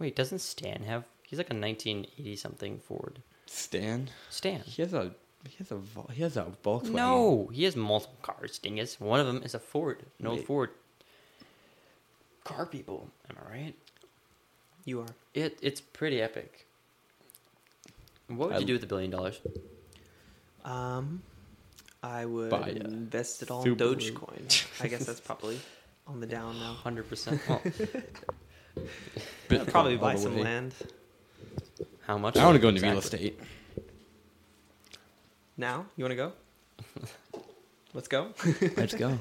Speaker 1: Wait, doesn't Stan have? He's like a 1980 something Ford.
Speaker 2: Stan,
Speaker 1: Stan.
Speaker 2: he has a he has a Vol- he has a Volkswagen.
Speaker 1: No, he has multiple cars, dingus. One of them is a Ford. No
Speaker 2: Wait.
Speaker 1: Ford. Car people, am I right?
Speaker 3: you are.
Speaker 1: It it's pretty epic. What would
Speaker 2: I-
Speaker 1: you do with a billion dollars?
Speaker 3: Um, I would
Speaker 2: Buy a
Speaker 3: invest it all in
Speaker 2: Subaru.
Speaker 3: Dogecoin. I guess that's probably on the down now.
Speaker 1: Hundred
Speaker 2: [LAUGHS]
Speaker 1: percent. Well,
Speaker 2: Bitcoin
Speaker 3: I'd probably
Speaker 2: all
Speaker 3: buy
Speaker 2: the
Speaker 3: some
Speaker 2: way.
Speaker 3: land
Speaker 1: how much?
Speaker 2: I want to go into real
Speaker 1: Exactly.
Speaker 2: estate.
Speaker 3: now. You want to go? Let's go.
Speaker 1: [LAUGHS]
Speaker 2: Let's go.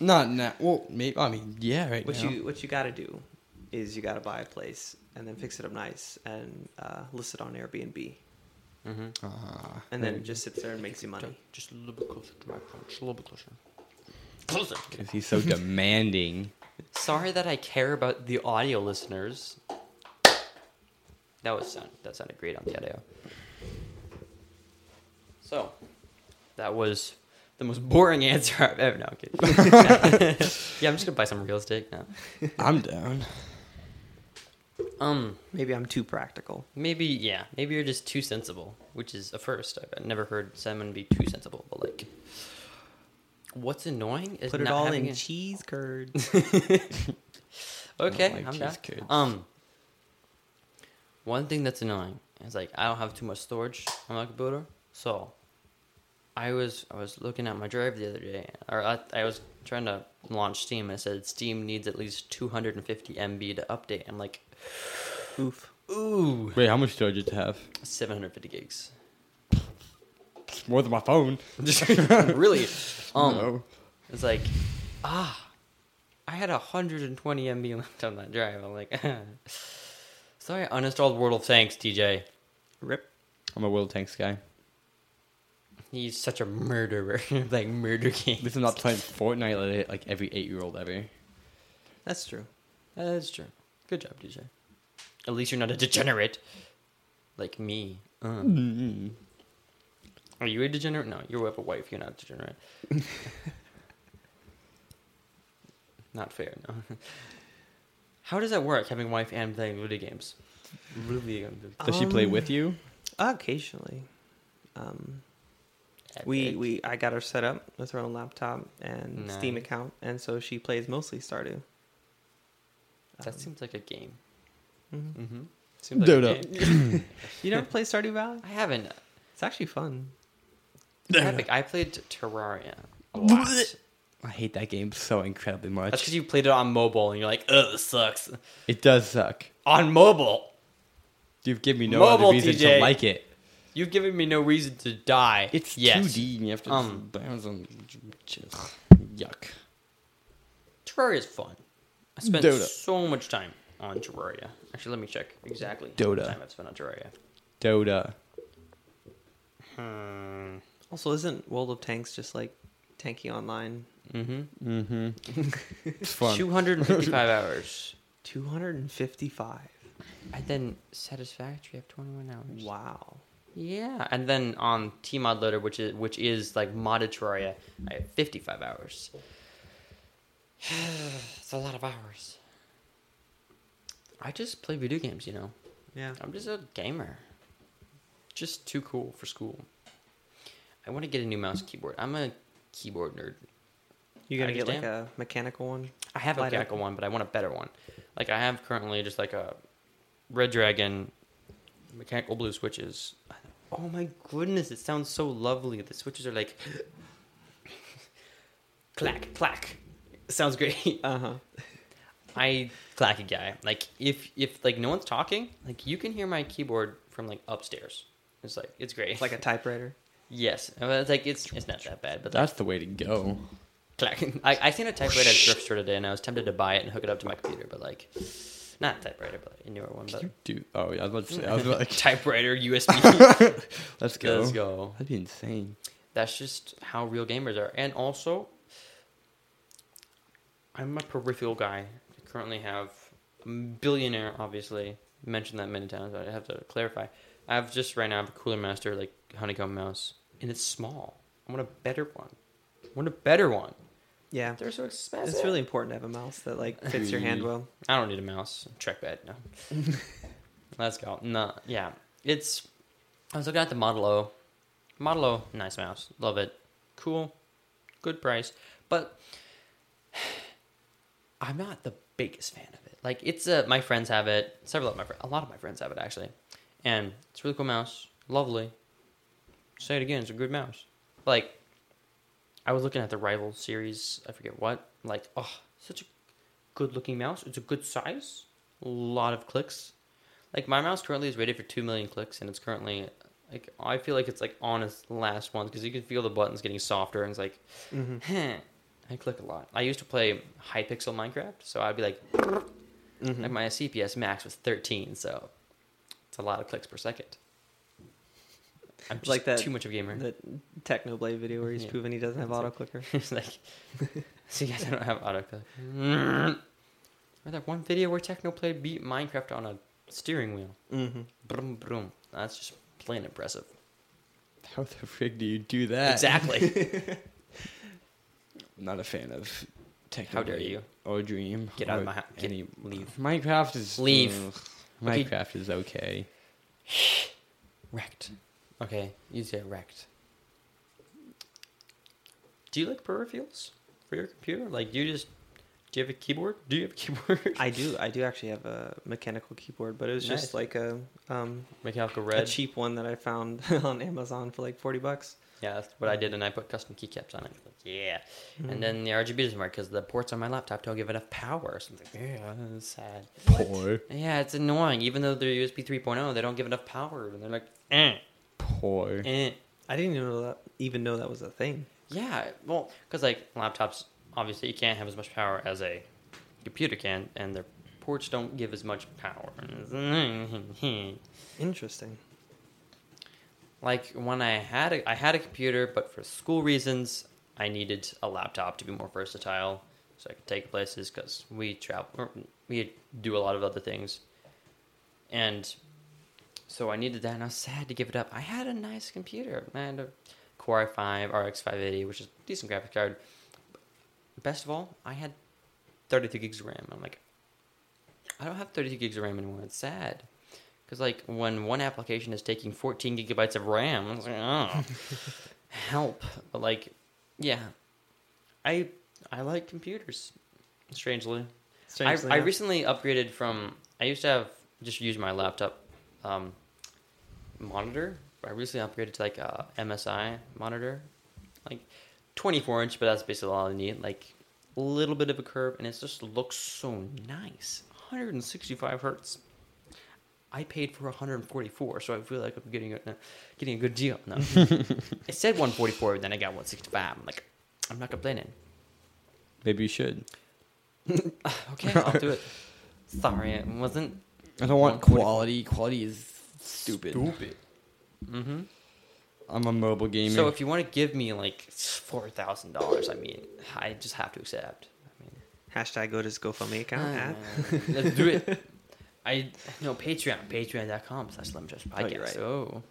Speaker 2: Not now. Well, maybe. I mean, yeah, [LAUGHS] right
Speaker 3: What
Speaker 2: now.
Speaker 3: you what you got to do is you got to buy a place and then fix it up nice and uh, list it on Airbnb
Speaker 1: Mhm.
Speaker 2: Ah,
Speaker 3: and
Speaker 2: there
Speaker 3: then
Speaker 2: you
Speaker 3: it just sits there and makes you money.
Speaker 1: Just a little bit closer to my phone. Just a little bit closer. Closer.
Speaker 2: go. 'Cause he's so demanding.
Speaker 1: Sorry that I care about the audio listeners. That was sound. That sounded great on the audio. So, that was the most boring [LAUGHS] answer I've ever. No, I'm kidding. [LAUGHS] yeah, I'm just gonna buy some real estate now.
Speaker 2: [LAUGHS] I'm down.
Speaker 1: Um,
Speaker 3: Maybe I'm too practical.
Speaker 1: maybe yeah, maybe you're just too sensible, which is a first. I've never heard someone be too sensible, but like, what's annoying is
Speaker 3: Put it
Speaker 1: not
Speaker 3: all
Speaker 1: having
Speaker 3: in
Speaker 1: a-
Speaker 3: cheese curd.
Speaker 2: [LAUGHS]
Speaker 1: Okay,
Speaker 2: like
Speaker 1: I'm
Speaker 2: cheese
Speaker 1: down.
Speaker 2: curds.
Speaker 1: Um, one thing that's annoying is like I don't have too much storage on my computer, so I was I was looking at my drive the other day, or I, I was trying to launch Steam and it said Steam needs at least 250 MB to update. I'm like,
Speaker 3: Oof.
Speaker 1: ooh,
Speaker 2: Wait, how much storage did you have?
Speaker 1: 750 gigs.
Speaker 2: More than my [LAUGHS] phone. [LAUGHS]
Speaker 1: really? Um,
Speaker 2: No.
Speaker 1: it's like, ah, I had 120 MB left on that drive. I'm like, [LAUGHS] sorry, I uninstalled World of Tanks, TJ.
Speaker 3: Rip.
Speaker 2: I'm a World Tanks guy.
Speaker 1: He's such a murderer, [LAUGHS] like murder
Speaker 2: At
Speaker 1: game.
Speaker 2: least I'm not playing Fortnite like, like every eight year old ever.
Speaker 3: That's true.
Speaker 1: Uh, That's true. Good job, DJ. At least you're not a degenerate, like me. Uh.
Speaker 2: Mm-mm.
Speaker 1: Are you a degenerate? No, you have a wife. You're not a
Speaker 3: [LAUGHS]
Speaker 1: degenerate. not fair. No. [LAUGHS] How does that work? Having a wife and playing video games. Video games.
Speaker 2: Does she play
Speaker 3: Um,
Speaker 2: with you?
Speaker 3: Occasionally. Um, we
Speaker 1: Epic.
Speaker 3: we I got her set up with her own laptop and Steam
Speaker 1: Nice.
Speaker 3: account, and so she plays mostly Stardew. Um,
Speaker 1: That seems like a game.
Speaker 3: hmm
Speaker 1: [LAUGHS] Mm-hmm.
Speaker 2: Dota.
Speaker 3: You never play Stardew Valley?
Speaker 1: I haven't.
Speaker 3: It's actually fun.
Speaker 1: Epic. I played Terraria a lot.
Speaker 2: I hate that game so incredibly much.
Speaker 1: That's because you played it on mobile and you're like, ugh, this sucks.
Speaker 2: It does suck.
Speaker 1: On mobile,
Speaker 2: You've given me no
Speaker 1: Mobile
Speaker 2: other reason
Speaker 1: TJ.
Speaker 2: to like it.
Speaker 1: you've given me no reason to die.
Speaker 2: It's
Speaker 1: yes.
Speaker 2: 2D and you have to
Speaker 1: Um,
Speaker 2: bounce on. Just, yuck.
Speaker 1: Terraria is fun. I spent
Speaker 2: Dota.
Speaker 1: so much time on Terraria. Actually, let me check exactly how
Speaker 2: Dota.
Speaker 1: much time I've spent on Terraria.
Speaker 2: Dota.
Speaker 1: Hmm.
Speaker 3: Also, isn't World of Tanks just like tanky online?
Speaker 1: Mm-hmm.
Speaker 2: Mm-hmm. it's fun. [LAUGHS]
Speaker 1: 255 hours.
Speaker 3: Two hundred and fifty-five.
Speaker 1: And then Satisfactory, I have 21 hours.
Speaker 3: Wow.
Speaker 1: Yeah, and then on T mod loader, which is which is like modded Terraria, I have fifty five hours. [SIGHS] it's a lot of hours. I just play video games, you know.
Speaker 3: Yeah.
Speaker 1: I'm just a gamer. Just too cool for school. I want to get a new mouse keyboard. I'm a keyboard nerd.
Speaker 3: You gotta
Speaker 1: I
Speaker 3: get like
Speaker 1: understand.
Speaker 3: a mechanical one.
Speaker 1: I have a
Speaker 3: Light up.
Speaker 1: mechanical one, but I want a better one. Like I have currently just like a Red Dragon mechanical blue switches. Oh my goodness, it sounds so lovely. The switches are like [LAUGHS] clack clack. Sounds great. [LAUGHS]
Speaker 3: Uh huh.
Speaker 1: I clacky guy. Like if if like no one's talking, like you can hear my keyboard from like upstairs. It's like it's great. [LAUGHS]
Speaker 3: Like a typewriter.
Speaker 1: Yes, I mean, it's like it's it's not that bad, but
Speaker 2: [LAUGHS]
Speaker 1: that's
Speaker 2: That's the way to go.
Speaker 1: clack. I I seen a typewriter at a thrift store today, and I was tempted to buy it and hook it up to my computer, but like, not a typewriter, but a newer one, but
Speaker 2: You do. Oh yeah, I was about to
Speaker 1: [LAUGHS]
Speaker 2: say. I was about, like,
Speaker 1: typewriter USB.
Speaker 2: [LAUGHS] let's go.
Speaker 1: Let's go.
Speaker 2: That'd be insane.
Speaker 1: That's just how real gamers are, and also, I'm a peripheral guy. I currently have a billionaire, obviously mentioned that many times, but I have to clarify. I have just right now I have a Cooler Master like honeycomb mouse, and it's small. I want a better one. I want a better one.
Speaker 3: Yeah.
Speaker 1: They're so expensive.
Speaker 3: It's really important to have a mouse that like fits your hand well.
Speaker 1: I don't need a mouse. Trackpad, no. [LAUGHS] Let's go. No, yeah. It's. I was looking at the Model O. Model O, nice mouse. Love it. Cool. Good price. But [SIGHS] I'm not the biggest fan of it. Like, it's a. My friends have it. Several of my friends. A lot of my friends have it, actually. And it's a really cool mouse. Lovely. Say it again. It's a good mouse. Like, I was looking at the Rival series. I forget what. Like, oh, such a good looking mouse. It's a good size, a lot of clicks. Like my mouse currently is rated for two million clicks, and it's currently like I feel like it's like on its last one because you can feel the buttons getting softer, and it's like, [LAUGHS]
Speaker 3: Mhm.
Speaker 1: "Huh." I click a lot. I used to play high pixel Minecraft, so I'd be like,
Speaker 3: Mm-hmm.
Speaker 1: like my CPS max was thirteen, so it's a lot of clicks per second. I'm just
Speaker 3: Like that-
Speaker 1: too much of a gamer.
Speaker 3: The Technoblade video where he's
Speaker 1: Yeah.
Speaker 3: proving he doesn't have
Speaker 1: That's it.
Speaker 3: auto clicker.
Speaker 1: it's [LAUGHS]
Speaker 2: [LAUGHS]
Speaker 1: like, so you guys don't have autocorrect. [LAUGHS] Remember that one video where Techno played beat Minecraft on a steering wheel?
Speaker 3: Mm-hmm.
Speaker 1: Brum brum. That's just plain impressive.
Speaker 2: How the frig do you do [LAUGHS] that? [LAUGHS]
Speaker 1: Exactly.
Speaker 2: I'm not a fan of. Technically,
Speaker 1: How dare you?
Speaker 2: Or Dream.
Speaker 1: Get out of
Speaker 2: or
Speaker 1: my house. Get-
Speaker 2: any-
Speaker 1: leave.
Speaker 2: Minecraft is
Speaker 1: Leave.
Speaker 2: ugh.
Speaker 1: Okay.
Speaker 2: Minecraft is [SIGHS] okay.
Speaker 1: Wrecked. Okay, you say wrecked. Do you like peripherals for your computer? Like, do you just do you have a keyboard? Do you have a keyboard? [LAUGHS]
Speaker 3: I do. I do actually have a mechanical keyboard, but it was
Speaker 1: Nice.
Speaker 3: just like a um
Speaker 1: Mechanical
Speaker 3: a
Speaker 1: red.
Speaker 3: cheap one that I found [LAUGHS] on Amazon for like forty bucks.
Speaker 1: yeah, that's what I did, and I put custom keycaps on it. Like, yeah.
Speaker 3: Mhm.
Speaker 1: And then the RGB doesn't work because the ports on my laptop don't give enough power. So I'm like, yeah, that's sad.
Speaker 2: Poor.
Speaker 1: Yeah, it's annoying. Even though they're USB 3.0, oh, they don't give enough power. And they're like, eh,
Speaker 2: Poor.
Speaker 1: eh.
Speaker 3: I didn't even know that even know that was a thing.
Speaker 1: Yeah, well, because like laptops, obviously you can't have as much power as a computer can, and their ports don't give as much [LAUGHS] power.
Speaker 3: Interesting.
Speaker 1: like when I had a, I had a computer, but for school reasons, I needed a laptop to be more versatile, so I could take it places because we travel, or we do a lot of other things, and so I needed that, and I was sad to give it up. I had a nice computer, I had a Core i5 RX 580, which is a decent graphics card. Best of all, I had 32 gigs of RAM. I'm like, I don't have 32 gigs of RAM anymore. It's sad. Because, like, when one application is taking 14 gigabytes of RAM, I was like, oh, help. But, like, yeah. I I like computers, strangely.
Speaker 3: Strangely
Speaker 1: I, I
Speaker 3: enough.
Speaker 1: recently upgraded from, I used to have, just use my laptop um, monitor. I recently upgraded to, like, a MSI monitor. Like, 24 inch, but that's basically all I need. Like, a little bit of a curve, and it just looks so nice. 165 hertz. I paid for 144, so I feel like I'm getting a getting a good deal. No, it said 144, but then I got 165. I'm like, I'm not complaining. [LAUGHS]
Speaker 2: Maybe you should.
Speaker 1: Okay, I'll do it. Sorry, it wasn't.
Speaker 2: I don't want
Speaker 1: 144.
Speaker 2: quality. Quality is stupid. Stupid.
Speaker 1: hmm
Speaker 2: I'm a mobile gamer. [LAUGHS]
Speaker 1: So if you want to give me like four thousand dollars, I mean, I just have to accept. I mean,
Speaker 3: Hashtag go to his GoFundMe account at.
Speaker 1: uh, let's do it. I no Patreon, Patreon.com slash Lemon Trust
Speaker 3: Oh, you're
Speaker 1: Podcast.
Speaker 3: right.
Speaker 1: Oh,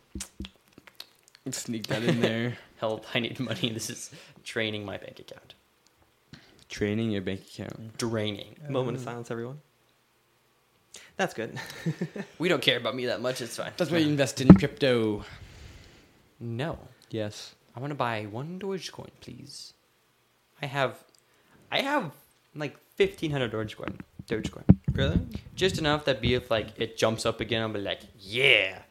Speaker 2: sneak that in [LAUGHS] there.
Speaker 1: help! I need money. This is draining my bank account.
Speaker 2: Training your bank account.
Speaker 1: Draining.
Speaker 3: Moment of silence, everyone. That's good. [LAUGHS]
Speaker 1: We don't care about me that much. It's fine.
Speaker 2: That's why you invest in crypto.
Speaker 1: [LAUGHS] No.
Speaker 2: Yes.
Speaker 1: I want to buy one Dogecoin, please. I have, I have like fifteen hundred Dogecoin. Dogecoin,
Speaker 3: Really?
Speaker 1: just enough that be if like it jumps up again, I'll be like, yeah.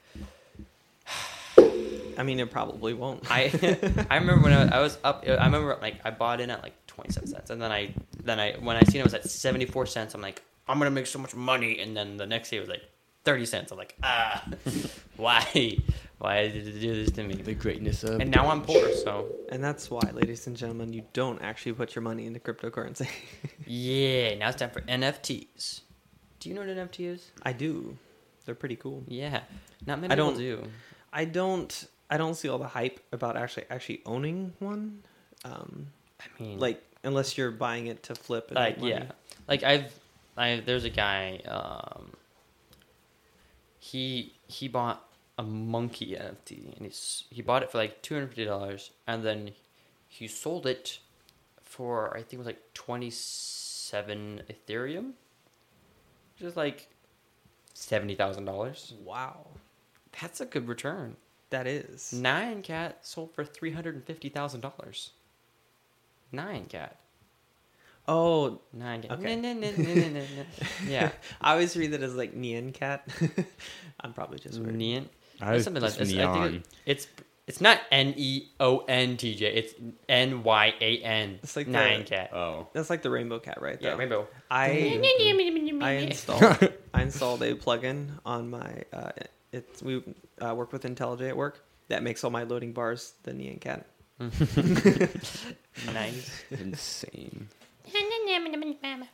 Speaker 3: I mean, it probably won't.
Speaker 1: I [LAUGHS] I remember when I was, I was up. I remember like I bought in at like twenty seven cents, and then I then I when I seen it was at seventy four cents, I'm like, I'm gonna make so much money, and then the next day it was like thirty cents. I'm like, ah, [LAUGHS] why? Why did you do this to me?
Speaker 2: The greatness of.
Speaker 1: And now I'm poor, so
Speaker 3: And that's why, ladies and gentlemen, you don't actually put your money into cryptocurrency. [LAUGHS]
Speaker 1: yeah. Now it's time for NFTs. Do you know what an NFT is?
Speaker 3: I do. They're pretty cool.
Speaker 1: Yeah, not many
Speaker 3: I
Speaker 1: people
Speaker 3: don't-
Speaker 1: do.
Speaker 3: I don't I don't see all the hype about actually actually owning one. Um,
Speaker 1: I mean,
Speaker 3: like unless you're buying it to flip and
Speaker 1: Mm. like
Speaker 3: make money.
Speaker 1: yeah like i've i there's a guy um he he bought a monkey nft and he's he bought it for like $250 and then he sold it for i think it was like 27 ethereum which is like $70000
Speaker 3: Wow.
Speaker 1: that's a good return
Speaker 3: That is.
Speaker 1: nine cat sold for $350000 nine cat
Speaker 3: Oh,
Speaker 1: nine cat
Speaker 3: Okay. [LAUGHS]
Speaker 1: yeah
Speaker 3: I always read that as like Nyan Cat. [LAUGHS] I'm probably just weird.
Speaker 1: Neon. It's
Speaker 2: I was
Speaker 1: something like
Speaker 2: just
Speaker 1: this. I think
Speaker 2: neon.
Speaker 1: it- it's it's not N E O N T J. It's N Y A N.
Speaker 3: It's like the-
Speaker 1: nine cat.
Speaker 2: [LAUGHS] Oh.
Speaker 3: That's like the rainbow cat, right?
Speaker 1: yeah,
Speaker 3: though.
Speaker 1: rainbow.
Speaker 3: I I
Speaker 2: [LAUGHS]
Speaker 3: installed I installed a plugin on my uh, it's we uh, work with IntelliJ at work that makes all my loading bars the Nyan Cat.
Speaker 1: nice.
Speaker 2: Insane.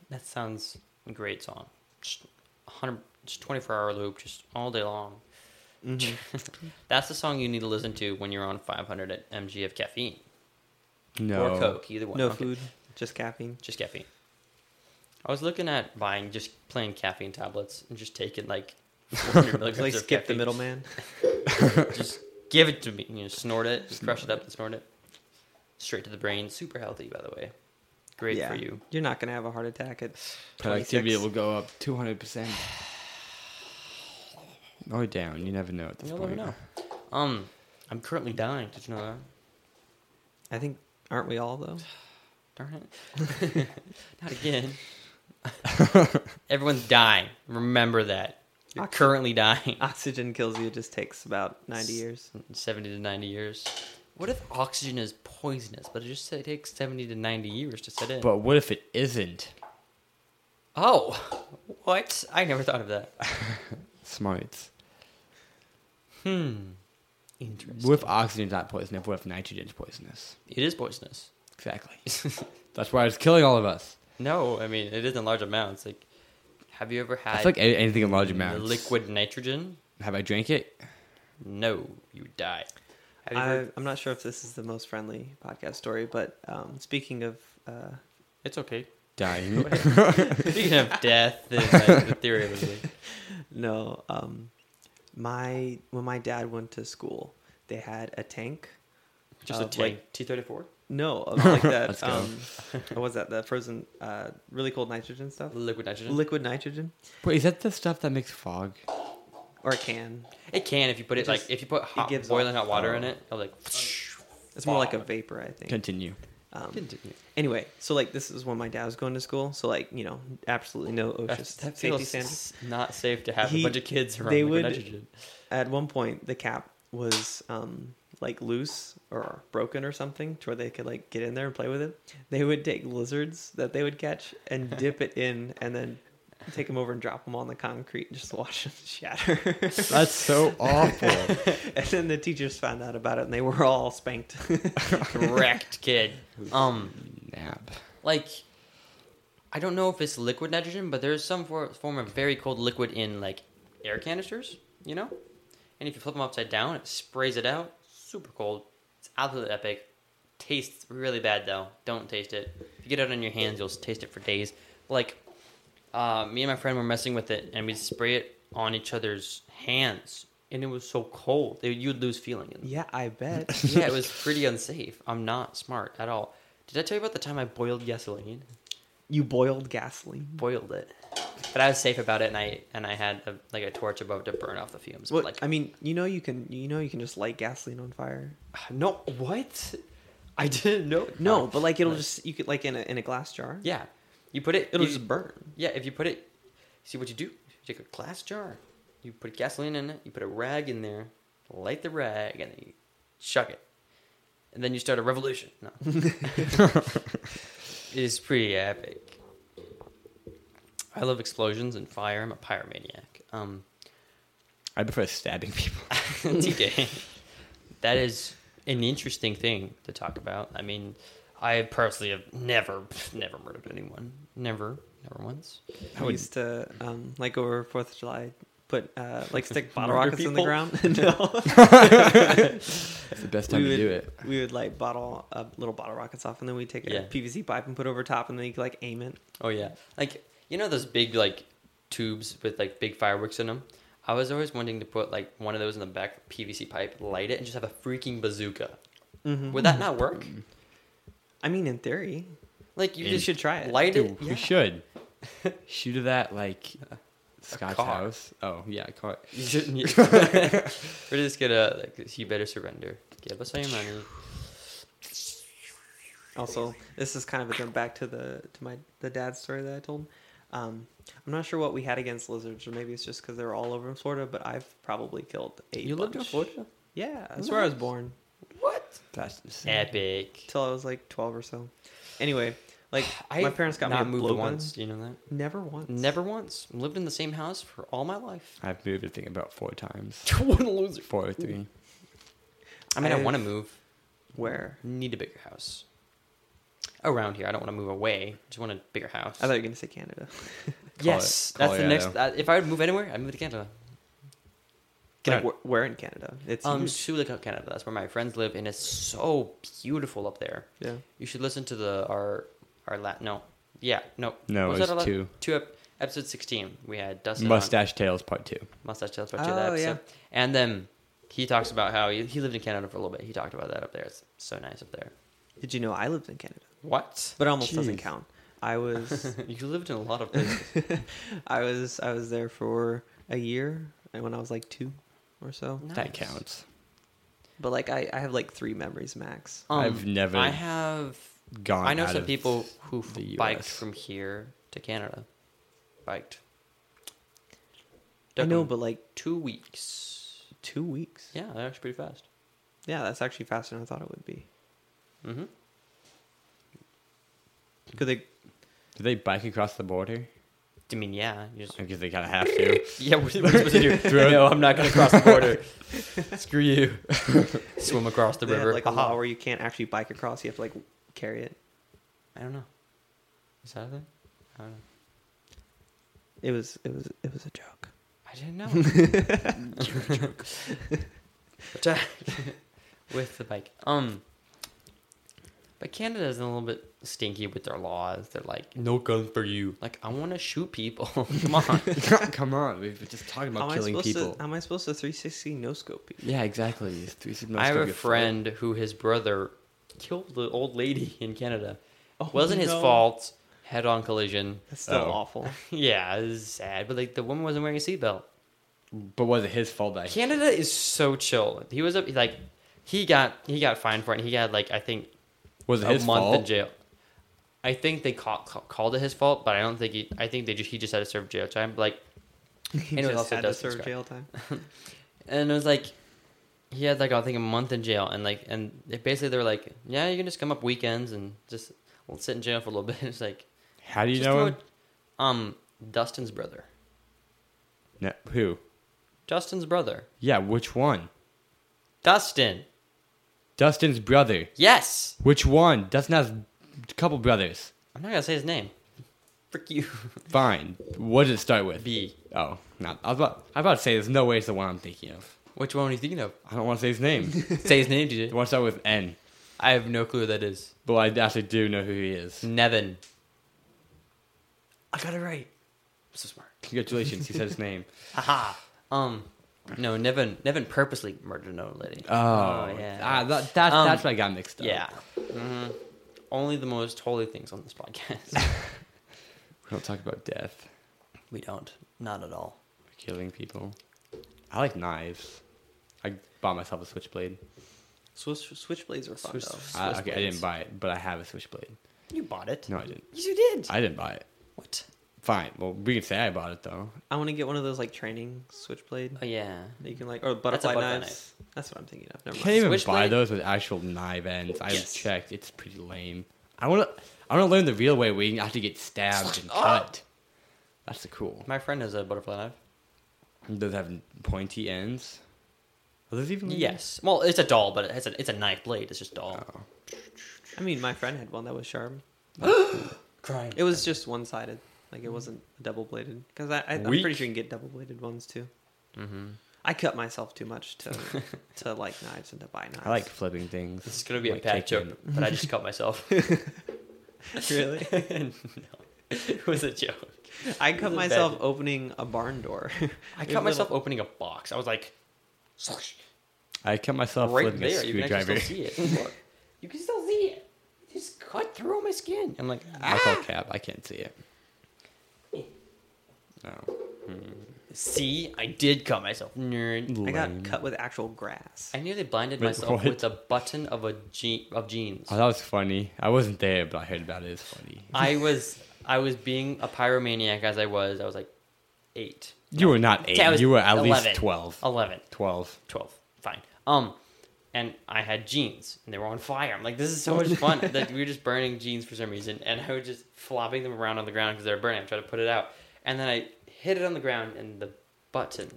Speaker 1: That sounds great song. Just 100, just 24 hour loop, just all day
Speaker 3: [LAUGHS]
Speaker 1: long. Mm-hmm. That's the song you need to listen to when you're on 500 at mg of caffeine
Speaker 2: No.
Speaker 1: or Coke, either one.
Speaker 3: No
Speaker 1: Okay.
Speaker 3: food, just caffeine.
Speaker 1: just caffeine. I was looking at buying just plain caffeine tablets and just taking [LAUGHS]
Speaker 3: [LAUGHS]
Speaker 1: like 400 milligrams
Speaker 3: Just, like
Speaker 1: of
Speaker 3: skip the
Speaker 1: caffeine.
Speaker 3: middleman. [LAUGHS]
Speaker 1: just give it to me. You know, snort it, just crush it up and snort it. Straight to the brain. Super healthy, by the way. Great
Speaker 3: Yeah.
Speaker 1: for you.
Speaker 3: You're not gonna have a heart attack at
Speaker 2: Productivity
Speaker 3: 26.
Speaker 2: will go up [SIGHS] 200%. Or down. You never know at this
Speaker 1: You'll never
Speaker 2: point.
Speaker 1: know. Um, I'm currently dying. Did you know that?
Speaker 3: I think aren't we
Speaker 1: [LAUGHS]
Speaker 3: all though?
Speaker 1: Darn it. [LAUGHS] Not again.
Speaker 3: [LAUGHS]
Speaker 1: Everyone's dying. Remember that. You're
Speaker 3: Oxy-
Speaker 1: currently dying.
Speaker 3: Oxygen kills you. It just takes about 90 years.
Speaker 1: 70 to 90 years. What if oxygen is poisonous, but it just it takes 70 to 90 years to set in?
Speaker 2: But what if it isn't?
Speaker 1: oh, what? I never thought of that.
Speaker 2: Smarts.
Speaker 1: Hmm. Interesting.
Speaker 2: What if oxygen's not poisonous? What if nitrogen's poisonous?
Speaker 1: It is poisonous.
Speaker 2: Exactly. [LAUGHS] That's why it's killing all of us.
Speaker 1: No, I mean it is in large amounts. Like, have you ever
Speaker 2: I
Speaker 1: had
Speaker 2: feel like a- anything in large amounts.
Speaker 1: liquid nitrogen?
Speaker 2: Have I drank it?
Speaker 1: No, you would die. Have you
Speaker 3: I,
Speaker 1: heard?
Speaker 3: I'm not sure if this is the most friendly podcast story, but um, speaking of uh,
Speaker 1: It's okay.
Speaker 2: Dying.
Speaker 1: [LAUGHS] Speaking of death, and, like, the theory of it.
Speaker 3: no, um, my when my dad went to school, they had a tank.
Speaker 1: Just
Speaker 3: Uh,
Speaker 1: a
Speaker 3: like-
Speaker 1: tank. T thirty four. [LAUGHS]
Speaker 3: No, of like that.
Speaker 2: Let's go.
Speaker 3: um, what was that? The frozen, uh, really cold nitrogen stuff.
Speaker 1: Liquid nitrogen.
Speaker 3: Liquid nitrogen
Speaker 2: [LAUGHS] Wait, is that the stuff that makes fog?
Speaker 3: or a can.
Speaker 1: it can if you put it,
Speaker 3: It
Speaker 1: like
Speaker 3: just-
Speaker 1: if you put hot
Speaker 3: gives
Speaker 1: boiling
Speaker 3: off-
Speaker 1: hot water in
Speaker 2: oh.
Speaker 1: it, it'll like. [LAUGHS]
Speaker 3: It's more like a
Speaker 1: fog.
Speaker 3: vapor, I think.
Speaker 2: Continue.
Speaker 3: Um, anyway, so like this is when my dad was going to school. So like you know, absolutely no OSHA
Speaker 1: That's, that
Speaker 3: safety
Speaker 1: feels
Speaker 3: standards.
Speaker 1: s- not safe to have a
Speaker 3: He-
Speaker 1: bunch of kids around
Speaker 3: they
Speaker 1: liquid
Speaker 3: would-
Speaker 1: nitrogen.
Speaker 3: at one point the cap was um like loose or broken or something to where they could like get in there and play with it they would take lizards that they would catch
Speaker 1: [LAUGHS]
Speaker 3: and dip it in and then take them over and drop them on the concrete and just [LAUGHS] watch them shatter
Speaker 2: That's [LAUGHS] so awful.
Speaker 3: [LAUGHS] and then the teachers found out about it and they were all
Speaker 1: [LAUGHS]
Speaker 3: spanked [LAUGHS]
Speaker 1: Correct, kid. Um.
Speaker 2: Nap.
Speaker 1: like I don't know if it's liquid nitrogen, but there's some for, form of very cold liquid in like air canisters, you know. And if you flip them upside down, it sprays it out. Super cold. It's absolutely epic. Tastes really bad though. Don't taste it. If you get it on your hands, you'll taste it for days. Like uh, me and my friend were messing with it, and we'd spray it on each other's hands, and it was so cold, it, you'd lose feeling. In
Speaker 3: yeah i
Speaker 1: [LAUGHS]
Speaker 3: bet
Speaker 1: yeah, it was pretty unsafe. I'm not smart at all. Did I tell you about the time I boiled gasoline?
Speaker 3: you boiled gasoline
Speaker 1: Boiled it, but I was safe about it, and I and I had a, like a torch above to burn off the fumes.
Speaker 3: well,
Speaker 1: But like,
Speaker 3: i mean you know you can you know you can just light gasoline on fire
Speaker 1: [SIGHS] no, what? I didn't know.
Speaker 3: no but like it'll
Speaker 1: no.
Speaker 3: just you could like in a, in a glass jar
Speaker 1: yeah, you put it.
Speaker 3: it'll
Speaker 1: you-
Speaker 3: just burn
Speaker 1: Yeah, if you put it, see what you do. You take a glass jar, you put gasoline in it, you put a rag in there, light the rag, and then you chuck it, and then you start a revolution.
Speaker 3: [LAUGHS]
Speaker 1: No, it's pretty epic. I love explosions and fire. I'm a pyromaniac. Um,
Speaker 2: I prefer stabbing people. [LAUGHS]
Speaker 1: [LAUGHS] TK. that is an interesting thing to talk about. I mean, I personally have never, never murdered anyone. Never, never once.
Speaker 3: I
Speaker 2: would-
Speaker 3: used to um, like over Fourth of July, put uh, like stick bottle
Speaker 1: Murder
Speaker 3: rockets in the
Speaker 1: people?
Speaker 3: ground. [LAUGHS] no,
Speaker 2: It's the best
Speaker 3: We
Speaker 2: time to
Speaker 3: would-
Speaker 2: do it.
Speaker 3: we would like bottle uh, little bottle rockets off, and then we would take
Speaker 1: Yeah.
Speaker 3: a PVC pipe and put over top, and then you could like aim it.
Speaker 1: Oh yeah, like you know those big like tubes with like big fireworks in them. I was always wanting to put like one of those in the back of a PVC pipe, light it, and just have a freaking bazooka.
Speaker 3: Mhm.
Speaker 1: Would that not work?
Speaker 3: I mean, in theory,
Speaker 1: Like you
Speaker 2: In-
Speaker 3: you
Speaker 1: just
Speaker 3: should try it.
Speaker 1: light
Speaker 2: Dude,
Speaker 1: it.
Speaker 2: we should shoot it
Speaker 1: [LAUGHS]
Speaker 2: at like Scott's
Speaker 1: car.
Speaker 2: house. Oh yeah, a car.
Speaker 1: You shouldn't. [LAUGHS] We're just gonna like you better surrender. Give us all your money.
Speaker 3: Also, this is kind of a jump back to the to my the dad story that I told. Um, I'm not sure what we had against lizards, or maybe it's just because they were all over in Florida. But I've probably killed a
Speaker 1: You lived in
Speaker 3: bunch.
Speaker 1: Florida.
Speaker 3: Yeah, that's where I was born
Speaker 1: What?
Speaker 2: That's
Speaker 1: Epic.
Speaker 3: till I was like 12 or so. Anyway, [SIGHS] like
Speaker 1: [SIGHS] I
Speaker 3: my parents got
Speaker 1: not
Speaker 3: me a
Speaker 1: moved
Speaker 3: blowgun.
Speaker 1: once. You know that.
Speaker 3: Never once.
Speaker 1: Never once. Lived in the same house for all my life. [LAUGHS]
Speaker 2: I've moved I think about four times.
Speaker 1: what a loser.
Speaker 2: Four or three.
Speaker 1: I mean, I
Speaker 3: I've-
Speaker 1: want to move.
Speaker 3: Where?
Speaker 1: Need a bigger house. Around here, I don't want to move away. Just want a bigger house.
Speaker 3: I thought you were gonna
Speaker 1: [LAUGHS]
Speaker 3: say Canada.
Speaker 1: yes,
Speaker 2: Col-
Speaker 1: that's the next.
Speaker 2: Colorado.
Speaker 1: that- if I would move anywhere, I'd move to Canada. Get
Speaker 3: Like,
Speaker 1: out.
Speaker 3: where, where in Canada? It's
Speaker 1: Um,
Speaker 3: huge.
Speaker 1: Sulaco, Canada. That's where my friends live, and it's so beautiful up there.
Speaker 3: yeah.
Speaker 1: You should listen to the our our lat. No, yeah, no,
Speaker 2: No,
Speaker 1: What
Speaker 2: it's
Speaker 1: that, our la-
Speaker 2: two.
Speaker 1: Two ep- episode sixteen. We had Dustin on.
Speaker 2: Mustache Tales Part Two.
Speaker 1: Mustache Tales Part Two, that
Speaker 3: Oh, yeah.
Speaker 1: episode. And then he talks about how he, he lived in Canada for a little bit. He talked about that up there. It's so nice up there.
Speaker 3: Did you know I lived in Canada?
Speaker 1: What?
Speaker 3: But it almost doesn't
Speaker 2: Jeez.
Speaker 3: count. I was
Speaker 1: [LAUGHS] you lived in a lot of places.
Speaker 3: [LAUGHS] I was I was there for a year and when I was like two or so.
Speaker 2: That
Speaker 1: Nice.
Speaker 2: counts.
Speaker 3: But like I, I have like three memories max.
Speaker 1: Um,
Speaker 2: I've never
Speaker 1: I have.
Speaker 2: Gone.
Speaker 1: I know
Speaker 2: out
Speaker 1: some
Speaker 2: of-
Speaker 1: people who f-
Speaker 2: the
Speaker 1: biked
Speaker 2: US.
Speaker 1: from here to Canada. Biked.
Speaker 3: I
Speaker 1: Took
Speaker 3: know,
Speaker 1: 'em
Speaker 3: but like
Speaker 1: two weeks.
Speaker 3: two weeks. Yeah.
Speaker 1: Yeah, that was pretty fast.
Speaker 3: that's actually faster than I thought it would be.
Speaker 1: hmm
Speaker 3: Could they
Speaker 2: Do they bike across
Speaker 1: [LAUGHS]
Speaker 2: the border?
Speaker 1: I mean, yeah. You just,
Speaker 2: Because they kind of have to.
Speaker 1: [LAUGHS] yeah, what are you supposed to
Speaker 2: [LAUGHS]
Speaker 1: do? no, I'm not going to cross the border. [LAUGHS]
Speaker 2: Screw you.
Speaker 1: Swim across the
Speaker 3: they have
Speaker 1: river. Uh-huh.
Speaker 3: like a
Speaker 1: Haha.
Speaker 3: law where you can't actually bike across, you have to like carry it.
Speaker 1: I don't know. Is that a thing? I don't know.
Speaker 3: It was it was it was a joke.
Speaker 1: I didn't know.
Speaker 2: [LAUGHS]
Speaker 1: Attack [LAUGHS] with the bike. Um, but Canada's a little bit stinky with their laws. They're like,
Speaker 2: No gun for you.
Speaker 1: like I want to shoot people. [LAUGHS] Come
Speaker 2: [LAUGHS]
Speaker 1: on.
Speaker 2: Come on, we were just talking about
Speaker 3: How am, I
Speaker 2: killing
Speaker 3: supposed
Speaker 2: people.
Speaker 3: to, how am I supposed to 360 no scope people?
Speaker 2: Yeah, exactly. It's three signals
Speaker 1: I have
Speaker 2: to
Speaker 1: a
Speaker 2: your
Speaker 1: friend who his brother killed the old lady in Canada.
Speaker 3: Oh,
Speaker 1: Wasn't his
Speaker 3: no.
Speaker 1: fault. Head on collision. [LAUGHS]
Speaker 3: That's still
Speaker 2: Oh.
Speaker 3: awful. [LAUGHS]
Speaker 1: yeah, it was sad. But like the woman wasn't wearing a seatbelt.
Speaker 2: foot. But was it his fault that he
Speaker 1: Canada is so chill. He was up like he got he got fined for it. And he got like I think
Speaker 2: was it
Speaker 1: a
Speaker 2: his
Speaker 1: month
Speaker 2: fault?
Speaker 1: in jail. I think they ca- ca- called it his fault, but I don't think he. I think they just he just had to serve jail time. Like
Speaker 3: He
Speaker 1: Anyways,
Speaker 3: just
Speaker 1: also
Speaker 3: had to
Speaker 1: does
Speaker 3: serve
Speaker 1: subscribe.
Speaker 3: jail time.
Speaker 1: and it was like he had like I think a month in jail, and like and they basically they were like, yeah, you can just come up weekends and just well, sit in jail for a little [LAUGHS] bit. It's like
Speaker 2: How do you
Speaker 1: just
Speaker 2: know
Speaker 1: throw
Speaker 2: him?
Speaker 1: it- um Dustin's brother,
Speaker 2: No, who?
Speaker 1: Justin's brother,
Speaker 2: Yeah, which one?
Speaker 1: Dustin.
Speaker 2: Dustin's brother.
Speaker 1: Yes,
Speaker 2: Which one? Dustin has a couple brothers.
Speaker 1: I'm not gonna say his name. Frick you, [LAUGHS]
Speaker 2: Fine. What did it start with?
Speaker 1: B.
Speaker 2: Oh, not. I was about. I was about to say there's no way it's the one I'm thinking of.
Speaker 1: Which one are you thinking
Speaker 2: [LAUGHS]
Speaker 1: of?
Speaker 2: I don't want to say
Speaker 1: [LAUGHS]
Speaker 2: his name.
Speaker 1: Say his name,
Speaker 2: the
Speaker 1: DJ.
Speaker 2: one start with N.
Speaker 1: I have no clue who that is.
Speaker 2: But I actually do know who he is.
Speaker 1: Nevin. I got it right. I'm so smart.
Speaker 2: Congratulations, he said
Speaker 1: [LAUGHS]
Speaker 2: his name.
Speaker 1: Haha. Um, no, Nevin. Nevin purposely murdered an old lady.
Speaker 2: Oh,
Speaker 1: yeah.
Speaker 2: yeah. Ah, that, that's
Speaker 1: Um,
Speaker 2: that's what I got mixed up.
Speaker 1: yeah. hmm Only the most holy things on this podcast.
Speaker 2: We don't talk about death,
Speaker 1: we don't. Not at all.
Speaker 2: killing people. I like knives. I bought myself a switchblade.
Speaker 3: Swiss, switchblades are fun
Speaker 1: Swiss-
Speaker 3: though.
Speaker 2: I, okay, I
Speaker 1: Switchblades.
Speaker 2: didn't buy it, but I have a switchblade.
Speaker 1: You bought it.
Speaker 2: No, I didn't.
Speaker 1: Yes, you did.
Speaker 2: I didn't buy it.
Speaker 1: what?
Speaker 2: Fine. Well, we can say I bought it though.
Speaker 3: I want to get one of those like training switchblade
Speaker 1: Oh yeah.
Speaker 3: that you can like or butterfly
Speaker 1: butterfly
Speaker 3: knives. That's what I'm thinking of.
Speaker 2: You
Speaker 3: Never
Speaker 2: can't
Speaker 3: mind.
Speaker 2: even buy
Speaker 1: Switchblade-
Speaker 2: those with actual knife ends. I
Speaker 1: Yes.
Speaker 2: checked. It's pretty lame. I want to. I want to learn the real way where you have to get stabbed and
Speaker 1: Oh.
Speaker 2: cut. That's the cool.
Speaker 1: My friend has a butterfly knife.
Speaker 2: Does it have pointy ends? Are those even?
Speaker 1: Yes. Well, it's a doll, but it's a it's a knife blade. It's just doll.
Speaker 2: Oh.
Speaker 3: I mean, my friend had one that was sharp.
Speaker 1: Crying.
Speaker 3: It was just one sided.
Speaker 1: Mm-hmm.
Speaker 3: Like it wasn't double bladed. Because I, I, I'm
Speaker 2: Weak.
Speaker 3: pretty sure you can get double bladed ones too.
Speaker 1: Mm-hmm.
Speaker 3: I cut myself too
Speaker 1: [LAUGHS]
Speaker 3: much to to like knives and to buy knives.
Speaker 2: I like flipping things.
Speaker 1: This is gonna be
Speaker 2: Like
Speaker 1: a bad
Speaker 2: taking-
Speaker 1: joke, but I just cut myself.
Speaker 3: really.
Speaker 1: [LAUGHS] no, it was a joke.
Speaker 3: I cut
Speaker 1: It's a
Speaker 3: myself
Speaker 1: bad-
Speaker 3: opening a barn door.
Speaker 1: I
Speaker 3: [LAUGHS] It
Speaker 1: cut
Speaker 3: was
Speaker 1: myself opening a box. I was like,
Speaker 2: I cut myself
Speaker 1: right
Speaker 2: flipping a
Speaker 1: there. You can
Speaker 2: screwdriver.
Speaker 1: actually
Speaker 2: [LAUGHS]
Speaker 1: still see it. Look. you can still see it. Just cut through my skin. I'm like,
Speaker 2: I
Speaker 1: ah.
Speaker 2: call cab. I can't see it. No.
Speaker 1: See, I did cut myself. Nerd.
Speaker 3: I
Speaker 2: Lame.
Speaker 3: got cut with actual grass.
Speaker 1: I nearly blinded
Speaker 2: Wait,
Speaker 1: myself
Speaker 2: what?
Speaker 1: with a button of a je- of jeans.
Speaker 2: Oh, that was funny. I wasn't there, but I heard about it. It's funny.
Speaker 1: I was I was being a pyromaniac as I was. I was like eight.
Speaker 2: You were not eight.
Speaker 1: Yeah, I was
Speaker 2: You were at
Speaker 1: 11.
Speaker 2: least 12.
Speaker 1: 11,
Speaker 2: 12.
Speaker 1: 12, fine. Um, and I had jeans, and they were on fire. I'm like, this is so much fun. like we were just burning jeans for some reason, and I was just flopping them around on the ground because they were burning. I'm trying to put it out, and then I hit it on the ground, and the button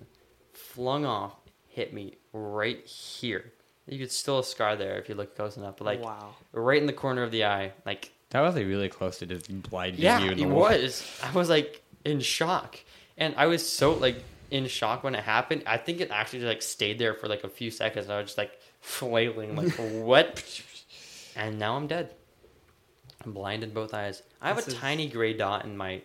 Speaker 1: flung off, hit me right here. You could still a scar there if you look close enough, but like
Speaker 3: wow.
Speaker 1: right in the corner of the eye, like
Speaker 2: That was like really close to just blinding
Speaker 1: yeah,
Speaker 2: you in the
Speaker 1: it
Speaker 2: wall.
Speaker 1: was. I was like in shock, and I was so like in shock when it happened. I think it actually like stayed there for like a few seconds, and I was just like [LAUGHS] flailing, like what? And now I'm dead. I'm blind in both eyes. I have
Speaker 3: This
Speaker 1: a
Speaker 3: is-
Speaker 1: tiny gray dot in my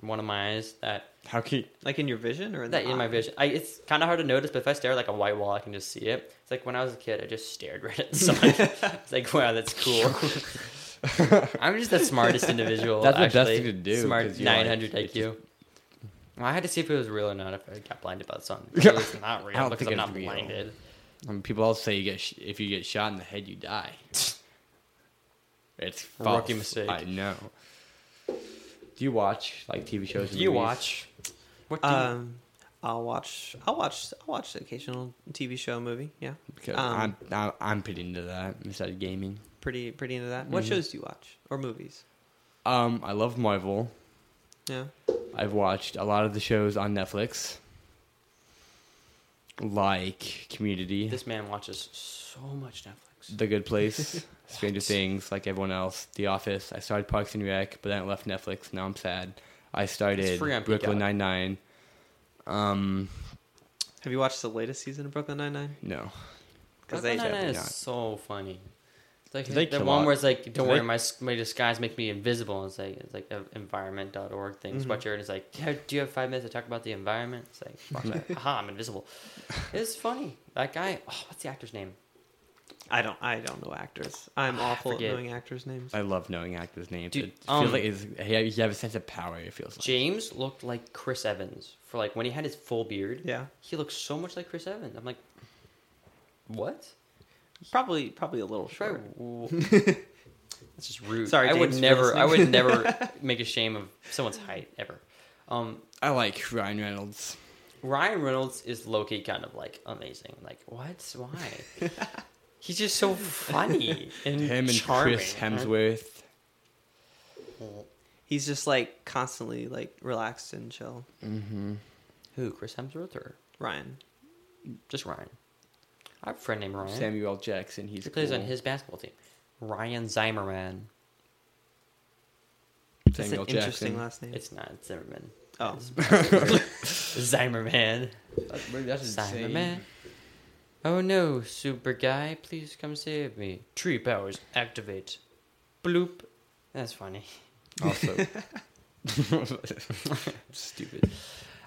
Speaker 1: one of my eyes that
Speaker 2: How can you,
Speaker 3: Like in your vision or in
Speaker 1: that
Speaker 3: the
Speaker 1: in my
Speaker 3: eye?
Speaker 1: vision. I, it's kind of hard to notice, but if I stare at like a white wall, I can just see it. It's like when I was a kid, I just stared [LAUGHS] right at the
Speaker 2: [LAUGHS]
Speaker 1: sun. it's like, wow, that's cool. [LAUGHS] I'm just the smartest individual.
Speaker 2: That's the best
Speaker 1: actually.
Speaker 2: thing to do,
Speaker 1: Smart
Speaker 2: 'cause you, like,
Speaker 1: 900
Speaker 2: it
Speaker 1: IQ. Well, I had to see if it was real or not. If I got blinded by the sun, Clearly it's not real.
Speaker 2: [LAUGHS] I don't
Speaker 1: because
Speaker 2: think
Speaker 1: I'm
Speaker 2: it's
Speaker 1: not
Speaker 2: real.
Speaker 1: blinded.
Speaker 2: I mean, people always say you get sh- if you get shot in the head,
Speaker 1: [LAUGHS]
Speaker 2: you die. It's false.
Speaker 1: Rookie mistake.
Speaker 2: I know. Do you watch like TV shows?
Speaker 1: Do
Speaker 2: and
Speaker 1: you
Speaker 2: movies?
Speaker 1: watch? What do you-
Speaker 2: Uh,
Speaker 3: Um, I'll watch. I'll watch. I'll watch the occasional TV show, movie. Yeah,
Speaker 2: Because
Speaker 3: um,
Speaker 2: I'm, I'm I'm pretty into that. Besides gaming,
Speaker 3: pretty pretty into that. What
Speaker 1: Mm-hmm.
Speaker 2: Mhm.
Speaker 3: shows do you watch or movies?
Speaker 2: um, I love Marvel.
Speaker 3: Yeah,
Speaker 2: I've watched a lot of the shows on Netflix, like Community,
Speaker 1: This man watches so much Netflix.
Speaker 2: The
Speaker 1: [LAUGHS]
Speaker 2: Good Place, Stranger Things, like everyone else, The Office. I started Parks and Rec, but then I left Netflix. Now I'm sad. I started
Speaker 1: free on
Speaker 2: Brooklyn
Speaker 1: Peacock.
Speaker 2: Nine Nine. Um,
Speaker 3: have you watched the latest season of Brooklyn Nine Nine?
Speaker 2: no,
Speaker 3: Because they
Speaker 1: Brooklyn Nine-Nine
Speaker 2: definitely
Speaker 1: is
Speaker 2: not.
Speaker 1: so funny. It's like
Speaker 2: Do they
Speaker 1: the
Speaker 2: kill
Speaker 1: one
Speaker 2: off-
Speaker 1: where it's like, don't
Speaker 2: do
Speaker 1: worry,
Speaker 2: they-
Speaker 1: my s- my disguise make me invisible. And it's like it's like uh, a environment.org thing.
Speaker 2: Mm-hmm.
Speaker 3: Mhm.
Speaker 1: Sweatshirt is like, "Yeah, do you have five minutes to talk about the environment? It's
Speaker 2: [LAUGHS]
Speaker 1: like, fuck, aha, I'm invisible. It's funny. That guy, oh, what's the actor's name?
Speaker 3: I don't. I don't know actors. I'm awful at
Speaker 1: Ah, forget.
Speaker 3: knowing actors' names.
Speaker 2: I love knowing actors' names.
Speaker 1: Dude,
Speaker 2: it feels
Speaker 1: um,
Speaker 2: like it's, you have a sense of power. It feels like.
Speaker 1: James looked like Chris Evans for like when he had his full beard.
Speaker 3: Yeah,
Speaker 1: He looked so much like Chris Evans. I'm like, what?
Speaker 3: probably probably a little
Speaker 1: Should I
Speaker 3: short.
Speaker 1: w-
Speaker 2: [LAUGHS]
Speaker 1: That's just rude.
Speaker 3: Sorry,
Speaker 1: I would
Speaker 3: James, if you're
Speaker 1: never. I would
Speaker 3: listening.
Speaker 2: [LAUGHS]
Speaker 1: never make a shame of someone's height ever. Um,
Speaker 2: I like Ryan Reynolds.
Speaker 1: Ryan Reynolds is Loki kind of like amazing. Like what?
Speaker 2: [LAUGHS]
Speaker 1: Why? He's just so funny and
Speaker 2: Him and
Speaker 1: charming.
Speaker 2: Chris Hemsworth.
Speaker 3: He's just like constantly like relaxed and chill.
Speaker 2: Mm-hmm.
Speaker 1: Who? Chris Hemsworth or
Speaker 3: Ryan.
Speaker 1: just Ryan? I have a friend named Ryan.
Speaker 2: Samuel Jackson. He's
Speaker 1: he plays on
Speaker 2: cool.
Speaker 1: his basketball team. Ryan Zimmerman.
Speaker 3: That's an
Speaker 2: Samuel
Speaker 3: interesting
Speaker 2: Jackson.
Speaker 3: last name.
Speaker 1: It's not Zimmerman.
Speaker 3: oh,
Speaker 1: Zimmerman.
Speaker 2: That's, Uh, that's
Speaker 1: Cyberman. Oh no, super guy, please come save me. Tree powers activate. Bloop. That's funny. [LAUGHS]
Speaker 2: Also, [LAUGHS] stupid.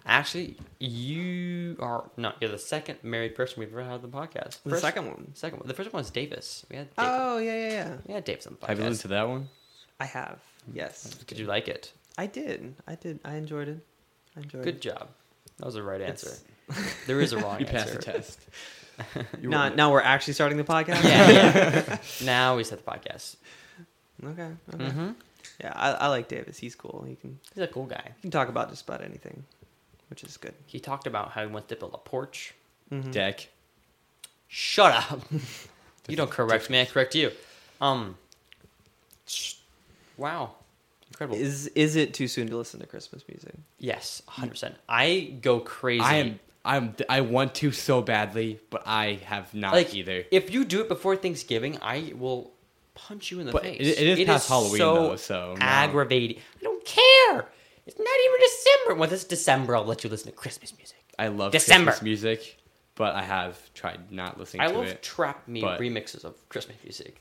Speaker 1: Actually, you are no, you're the second married person we've ever had on the podcast.
Speaker 3: the
Speaker 1: First-
Speaker 3: second one.
Speaker 1: second one. The first one was Davis. We had Davis.
Speaker 3: Oh yeah, yeah, yeah.
Speaker 1: we had Davis on the
Speaker 2: Have you
Speaker 1: podcast.
Speaker 2: listened to that one?
Speaker 3: I have. Yes.
Speaker 1: Did you like it?
Speaker 3: I did. I did. I enjoyed it. I enjoyed
Speaker 1: Good
Speaker 3: it.
Speaker 1: job. That was the right answer.
Speaker 3: It's- [LAUGHS]
Speaker 1: There is a wrong
Speaker 2: [LAUGHS] You passed
Speaker 1: answer.
Speaker 2: the test.
Speaker 1: [LAUGHS]
Speaker 2: You
Speaker 3: Now,
Speaker 2: were-
Speaker 3: now we're actually starting the podcast.
Speaker 1: Yeah, yeah.
Speaker 2: [LAUGHS]
Speaker 1: now we set the podcast.
Speaker 3: [LAUGHS] Okay.
Speaker 2: Mm-hmm.
Speaker 3: okay.
Speaker 1: hmm
Speaker 3: Yeah, I, I like Davis. He's cool. He can
Speaker 1: He's a cool guy.
Speaker 3: he can talk about just about anything, which is good.
Speaker 1: He talked about how he wants to build a porch. Mm-hmm.
Speaker 3: Mhm.
Speaker 2: Deck.
Speaker 1: Shut up. [LAUGHS] you don't correct me. I correct you. Um. Wow. Incredible.
Speaker 3: Is is it too soon to listen to Christmas music?
Speaker 1: yes, 100%. I go crazy.
Speaker 2: I am. I'm. I want to so badly, but I have not
Speaker 1: like
Speaker 2: either.
Speaker 1: If you do it before Thanksgiving, I will punch you in the
Speaker 2: But
Speaker 1: face.
Speaker 2: it- it is past Halloween, though, so, no.
Speaker 1: aggravating. I don't care. It's not even December. Well, this December, I'll let you listen to Christmas music.
Speaker 2: I love
Speaker 1: December.
Speaker 2: Christmas music, but I have tried not listening
Speaker 1: I
Speaker 2: to
Speaker 1: love
Speaker 2: it.
Speaker 1: trap me
Speaker 2: but-
Speaker 1: remixes of Christmas music.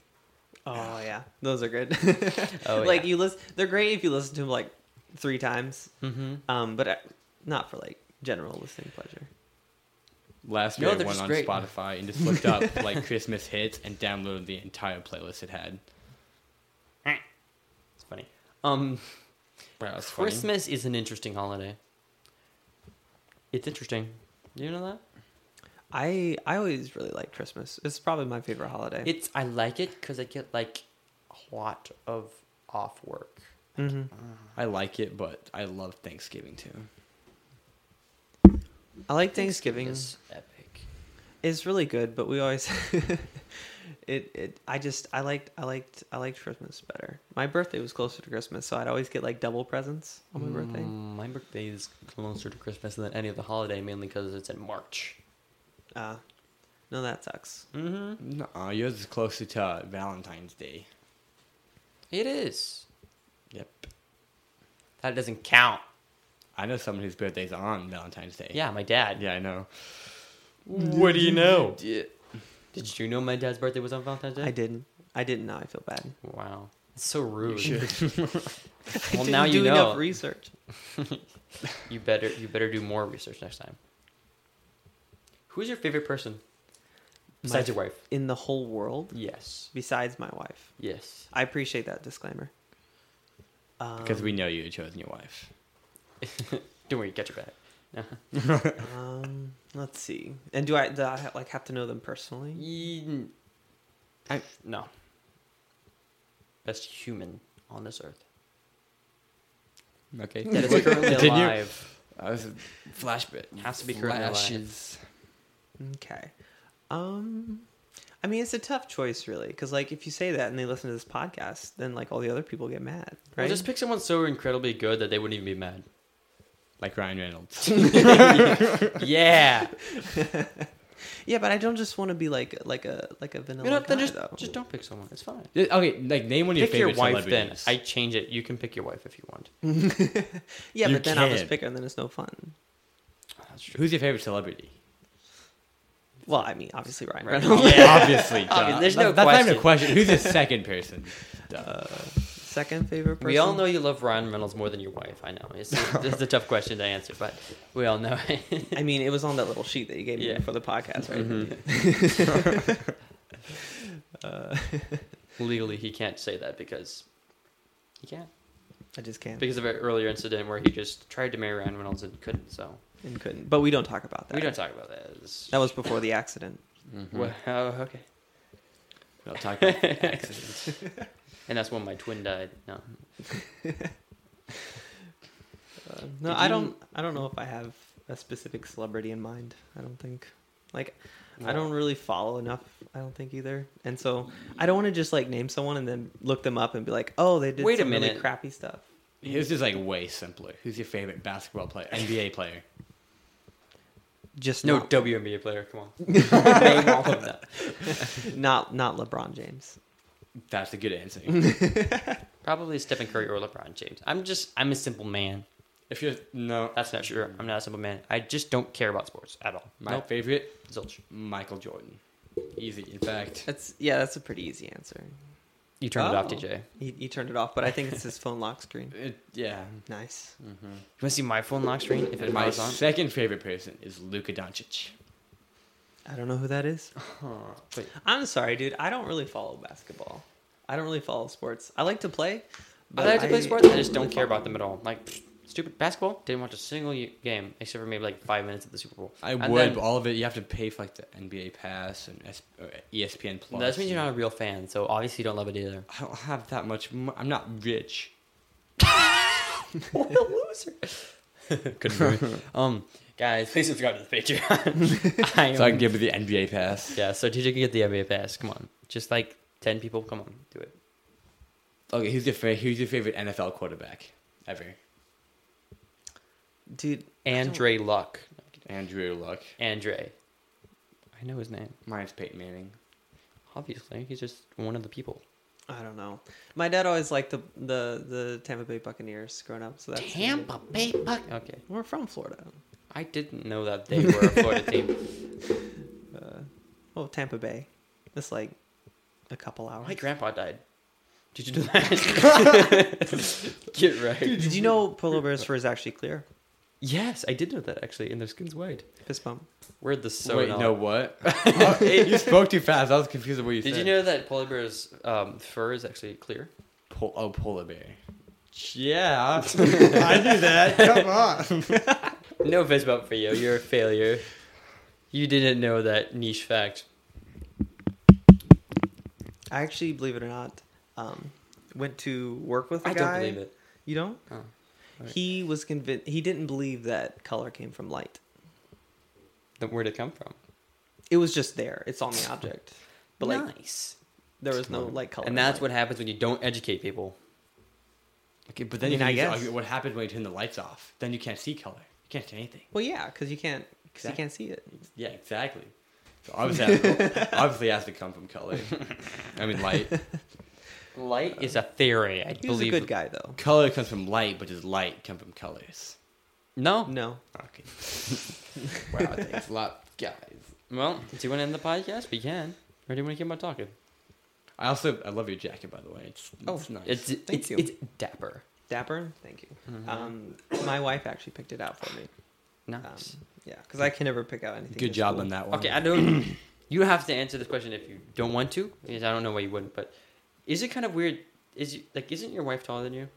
Speaker 3: Oh yeah, those are [LAUGHS] good.
Speaker 1: Oh,
Speaker 3: like
Speaker 1: yeah.
Speaker 3: you listen, they're great if you listen to them like three times. Mm-hmm. Um, but uh, not for like general listening pleasure.
Speaker 2: Last
Speaker 1: No,
Speaker 2: year,
Speaker 1: they're
Speaker 2: I went
Speaker 1: just
Speaker 2: on
Speaker 1: great.
Speaker 2: Spotify and just looked up
Speaker 1: [LAUGHS]
Speaker 2: like Christmas hits and downloaded the entire playlist it had.
Speaker 1: It's funny. Um,
Speaker 2: Wow, that's funny.
Speaker 1: Christmas is an interesting holiday. It's interesting. You know that?
Speaker 3: I I always really like Christmas. It's probably my favorite holiday.
Speaker 1: It's I like it because I get like a lot of off work.
Speaker 3: hmm
Speaker 2: I like it, but I love Thanksgiving too.
Speaker 3: I like Thanksgiving.
Speaker 1: is epic.
Speaker 3: It's really good, but we always [LAUGHS] it it. I just I liked I liked I liked Christmas better. My birthday was closer to Christmas, so I'd always get like double presents on my birthday.
Speaker 1: Mm, my birthday is closer to Christmas than any other holiday, mainly because it's in March.
Speaker 3: Uh, no, that sucks.
Speaker 1: Mm-hmm.
Speaker 2: Nuh-uh, yours is closer to uh, Valentine's Day.
Speaker 1: It is.
Speaker 2: Yep.
Speaker 1: That doesn't count.
Speaker 2: I know someone whose birthday's on Valentine's Day.
Speaker 1: Yeah, my dad.
Speaker 2: Yeah,
Speaker 1: [LAUGHS]
Speaker 2: I know.
Speaker 1: What do you know? Did you know my dad's birthday was on Valentine's Day?
Speaker 3: I didn't. I didn't. Now I feel bad.
Speaker 1: Wow. It's so rude.
Speaker 3: I
Speaker 1: well,
Speaker 3: didn't
Speaker 1: now
Speaker 3: do
Speaker 1: you
Speaker 3: enough
Speaker 1: know.
Speaker 3: research.
Speaker 1: [LAUGHS] You better you better do more research next time. Who's your favorite person? Besides
Speaker 3: My-
Speaker 1: your wife.
Speaker 3: in the whole world
Speaker 1: Yes.
Speaker 3: besides my wife.
Speaker 1: Yes.
Speaker 3: I appreciate that disclaimer. Um,
Speaker 2: Because we know you had chosen your wife.
Speaker 1: Don't worry, get your back.
Speaker 3: um, let's see. And do I do I ha- like have to know them personally?
Speaker 1: Ye-
Speaker 2: I-
Speaker 1: no. Best human on this earth.
Speaker 2: Okay.
Speaker 1: That is currently
Speaker 2: [LAUGHS] Continue.
Speaker 1: alive.
Speaker 2: I was flashback.
Speaker 1: Has to be currently alive.
Speaker 2: Flashes.
Speaker 3: Okay. Um, I mean it's a tough choice really because like if you say that and they listen to this podcast, then like all the other people get mad,
Speaker 1: Well,
Speaker 3: right? [LAUGHS]
Speaker 1: just pick someone so incredibly good that they wouldn't even be [LAUGHS] mad.
Speaker 2: Like Ryan Reynolds.
Speaker 1: yeah.
Speaker 3: yeah, but I don't just want to be like like a like a vanilla
Speaker 1: You know,
Speaker 3: guy
Speaker 1: then just,
Speaker 3: though.
Speaker 1: just don't pick someone. It's fine.
Speaker 2: Yeah, Uh, Okay, like name one of your
Speaker 1: Pick your
Speaker 2: favorite
Speaker 1: wife then.
Speaker 2: celebrities.
Speaker 1: I change it. You can pick your wife if you want.
Speaker 3: [LAUGHS] yeah,
Speaker 2: You
Speaker 3: but then I'll just
Speaker 2: can.
Speaker 3: pick her and then it's no fun.
Speaker 1: That's
Speaker 2: Who's your favorite celebrity?
Speaker 3: Well, I mean obviously Ryan
Speaker 1: Right.
Speaker 3: Reynolds.
Speaker 1: [LAUGHS] Yeah.
Speaker 2: [LAUGHS] Obviously, duh.
Speaker 1: Obvi- there's
Speaker 2: That-
Speaker 1: no
Speaker 2: That's not even a question.
Speaker 1: [LAUGHS]
Speaker 2: Who's the second person? Duh.
Speaker 3: Second favorite person.
Speaker 1: We all know you love Ryan Reynolds more than your wife. I know. It's, it's a tough question to answer, but we all know it. [LAUGHS]
Speaker 3: I mean, it was on that little sheet that you gave me
Speaker 1: Yeah. Mm-hmm.
Speaker 3: before the podcast, right? [LAUGHS] uh,
Speaker 1: Legally, he can't say that because he can't.
Speaker 3: I just can't
Speaker 1: Because of an earlier incident where he just tried to marry Ryan Reynolds and couldn't, so
Speaker 3: and couldn't. But we don't talk about that.
Speaker 1: we don't talk about that. It's-
Speaker 3: That was before the accident.
Speaker 1: Well, [LAUGHS] okay.
Speaker 2: We'll
Speaker 1: [LAUGHS]
Speaker 2: talk about accidents.
Speaker 1: And that's when my twin died. No.
Speaker 3: Uh, no,
Speaker 1: Did
Speaker 3: I
Speaker 1: you-
Speaker 3: don't. I don't know if I have a specific celebrity in mind. I don't think. Like, I don't really follow enough. I don't think either. And so I don't want to just like name someone and then look them up and be like, oh, they did
Speaker 1: Wait a
Speaker 3: some really
Speaker 1: minute.
Speaker 3: crappy stuff.
Speaker 2: His is like way simpler. Who's your favorite basketball player? NBA player.
Speaker 3: Just
Speaker 1: No
Speaker 3: not,
Speaker 1: WNBA player. Come [LAUGHS] on. Name all of them.
Speaker 3: [LAUGHS] not not LeBron James.
Speaker 2: That's a
Speaker 1: [LAUGHS]
Speaker 2: good answer.
Speaker 1: Probably Stephen Curry or LeBron James. I'm just, I'm a simple man.
Speaker 2: if you're no,
Speaker 1: That's not true. I'm not a simple man. I just don't care about sports at all.
Speaker 2: my
Speaker 1: nope.
Speaker 2: favorite
Speaker 1: Zilch.
Speaker 2: Michael Jordan. Easy, in fact.
Speaker 3: That's yeah. That's a pretty easy answer.
Speaker 1: You turned it off,
Speaker 2: Oh.
Speaker 1: DJ. You
Speaker 3: He, he turned it off, but I think it's his phone lock screen.
Speaker 2: It, Uh, yeah.
Speaker 3: Nice.
Speaker 1: want to see my phone lock screen? If it
Speaker 2: And my
Speaker 1: was on?
Speaker 2: second favorite person is Luka Doncic.
Speaker 3: I don't know who that is.
Speaker 1: Wait.
Speaker 3: [LAUGHS] I'm sorry, dude. I don't really follow basketball. I don't really follow sports. I like to play.
Speaker 1: I
Speaker 3: but
Speaker 1: like to play sports. I just don't care about them at all. Like pfft, stupid basketball. Didn't watch a single y- game except for maybe like five minutes of the Super Bowl.
Speaker 2: I
Speaker 1: And
Speaker 2: would,
Speaker 1: then-
Speaker 2: but all of it. You have to pay for like the NBA Pass and S- or ESPN Plus.
Speaker 1: that means you're not a real fan, so obviously you don't love it either.
Speaker 2: I don't have that much. Mo- I'm not rich.
Speaker 1: [LAUGHS] what a loser! [LAUGHS] Good for you. Um, guys, please subscribe to the [LAUGHS] Patreon. I am,
Speaker 2: So I can give you the NBA Pass.
Speaker 1: yeah, so TJ can get the NBA pass. Come on, just like ten people. Come on, do it.
Speaker 2: Okay, who's your fa- who's your favorite NFL quarterback ever?
Speaker 3: Dude, I don't-
Speaker 1: Andre Luck.
Speaker 2: Andrew Luck.
Speaker 1: Andre. I know his name.
Speaker 2: Mine's Peyton Manning.
Speaker 1: Obviously, he's just one of the people.
Speaker 3: I don't know. My dad always liked the the, the Tampa Bay Buccaneers growing up. So that's
Speaker 1: Bay Buck. Okay,
Speaker 3: We're from Florida.
Speaker 1: I didn't know that they were a Florida team.
Speaker 3: Uh, oh, Tampa Bay. It's like a couple hours.
Speaker 1: My grandpa died. Did you do that? Get right.
Speaker 3: Did you know polar bears' fur is actually clear?
Speaker 1: Yes, I did know that actually, and their skin's white.
Speaker 3: Fist bump.
Speaker 1: We're the so
Speaker 2: Wait,
Speaker 1: not-
Speaker 2: [LAUGHS] no, what? Oh, hey, you spoke too fast. I was confused with what you
Speaker 1: Did you
Speaker 2: said.
Speaker 1: know that polar bear's um, fur is actually clear?
Speaker 2: Pol- oh, polar bear. [LAUGHS] Yeah, I knew that. Come
Speaker 3: [LAUGHS]
Speaker 2: on.
Speaker 1: No fist bump for you. You're a failure. You didn't know that niche fact.
Speaker 3: I actually, believe it or not, um, went to work with a
Speaker 1: I
Speaker 3: guy.
Speaker 1: don't believe it.
Speaker 3: You don't?
Speaker 1: Oh, alright.
Speaker 3: He was convinced. He didn't believe that color came from light.
Speaker 1: Then Where'd it come from?
Speaker 3: It was just there.
Speaker 1: [LAUGHS]
Speaker 3: It's on the object. But like
Speaker 1: nice.
Speaker 3: there was no light color.
Speaker 1: And that's what happens when you don't educate people.
Speaker 2: Okay, but then
Speaker 3: I mean,
Speaker 2: you
Speaker 3: I
Speaker 2: can just
Speaker 3: guess.
Speaker 2: argue what happens when you turn the lights off. Then you can't see color. You can't see anything.
Speaker 3: Well, yeah, because you can't because you
Speaker 2: Exact-
Speaker 3: can't see it.
Speaker 2: Yeah, exactly. So obviously, it obviously it has to come from color. [LAUGHS] I mean, light.
Speaker 1: Light is a theory. I
Speaker 3: He was
Speaker 1: believe.
Speaker 3: a good guy though.
Speaker 2: Color comes from light, but does light come from colors?
Speaker 1: No.
Speaker 3: No,
Speaker 2: [LAUGHS] Okay. wow, thanks a lot, guys.
Speaker 1: Well, do you want to end the podcast? We can. Or do you want to keep on talking?
Speaker 2: I also I love your jacket, by the way. It's,
Speaker 3: Oh,
Speaker 2: it's nice.
Speaker 1: It's it's,
Speaker 3: you.
Speaker 1: it's dapper.
Speaker 3: dapper. Thank you.
Speaker 1: Mm-hmm.
Speaker 3: Um, my wife actually picked it out for me. Um,
Speaker 1: Nice.
Speaker 3: yeah, because I can never pick out anything.
Speaker 2: good
Speaker 3: that's
Speaker 2: job
Speaker 3: cool.
Speaker 2: on that one.
Speaker 1: okay, I don't. [CLEARS THROAT] you have to answer this question if you don't want to, because I don't know why you wouldn't. But is it kind of weird? Is you, like isn't your wife taller than you?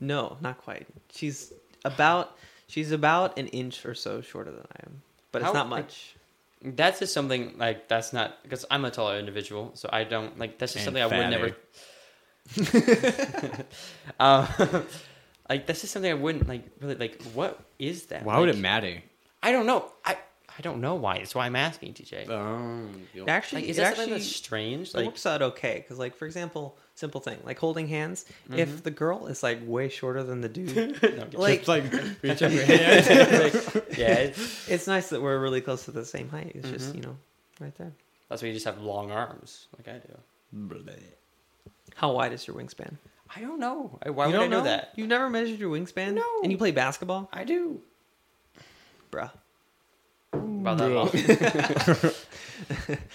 Speaker 3: No, not quite. She's about she's about an inch or so shorter than I am, but it's
Speaker 1: How-
Speaker 3: not much.
Speaker 1: That's just something like that's not because I'm a taller individual, so I don't like that's just
Speaker 2: And
Speaker 1: something I would never. [LAUGHS] um, like that's just something I wouldn't like really like. What is that?
Speaker 2: Why would
Speaker 1: Like,
Speaker 2: it matter?
Speaker 1: I don't know. I I don't know why. That's why I'm asking, TJ.
Speaker 2: Um, you'll-
Speaker 3: It actually,
Speaker 1: like, is
Speaker 3: it
Speaker 1: that something
Speaker 3: actually
Speaker 1: that's strange?
Speaker 3: it
Speaker 1: Like, [LAUGHS]
Speaker 3: works out okay. Because like for example, simple thing like holding hands.
Speaker 1: Mm-hmm.
Speaker 3: If the girl is like way shorter than the
Speaker 1: [LAUGHS]
Speaker 3: dude,
Speaker 1: no, I'm
Speaker 3: like
Speaker 2: Just, like [LAUGHS] reach up your hand. [LAUGHS]
Speaker 1: kidding. Like, yeah, it's-
Speaker 3: it's nice that we're really close to the same height. It's
Speaker 1: Mm-hmm.
Speaker 3: just you know right there.
Speaker 1: that's why you just have long arms, like I do.
Speaker 3: How wide is your wingspan?
Speaker 1: I don't know. I, why
Speaker 3: you
Speaker 1: would
Speaker 3: don't
Speaker 1: I know, that?
Speaker 3: You've never measured your wingspan?
Speaker 1: No.
Speaker 3: And you play basketball,
Speaker 1: I do.
Speaker 3: bruh.
Speaker 1: About that long.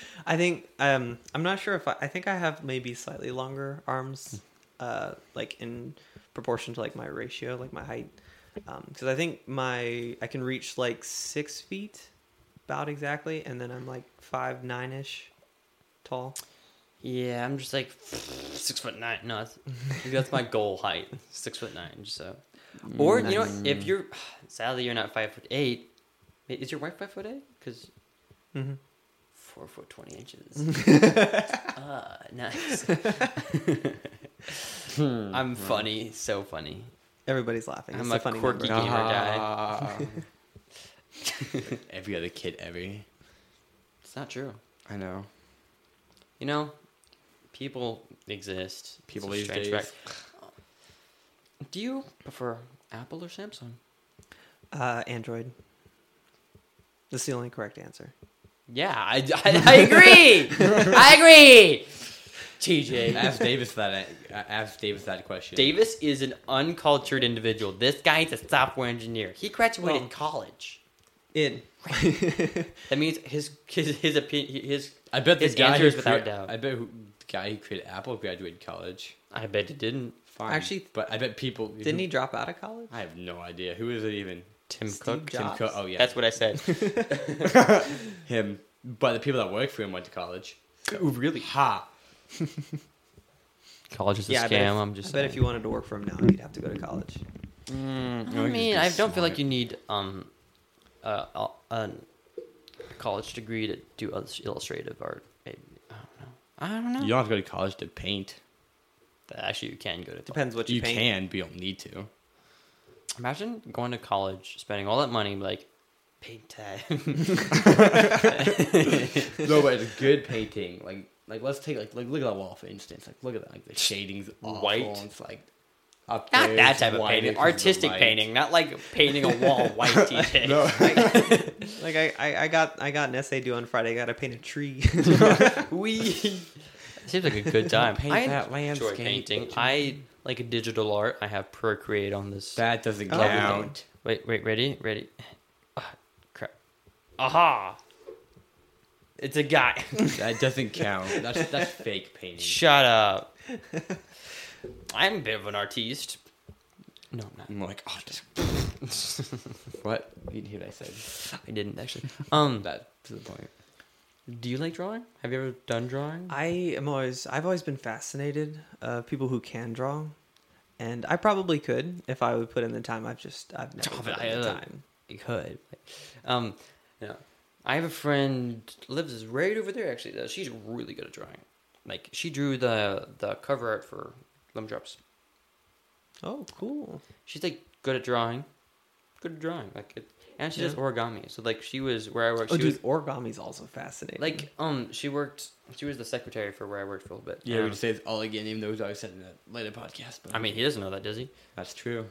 Speaker 3: [LAUGHS] I think um, I'm not sure if I, I think I have maybe slightly longer arms,
Speaker 1: Hmm.
Speaker 3: uh, like in proportion to like my ratio, like my height, because I think my I can reach like six feet, about exactly, and then I'm like five nine ish, tall.
Speaker 1: Yeah, I'm just like six foot nine. No, that's, that's my goal height. Six foot nine. Just so, or you know, what, if you're sadly you're not five foot eight. Wait, Is your wife five foot eight? Because
Speaker 3: Mm-hmm.
Speaker 1: four foot twenty inches. uh, nice. [LAUGHS] I'm funny, so funny.
Speaker 3: Everybody's laughing. It's
Speaker 1: I'm
Speaker 3: a,
Speaker 1: a
Speaker 3: funny
Speaker 1: quirky-
Speaker 3: number.
Speaker 1: gamer guy.
Speaker 2: Ah. Every other kid ever.
Speaker 1: It's not true.
Speaker 2: I know.
Speaker 1: You know, people exist. It's
Speaker 2: People
Speaker 1: a
Speaker 2: these
Speaker 1: strange
Speaker 2: days.
Speaker 1: fact. Do you prefer Apple or Samsung?
Speaker 3: Uh, Android. That's the only correct answer.
Speaker 1: Yeah, I, [LAUGHS] I, I
Speaker 3: [LAUGHS]
Speaker 1: agree. I agree. TJ
Speaker 2: Ask Davis that. uh, Ask Davis that question.
Speaker 1: Davis is an uncultured individual. This guy's a software engineer. He graduated
Speaker 3: Well-
Speaker 1: college. [LAUGHS]
Speaker 3: It.
Speaker 1: That means his his his opinion. His
Speaker 2: I bet the
Speaker 1: his
Speaker 2: guy
Speaker 1: answer
Speaker 2: who
Speaker 1: is without
Speaker 2: crea-
Speaker 1: doubt.
Speaker 2: I bet who, the guy who created Apple graduated college.
Speaker 1: I bet it didn't.
Speaker 2: Fine.
Speaker 3: Actually,
Speaker 2: but I bet people
Speaker 3: Didn't he drop out of college?
Speaker 2: I have no idea. Who is it even?
Speaker 1: Tim
Speaker 3: Steve
Speaker 1: Cook.
Speaker 2: Tim
Speaker 3: Jobs.
Speaker 2: Cook. Oh yeah,
Speaker 1: That's what I
Speaker 3: [LAUGHS]
Speaker 1: said.
Speaker 2: him. But the people that work for him went to college. Oh really? Ha.
Speaker 1: College is a
Speaker 3: I
Speaker 1: scam.
Speaker 3: bet if-
Speaker 1: I'm just.
Speaker 3: I bet if you wanted to work for him now, you'd have to go to college.
Speaker 1: I mean, I don't feel like you need um, uh, uh, a college degree to do illus- illustrative art. Maybe I don't know. I don't know.
Speaker 2: You don't have to go to college to paint.
Speaker 1: Actually, you can go to.
Speaker 3: Depends what you,
Speaker 2: You
Speaker 3: paint.
Speaker 2: can, but you don't need
Speaker 1: [LAUGHS]
Speaker 2: to.
Speaker 1: Imagine going to college, spending all that money, like paint [LAUGHS] time.
Speaker 2: no, but it's a good painting. Like Like let's take like, like look at that wall for instance. Like look at that. Like the shading's awful.
Speaker 1: White.
Speaker 2: and It's like up
Speaker 1: Not
Speaker 2: there,
Speaker 1: that
Speaker 2: it's
Speaker 1: type of
Speaker 2: white,
Speaker 1: painting.
Speaker 2: it's just
Speaker 1: Artistic
Speaker 2: light.
Speaker 1: painting, not like painting a
Speaker 2: [LAUGHS]
Speaker 1: wall white TJ.
Speaker 2: No.
Speaker 3: Like I, I, I got I got an essay due on Friday. I got to paint
Speaker 1: [LAUGHS]
Speaker 3: a tree. [LAUGHS]
Speaker 1: we seems like a good time.
Speaker 2: Paint
Speaker 1: I
Speaker 2: that
Speaker 1: enjoy
Speaker 2: landscape.
Speaker 1: painting. I like digital art. I have Procreate on this.
Speaker 2: That doesn't
Speaker 3: Oh.
Speaker 2: count.
Speaker 1: Wait, wait, ready, ready. Ah, crap. Aha! It's a guy. [LAUGHS]
Speaker 2: that doesn't count. That's that's fake painting.
Speaker 1: Shut up. I'm a bit of an artiste. No, I'm not.
Speaker 2: I'm like, oh, just [LAUGHS] what? You didn't hear what I said.
Speaker 1: I didn't actually. Um,
Speaker 2: That to the point.
Speaker 1: do you like drawing? Have you ever done drawing?
Speaker 3: I am always I've always been fascinated uh, people who can draw, and I probably could if I would put in the time. I've just I've never
Speaker 1: Oh,
Speaker 3: put
Speaker 1: but
Speaker 3: in
Speaker 1: I,
Speaker 3: the
Speaker 1: uh,
Speaker 3: time.
Speaker 1: I could. Um, no. I have a friend lives right over there. Actually, though. she's really good at drawing. Like she drew the the cover art for Lemon Drops.
Speaker 3: Oh, cool.
Speaker 1: She's like good at drawing, good at drawing. Like, it, and she does
Speaker 3: Yeah.
Speaker 1: origami. So like she was where I worked.
Speaker 3: Oh,
Speaker 1: she
Speaker 3: dude, origami's also fascinating.
Speaker 1: was like um she worked. She was the secretary for where I worked for a little bit.
Speaker 2: Yeah, we
Speaker 1: Um,
Speaker 2: just say it's all again, even though it's always said in a later podcast. But
Speaker 1: I mean, he doesn't know that, does he?
Speaker 2: that's true.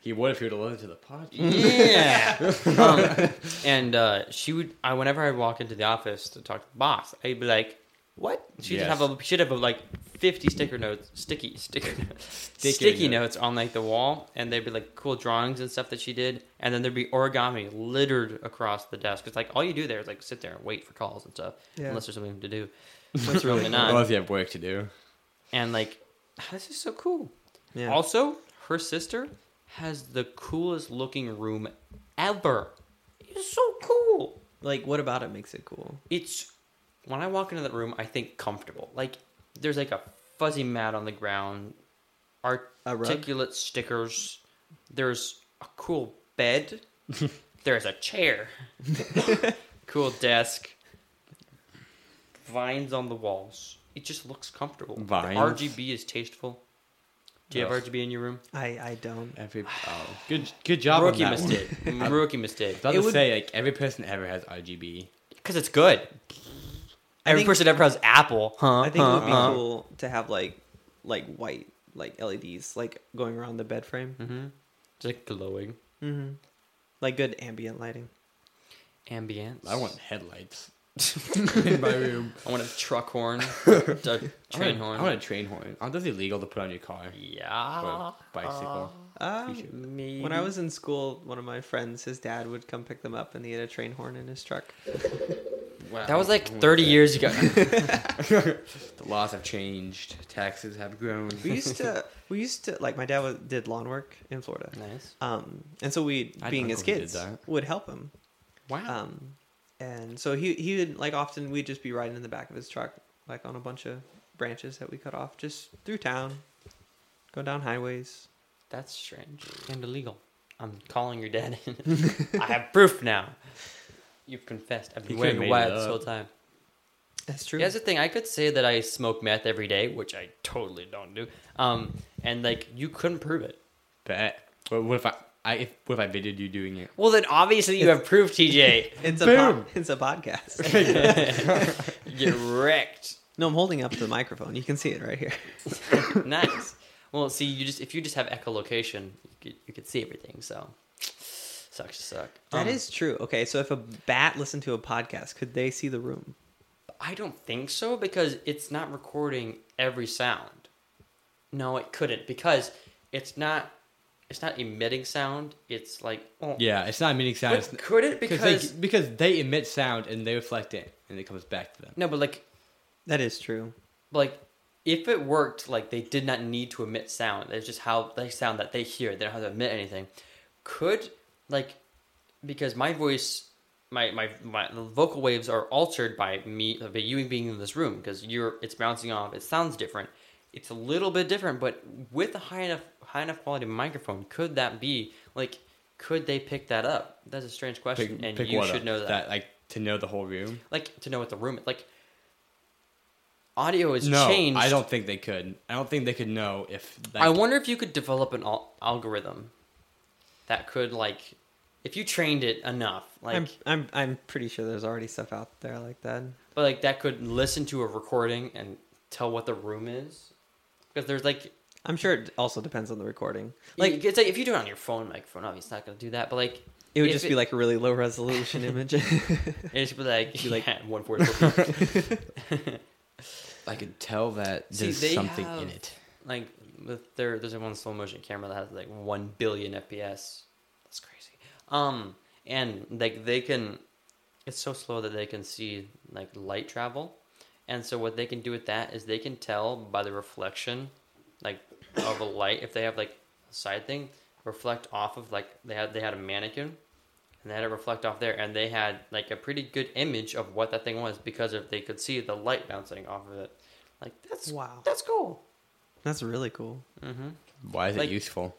Speaker 2: He would if he would have listened to the podcast.
Speaker 1: Yeah. [LAUGHS] um, and uh, she would. I whenever I would walk into the office to talk to the boss, I'd be like, "What?" She'd
Speaker 2: Yes.
Speaker 1: have a she'd have a, like fifty sticker notes, sticky sticker, [LAUGHS] sticky, notes. on like the wall, and they'd be like cool drawings and stuff that she did, and then there'd be origami littered across the desk. It's like all you do there is like sit there and wait for calls and stuff,
Speaker 3: Yeah.
Speaker 1: unless there's something to do.
Speaker 3: That's
Speaker 1: [LAUGHS]
Speaker 3: really
Speaker 1: Probably
Speaker 3: cool.
Speaker 1: not.
Speaker 2: Well, if you have work to do.
Speaker 1: And like, [SIGHS] this is so cool.
Speaker 3: yeah.
Speaker 1: Also, her sister has the coolest looking room ever. It's so cool.
Speaker 3: like what about it makes it cool?
Speaker 1: It's when I walk into that room, I think comfortable. Like there's like a fuzzy mat on the ground,
Speaker 3: A rug?
Speaker 1: articulate stickers. There's a cool
Speaker 3: [LAUGHS]
Speaker 1: bed. there's a chair. cool desk. Vines on the walls. It just looks comfortable. The
Speaker 2: Vines?
Speaker 1: RGB is tasteful. Do you have
Speaker 2: Yes.
Speaker 1: RGB in your room?
Speaker 3: I I don't.
Speaker 2: [SIGHS] Every oh, good good job.
Speaker 1: rookie
Speaker 2: on that one.
Speaker 3: [LAUGHS]
Speaker 1: mistake. Mm, rookie mistake.
Speaker 2: I was
Speaker 3: It
Speaker 2: about to
Speaker 3: would-
Speaker 2: say like every person ever has RGB.
Speaker 1: Because it's good.
Speaker 3: I
Speaker 1: Every
Speaker 3: think-
Speaker 1: person ever has Apple, huh?
Speaker 3: I think it would be
Speaker 1: huh, huh.
Speaker 3: cool to have like like white like LEDs like going around the bed frame.
Speaker 1: Mhm. It's like glowing
Speaker 3: Mm-hmm. Like good ambient lighting.
Speaker 1: ambience.
Speaker 2: I [LAUGHS] want headlights in my room.
Speaker 1: I want a truck [LAUGHS] horn, a train
Speaker 2: [LAUGHS] I want,
Speaker 1: horn.
Speaker 2: I want a train horn. Aren't those illegal to put on your car?
Speaker 1: yeah.
Speaker 2: But bicycle.
Speaker 3: Um,
Speaker 2: should.
Speaker 1: Maybe.
Speaker 3: When I was in school, one of my friends, his dad would come pick them up, and he had a train horn in his truck.
Speaker 2: Wow.
Speaker 1: that was
Speaker 2: I
Speaker 1: like
Speaker 2: want
Speaker 1: 30
Speaker 2: that.
Speaker 1: years
Speaker 2: [LAUGHS]
Speaker 1: ago.
Speaker 2: The laws have changed. Taxes have [LAUGHS] grown.
Speaker 3: We used to, we used to like my dad was, did lawn work in Florida,
Speaker 1: nice.
Speaker 3: um, and so we,
Speaker 2: I'd
Speaker 3: being
Speaker 2: uncle
Speaker 3: his
Speaker 2: who did
Speaker 3: kids,
Speaker 2: that.
Speaker 3: would help him.
Speaker 2: Uh,
Speaker 1: Wow.
Speaker 3: Um, and so he he would like often we'd just be riding in the back of his truck, like on a bunch of branches that we cut off, just through town, go down highways.
Speaker 1: That's strange and illegal. I'm calling your
Speaker 2: [LAUGHS]
Speaker 1: dad in. I have proof now. You've confessed. I've been
Speaker 2: He
Speaker 1: wearing
Speaker 2: could've
Speaker 1: a
Speaker 2: made
Speaker 1: wire
Speaker 2: it
Speaker 1: this
Speaker 2: up.
Speaker 1: whole time.
Speaker 3: That's true.
Speaker 1: Here's the thing. I could say that I smoke meth every day, which I totally don't do. Um, and like you couldn't prove it.
Speaker 2: Bet. But what if I, I if, what if I videoed you doing it?
Speaker 1: Well, then obviously you have proof, [LAUGHS] TJ.
Speaker 3: It's a pod,
Speaker 2: Boom.
Speaker 3: [LAUGHS] it's a podcast.
Speaker 2: [LAUGHS]
Speaker 1: You Get wrecked.
Speaker 3: No, I'm holding up the microphone. You can see it right here.
Speaker 1: nice. Well, see, you just if you just have echolocation, you could, you could see everything. So sucks to suck.
Speaker 3: That
Speaker 1: Um,
Speaker 3: is true. Okay, so if a bat listened to a podcast, could they see the room?
Speaker 1: I don't think so because it's not recording every sound. No, it couldn't because it's not. It's not emitting sound. It's like oh
Speaker 2: Yeah, it's not emitting sound.
Speaker 1: But
Speaker 2: It's,
Speaker 1: could it
Speaker 2: because
Speaker 1: because
Speaker 2: they, because they emit sound and they reflect it and it comes back to them.
Speaker 1: no, but like
Speaker 3: That is true.
Speaker 1: like if it worked like they did not need to emit sound it's just how they sound that they hear they don't have to emit anything could like because my voice my my, my the vocal waves are altered by me by you being in this room because you're it's bouncing off it sounds different it's a little bit different but with a high enough high enough quality microphone could that be like could they pick that up that's a strange question and you
Speaker 2: one
Speaker 1: should
Speaker 2: up.
Speaker 1: know that
Speaker 2: like to know the whole room.
Speaker 1: like to know what the room like audio is
Speaker 2: no,
Speaker 1: changed
Speaker 2: I don't think they could. I don't think they could know if. Like,
Speaker 1: I wonder if you could develop an al- algorithm that could like, if you trained it enough, like
Speaker 3: I'm, I'm I'm pretty sure there's already stuff out there like that.
Speaker 1: but like that could listen to a recording and tell what the room is because there's like
Speaker 3: I'm sure it also depends on the recording.
Speaker 1: like it's like if you do it on your phone microphone obviously it's not gonna do that but like
Speaker 3: It would
Speaker 1: If
Speaker 3: just
Speaker 1: it-
Speaker 3: be like a really low resolution image.
Speaker 1: it's just be like
Speaker 3: You,
Speaker 1: [LAUGHS]
Speaker 3: like-
Speaker 1: yeah, 144p.
Speaker 2: I could tell that
Speaker 1: See,
Speaker 2: there's
Speaker 1: they
Speaker 2: something in
Speaker 1: have-
Speaker 2: it.
Speaker 1: like with their there's one slow motion camera that has like one billion FPS. That's crazy. Um, and like they can, it's so slow that they can see like light travel, and so what they can do with that is they can tell by the reflection, like of a light if they have like a side thing reflect off of like they had they had a mannequin. And they had it reflect off there, and they had like a pretty good image of what that thing was because if they could see the light bouncing off of it, like that's
Speaker 3: wow.
Speaker 1: that's cool.
Speaker 3: That's really cool.
Speaker 1: Mm-hmm.
Speaker 2: Why is
Speaker 1: Like-
Speaker 2: it useful?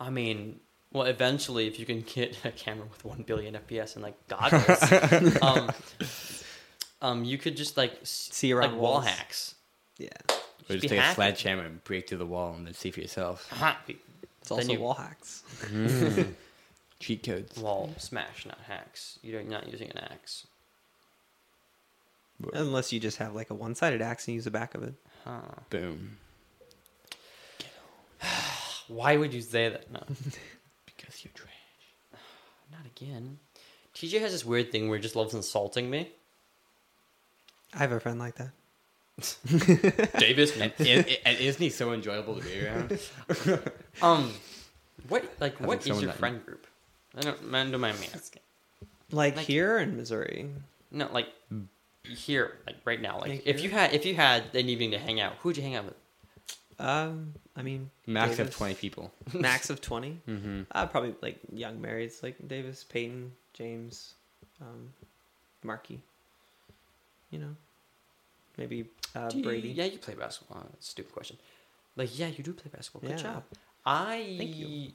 Speaker 1: I mean, well, eventually, if you can get a camera with one billion FPS and like
Speaker 2: [LAUGHS]
Speaker 1: goggles, um, um, you could just like s-
Speaker 3: See around
Speaker 1: like wall
Speaker 3: walls.
Speaker 1: hacks.
Speaker 3: Yeah.
Speaker 1: Just
Speaker 2: Or just
Speaker 1: be
Speaker 2: take a
Speaker 1: hacking.
Speaker 2: sledgehammer and break through the wall and then see for
Speaker 1: [LAUGHS]
Speaker 2: yourself.
Speaker 1: Aha.
Speaker 3: It's
Speaker 1: Then
Speaker 3: also
Speaker 1: you-
Speaker 3: wall hacks.
Speaker 2: Cheat codes.
Speaker 1: Wall smash, not hacks. You're not using an axe.
Speaker 3: Unless you just have like a one sided axe and use the back of it.
Speaker 1: Huh.
Speaker 2: Boom.
Speaker 1: Why would you say that? No, [LAUGHS]
Speaker 2: Because you're trash.
Speaker 1: not again. TJ has this weird thing where he just loves insulting me.
Speaker 3: I have a friend like that.
Speaker 1: Davis,
Speaker 2: and, and, and isn't he so enjoyable to be around?
Speaker 1: um, what like what
Speaker 2: think
Speaker 1: is
Speaker 2: someone
Speaker 1: your
Speaker 2: that-
Speaker 1: friend group? I don't, man, don't mind me asking.
Speaker 3: Like,
Speaker 1: Like-
Speaker 3: here in Missouri.
Speaker 1: No, like here, like right now. Like
Speaker 3: Like
Speaker 1: if
Speaker 3: here?
Speaker 1: you had if you had an evening to hang out, who'd you hang out with?
Speaker 3: Um, I mean,
Speaker 2: Max of
Speaker 3: Davis-
Speaker 2: 20 people.
Speaker 3: Max of 20.
Speaker 2: Mm-hmm.
Speaker 3: Uh, probably like young marrieds, like Davis, Peyton, James, um, Markey. You know, maybe uh,
Speaker 1: Do you-
Speaker 3: Brady.
Speaker 1: Yeah, you play basketball. Uh, Stupid question. Like, yeah, you do play basketball. Good
Speaker 3: Yeah.
Speaker 1: job. I
Speaker 3: Thank you.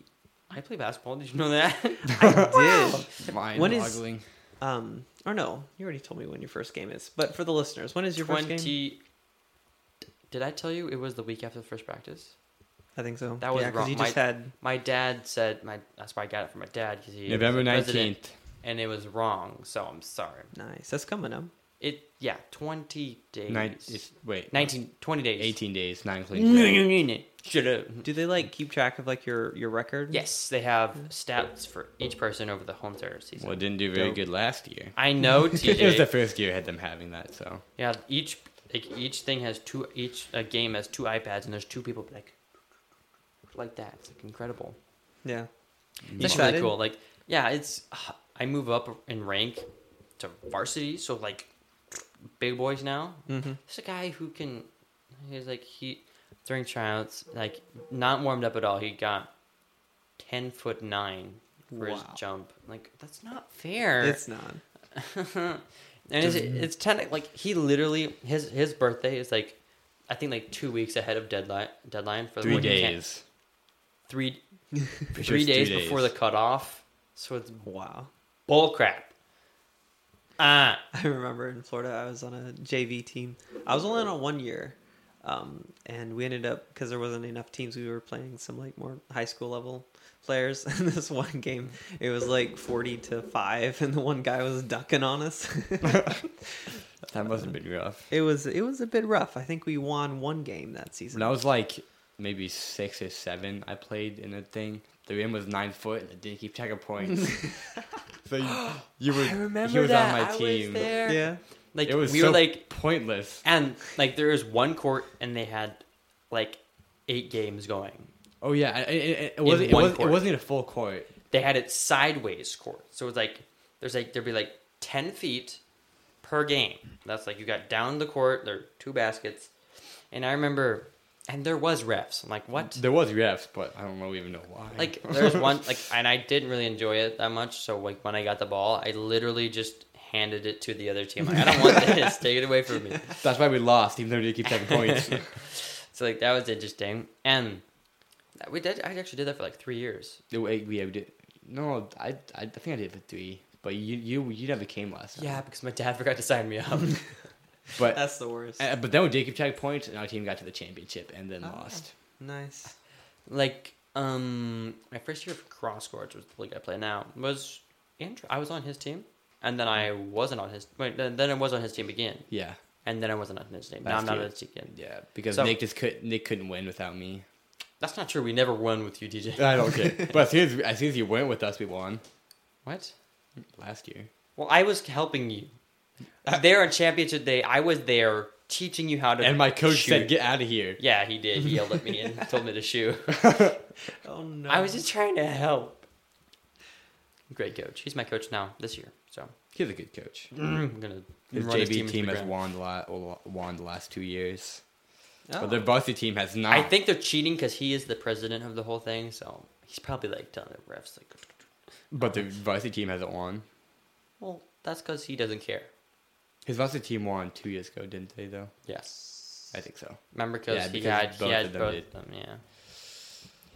Speaker 1: I play basketball. Did you know that?
Speaker 3: [LAUGHS] [LAUGHS] I did. When is-
Speaker 2: Mind-boggling.
Speaker 3: Um, or no, you already told me when your first game is. But for the listeners, when is your first game?
Speaker 1: Twenty. Did I tell you it was the week after the first practice?
Speaker 3: I think so.
Speaker 1: That was
Speaker 3: yeah, 'cause
Speaker 1: wrong.
Speaker 3: You
Speaker 1: My-
Speaker 3: just had
Speaker 1: My dad said my. That's why I got it from my dad because he was
Speaker 2: November
Speaker 1: the
Speaker 2: 19th.
Speaker 1: president, and it was wrong. So I'm sorry.
Speaker 3: nice. That's coming up.
Speaker 1: It yeah, twenty days.
Speaker 2: Nine, it's, wait.
Speaker 1: 19, 20 days.
Speaker 2: 18 days, not including
Speaker 1: [LAUGHS]
Speaker 2: today.
Speaker 1: Eighteen. Shut up.
Speaker 3: Do they like keep track of like your your record?
Speaker 1: Yes, they have stats for each person over the home server season.
Speaker 2: Well, it didn't do very
Speaker 3: Dope.
Speaker 2: good last
Speaker 1: [LAUGHS]
Speaker 2: year.
Speaker 1: I
Speaker 2: [LAUGHS]
Speaker 1: know
Speaker 2: It was the
Speaker 1: TJ.
Speaker 2: first year I had them having that, so.
Speaker 1: yeah, each like, each thing has two. Each uh, game has two iPads, and there's two people like like that. It's like incredible.
Speaker 3: Yeah.
Speaker 2: Hmm.
Speaker 1: It's really
Speaker 3: Excited?
Speaker 1: cool. Like yeah, it's I move up in rank to varsity, so like big boys now.
Speaker 3: Mm-hmm.
Speaker 1: There's a guy who can. He's like he during tryouts, like not warmed up at all. He got ten foot nine for his
Speaker 3: Wow.
Speaker 1: jump. Like that's not fair.
Speaker 3: It's not.
Speaker 1: [LAUGHS] and it's, it's ten like he literally his his birthday is like I think like two weeks ahead of deadline deadline for
Speaker 2: Three
Speaker 1: when he can-
Speaker 2: days.
Speaker 1: three
Speaker 2: Pretty sure
Speaker 1: three
Speaker 2: [LAUGHS] it's
Speaker 1: days before the cutoff. So it's
Speaker 3: Wow.
Speaker 1: bull crap. Ah,
Speaker 3: [LAUGHS] I remember in Florida, I was on a JV team. I was only on a one year, um, and we ended up because there wasn't enough teams. We were playing some like more high school level players. [LAUGHS] And this one game, it was like forty to five, and the one guy was ducking on us. [LAUGHS]
Speaker 2: That must have been rough.
Speaker 3: it was it was a bit rough. I think we won one game that season.
Speaker 2: When I was like maybe six or seven, I played in a thing. The rim was nine foot, and I didn't keep track of
Speaker 1: [LAUGHS]
Speaker 2: points. so you, you
Speaker 1: [GASPS]
Speaker 2: were,
Speaker 1: I remember
Speaker 2: he was
Speaker 1: that.
Speaker 2: on my
Speaker 1: I
Speaker 2: team.
Speaker 1: was there.
Speaker 3: Yeah,
Speaker 1: Like
Speaker 2: It was
Speaker 1: we
Speaker 2: so
Speaker 1: were like
Speaker 2: pointless.
Speaker 1: and like there was one court and they had like eight games going.
Speaker 2: Oh yeah, I- I- I- it, wasn't, it,
Speaker 1: one
Speaker 2: wasn't, it
Speaker 1: court.
Speaker 2: wasn't even a full court.
Speaker 1: they had it sideways court. So it's like there's like there'd be like ten feet per game. That's like you got down the court. There are two baskets, and I remember, and there was refs. I'm like, what?
Speaker 2: There was refs, but I don't know even know why.
Speaker 1: [LAUGHS]
Speaker 2: [LAUGHS]
Speaker 1: Like there's one like, and I didn't really enjoy it that much. So like when I got the ball, I literally just handed it to the other team. Like I don't want this. Take it away from me.
Speaker 2: that's why we lost, even though we didn't keep track of points. [LAUGHS]
Speaker 1: So like that was interesting, and we did. I actually did that for like three years.
Speaker 2: The way we we did. No, I, I I think I did it for three, but you you you never came last. time.
Speaker 1: Yeah, because my dad [LAUGHS] forgot to sign me up.
Speaker 2: [LAUGHS] but
Speaker 3: that's the worst.
Speaker 2: uh, but then we did keep track of points, and our team got to the championship and then
Speaker 3: Oh.
Speaker 2: lost.
Speaker 3: Nice.
Speaker 1: like um my first year of cross courts was the league I play now was Andrew. I was on his team. and then I
Speaker 2: Mm.
Speaker 1: wasn't on his. Wait, then, then I was on his team again,
Speaker 2: Yeah.
Speaker 1: and then I wasn't on his team. Now
Speaker 2: Last
Speaker 1: I'm not
Speaker 2: year.
Speaker 1: on his team again.
Speaker 2: Yeah, because
Speaker 1: So-
Speaker 2: Nick just could Nick couldn't win without me.
Speaker 1: That's not true. We never won with you, DJ.
Speaker 2: I [LAUGHS] don't care. but as soon as, as soon as you went with us, we won
Speaker 1: what?
Speaker 2: last year.
Speaker 1: Well, I was helping you. there on championship day, I was there teaching you how to.
Speaker 2: Uh, And my coach
Speaker 1: shoot.
Speaker 2: said, "Get out of here."
Speaker 1: Yeah, he did. He yelled at me and
Speaker 2: [LAUGHS]
Speaker 1: told me to shoot.
Speaker 3: Oh no!
Speaker 1: I was just trying to help. Great coach. He's my coach now this year. So
Speaker 2: He's a good coach.
Speaker 1: Mm, I'm gonna
Speaker 2: His
Speaker 1: run his
Speaker 2: JV
Speaker 1: into
Speaker 2: team
Speaker 1: the
Speaker 2: has
Speaker 1: ground.
Speaker 2: won the la- or won the last two years,
Speaker 3: Oh.
Speaker 2: but their varsity team has not.
Speaker 1: I think they're cheating because he is the president of the whole thing. So he's probably like telling the refs like,
Speaker 2: But their varsity team hasn't won.
Speaker 1: well, that's because he doesn't care.
Speaker 2: His varsity team won two years ago, didn't they? Though
Speaker 1: Yes.
Speaker 2: I think so.
Speaker 1: Remember because
Speaker 2: Yeah,
Speaker 1: he
Speaker 2: because
Speaker 1: had
Speaker 2: both
Speaker 1: he had
Speaker 2: of them
Speaker 1: both
Speaker 2: did.
Speaker 1: of them. Yeah.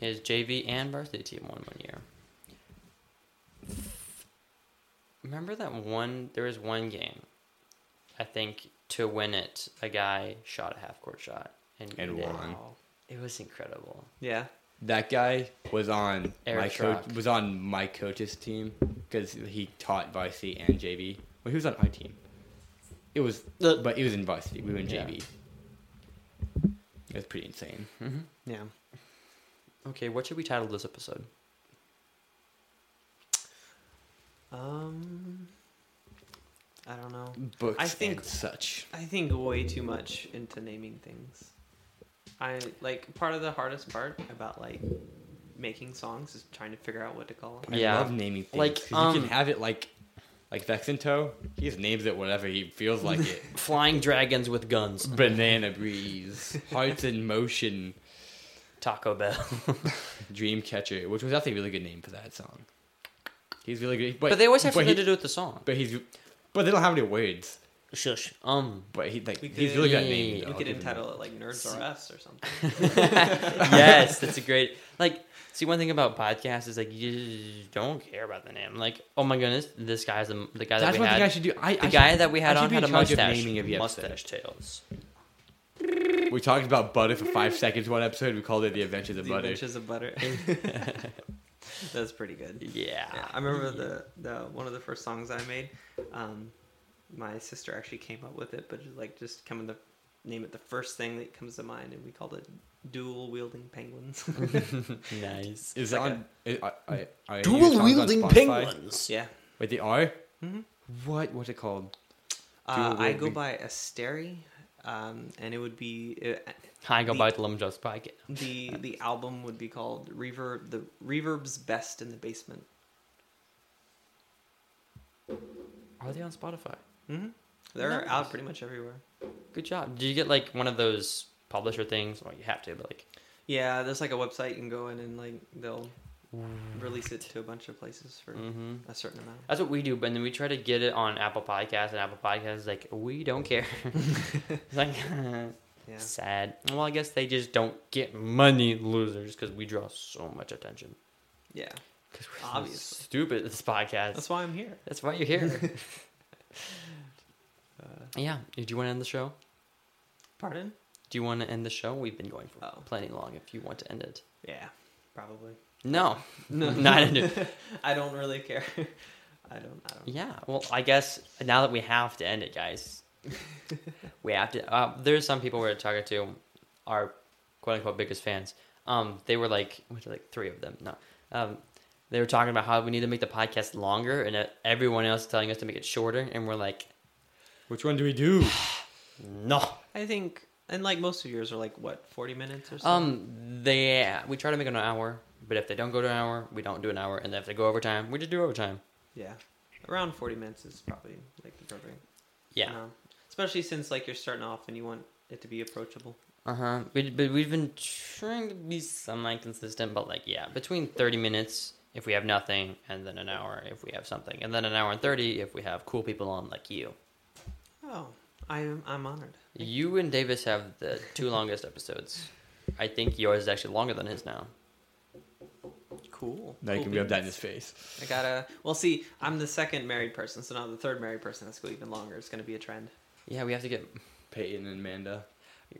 Speaker 1: His JV and varsity team won one year. Remember that one? There was one game. I think to win it, a guy shot a half court shot and,
Speaker 2: And
Speaker 1: it,
Speaker 2: won.
Speaker 1: It was incredible.
Speaker 3: Yeah.
Speaker 2: That guy was on
Speaker 1: Eric
Speaker 2: my coach
Speaker 1: Schrock.
Speaker 2: was on my coach's team because he taught varsity and JV. Well, he was on our team. It was,
Speaker 1: The-
Speaker 2: but he was in varsity. We were in
Speaker 1: Yeah.
Speaker 2: JV. It was pretty insane.
Speaker 1: Mm-hmm.
Speaker 3: Yeah.
Speaker 1: Okay, what should we title this episode?
Speaker 3: Um. I don't know.
Speaker 2: Books
Speaker 3: I think-
Speaker 2: and such.
Speaker 3: I think way too much into naming things. I like part of the hardest part about like making songs is trying to figure out what to call them.
Speaker 2: I
Speaker 1: Yeah.
Speaker 2: love naming things.
Speaker 1: Like,
Speaker 2: 'cause you
Speaker 1: um,
Speaker 2: can have it like, like Vexento. He just names it whatever he feels
Speaker 1: [LAUGHS]
Speaker 2: like it.
Speaker 1: Flying dragons with guns.
Speaker 2: Banana breeze, hearts in motion,
Speaker 1: Taco
Speaker 2: [LAUGHS]
Speaker 1: Bell.
Speaker 2: dream catcher, which was actually a really good name for that song. He's really good, but,
Speaker 1: but they always have
Speaker 2: but
Speaker 1: something
Speaker 2: he-
Speaker 1: to do with the song.
Speaker 2: But he's, but they don't have any words.
Speaker 1: Shush. Um.
Speaker 2: But he like
Speaker 3: We
Speaker 2: he's
Speaker 3: could-
Speaker 2: really good at naming.
Speaker 1: we
Speaker 2: though,
Speaker 3: We
Speaker 2: I'll
Speaker 3: could
Speaker 2: give him that.
Speaker 3: entitle it like Nerds R Us or something.
Speaker 1: [LAUGHS] yes, that's a great. Like, see, one thing about podcasts is like you don't care about the name. Like, oh my goodness, this guy's the, the guy
Speaker 2: That's
Speaker 1: that we
Speaker 2: what the
Speaker 1: had.
Speaker 2: guy should do. I,
Speaker 1: the
Speaker 2: I
Speaker 1: guy
Speaker 2: should-
Speaker 1: that we had
Speaker 2: I should
Speaker 1: on
Speaker 2: be
Speaker 1: had a
Speaker 2: in charge of
Speaker 1: mustache.
Speaker 2: naming of the episode.
Speaker 1: mustache tails.
Speaker 2: We talked about butter for five seconds one episode. We called it the Adventures of
Speaker 3: the
Speaker 2: Butter.
Speaker 3: Adventures
Speaker 2: [LAUGHS]
Speaker 3: of Butter. [LAUGHS] That's pretty good.
Speaker 1: Yeah.
Speaker 3: Yeah, I remember the, the one of the first songs I made. Um, my sister actually came up with it, but it, like just come in the name it the first thing that comes to mind, and we called it "Dual Wielding Penguins." [LAUGHS]
Speaker 2: [LAUGHS]
Speaker 1: nice.
Speaker 2: Is
Speaker 3: like
Speaker 2: it on? is- are- are- are any of your songs
Speaker 1: Dual
Speaker 2: on
Speaker 1: wielding
Speaker 2: Spotify?
Speaker 1: penguins.
Speaker 3: yeah,
Speaker 2: Wait, they are.
Speaker 3: Mhm.
Speaker 2: Mm-hmm. What? What's it called?
Speaker 3: uh,
Speaker 2: Dual
Speaker 3: I go
Speaker 2: wielding-
Speaker 3: by Asteri, um, and it would be uh,
Speaker 1: Hi, go
Speaker 3: The-
Speaker 1: by the Lemon Joe's podcast.
Speaker 3: the the album would be called Reverb. The Reverb's Best in the Basement.
Speaker 1: Are they on Spotify?
Speaker 3: hmm They're
Speaker 1: Nice.
Speaker 3: out pretty much everywhere.
Speaker 1: Good job. Do you get like one of those publisher things? Well, you have to, but like,
Speaker 3: Yeah, there's like a website you can go in and like they'll release it to a bunch of places for
Speaker 1: mm-hmm.
Speaker 3: a certain amount.
Speaker 1: That's what we do, but then we try to get it on Apple Podcasts, and Apple Podcasts is like, we don't [LAUGHS] care. it's like, [LAUGHS]
Speaker 3: Yeah.
Speaker 1: sad. Well, I guess they just don't get money, losers, because we draw so much attention.
Speaker 3: Yeah.
Speaker 1: Because we're so
Speaker 3: Obviously.
Speaker 1: stupid at this podcast.
Speaker 3: That's
Speaker 1: That's,
Speaker 3: why I'm here.
Speaker 1: why you're here. [LAUGHS]
Speaker 3: Uh,
Speaker 1: yeah. Do you want to end the show?
Speaker 3: Pardon?
Speaker 1: Do you want to end the show? We've been going for
Speaker 3: Oh.
Speaker 1: plenty long if you want to end it.
Speaker 3: Yeah, probably.
Speaker 1: No.
Speaker 3: [LAUGHS]
Speaker 1: Not end it.
Speaker 3: I don't really care. [LAUGHS] I don't. I don't.
Speaker 1: Yeah, well, I guess now that we have to end it, guys, we have to. Uh, there's some people we were talking to, our quote unquote biggest fans. Um, they were like, which are like three of them. No, um, they were talking about how we need to make the podcast longer, and uh, everyone else is telling us to make it shorter, and we're like,
Speaker 2: Which one do we do?
Speaker 1: no.
Speaker 3: I think, and like most of yours are like what forty minutes or so.
Speaker 1: Um, they we try to make it an hour, but if they don't go to an hour, we don't do an hour, and if they go overtime, we just do overtime.
Speaker 3: yeah, around forty minutes is probably like the perfect.
Speaker 1: Yeah.
Speaker 3: amount. Especially since like you're starting off and you want it to be approachable.
Speaker 1: Uh huh. We, but we've been trying to be semi consistent, but like, yeah, between 30 minutes if we have nothing, and then an hour if we have something, and then an hour and 30 if we have cool people on like you.
Speaker 3: Oh, I'm I'm honored.
Speaker 1: You and Davis have the two longest episodes. I think yours is actually longer than his now.
Speaker 3: Cool.
Speaker 2: Now you
Speaker 3: Cool
Speaker 2: can rub that in
Speaker 3: beans.
Speaker 2: his face.
Speaker 3: I gotta. Well, see, I'm the second married person, so now the third married person has to go even longer. It's gonna be a trend.
Speaker 1: Yeah, we have to get.
Speaker 2: Peyton and Amanda.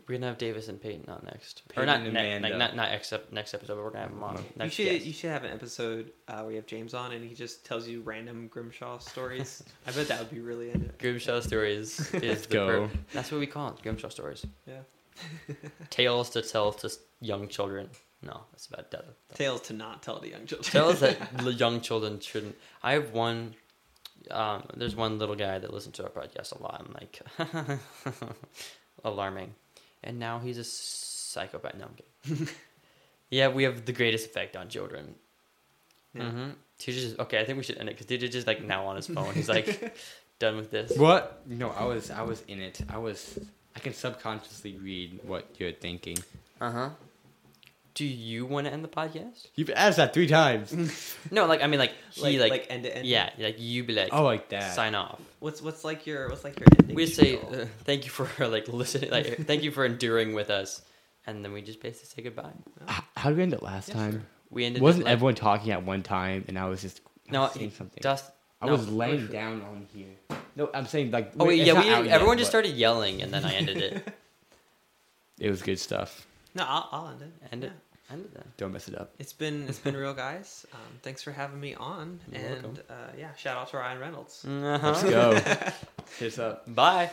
Speaker 1: We're gonna have Davis and Peyton on next, or
Speaker 2: Peyton
Speaker 1: not
Speaker 2: and
Speaker 1: ne- like
Speaker 2: Amanda.
Speaker 1: not not next ep- next episode. But we're gonna have them on next.
Speaker 3: you should
Speaker 1: guest.
Speaker 3: you should have an episode uh, where you have James on and he just tells you random
Speaker 1: [LAUGHS]
Speaker 3: Grimshaw stories. I bet that would be really in
Speaker 1: Grimshaw stories
Speaker 3: [LAUGHS]
Speaker 1: is the
Speaker 2: go.
Speaker 1: per- that's what we call it. Grimshaw stories.
Speaker 3: Yeah. [LAUGHS]
Speaker 1: Tales to tell to s- young children. No, that's about death.
Speaker 3: tales to not tell to young children.
Speaker 1: Tales that l- young children shouldn't. I have one. Um, there's one little guy that listens to our podcast a lot. I'm like, [LAUGHS] alarming, and now he's a psychopath. No, I'm kidding.
Speaker 3: [LAUGHS]
Speaker 1: yeah, we have the greatest effect on children.
Speaker 3: [LAUGHS] Yeah.
Speaker 1: Mm-hmm. Teacher just okay. I think we should end it because teacher just like now on his phone. He's like,
Speaker 3: [LAUGHS]
Speaker 1: done with this.
Speaker 2: What? No, I was I was in it. I was I can subconsciously read what you're thinking.
Speaker 1: Uh
Speaker 2: Uh-huh.
Speaker 1: huh. Do you want to end the podcast?
Speaker 2: You've asked that three times.
Speaker 1: No, like I mean, like he like,
Speaker 3: end to end.
Speaker 1: yeah, like you be like
Speaker 2: oh, like that.
Speaker 1: sign off.
Speaker 3: What's what's like your what's like your ending?
Speaker 1: We just say
Speaker 3: spiel?
Speaker 1: uh, [LAUGHS] thank you for like listening, like [LAUGHS] thank you for enduring with us, and then we just basically say goodbye.
Speaker 2: H- How did we end it last
Speaker 3: Yeah, sure.
Speaker 2: time?
Speaker 1: We ended.
Speaker 2: Wasn't
Speaker 1: it, like,
Speaker 2: everyone talking at one time? And I was just I
Speaker 1: No,
Speaker 2: was saying something.
Speaker 1: Dust.
Speaker 2: I
Speaker 1: no,
Speaker 2: was
Speaker 1: for
Speaker 2: laying
Speaker 1: sure.
Speaker 2: down on here. No, I'm saying like.
Speaker 1: Oh wait,
Speaker 2: it's
Speaker 1: yeah,
Speaker 2: not
Speaker 1: we
Speaker 2: out yet,
Speaker 1: everyone just
Speaker 2: but
Speaker 1: started yelling, and then I ended
Speaker 2: [LAUGHS]
Speaker 1: it.
Speaker 2: It was good stuff.
Speaker 3: No, I'll, I'll end it.
Speaker 1: End it.
Speaker 3: Yeah.
Speaker 1: Ended then.
Speaker 2: Don't mess it up.
Speaker 3: It's been it's been real, guys. Um, thanks for having me on,
Speaker 1: You're
Speaker 3: and uh, yeah, shout out to Ryan Reynolds.
Speaker 2: [LAUGHS] Let's go. Here's up.
Speaker 1: Mm-hmm. Bye.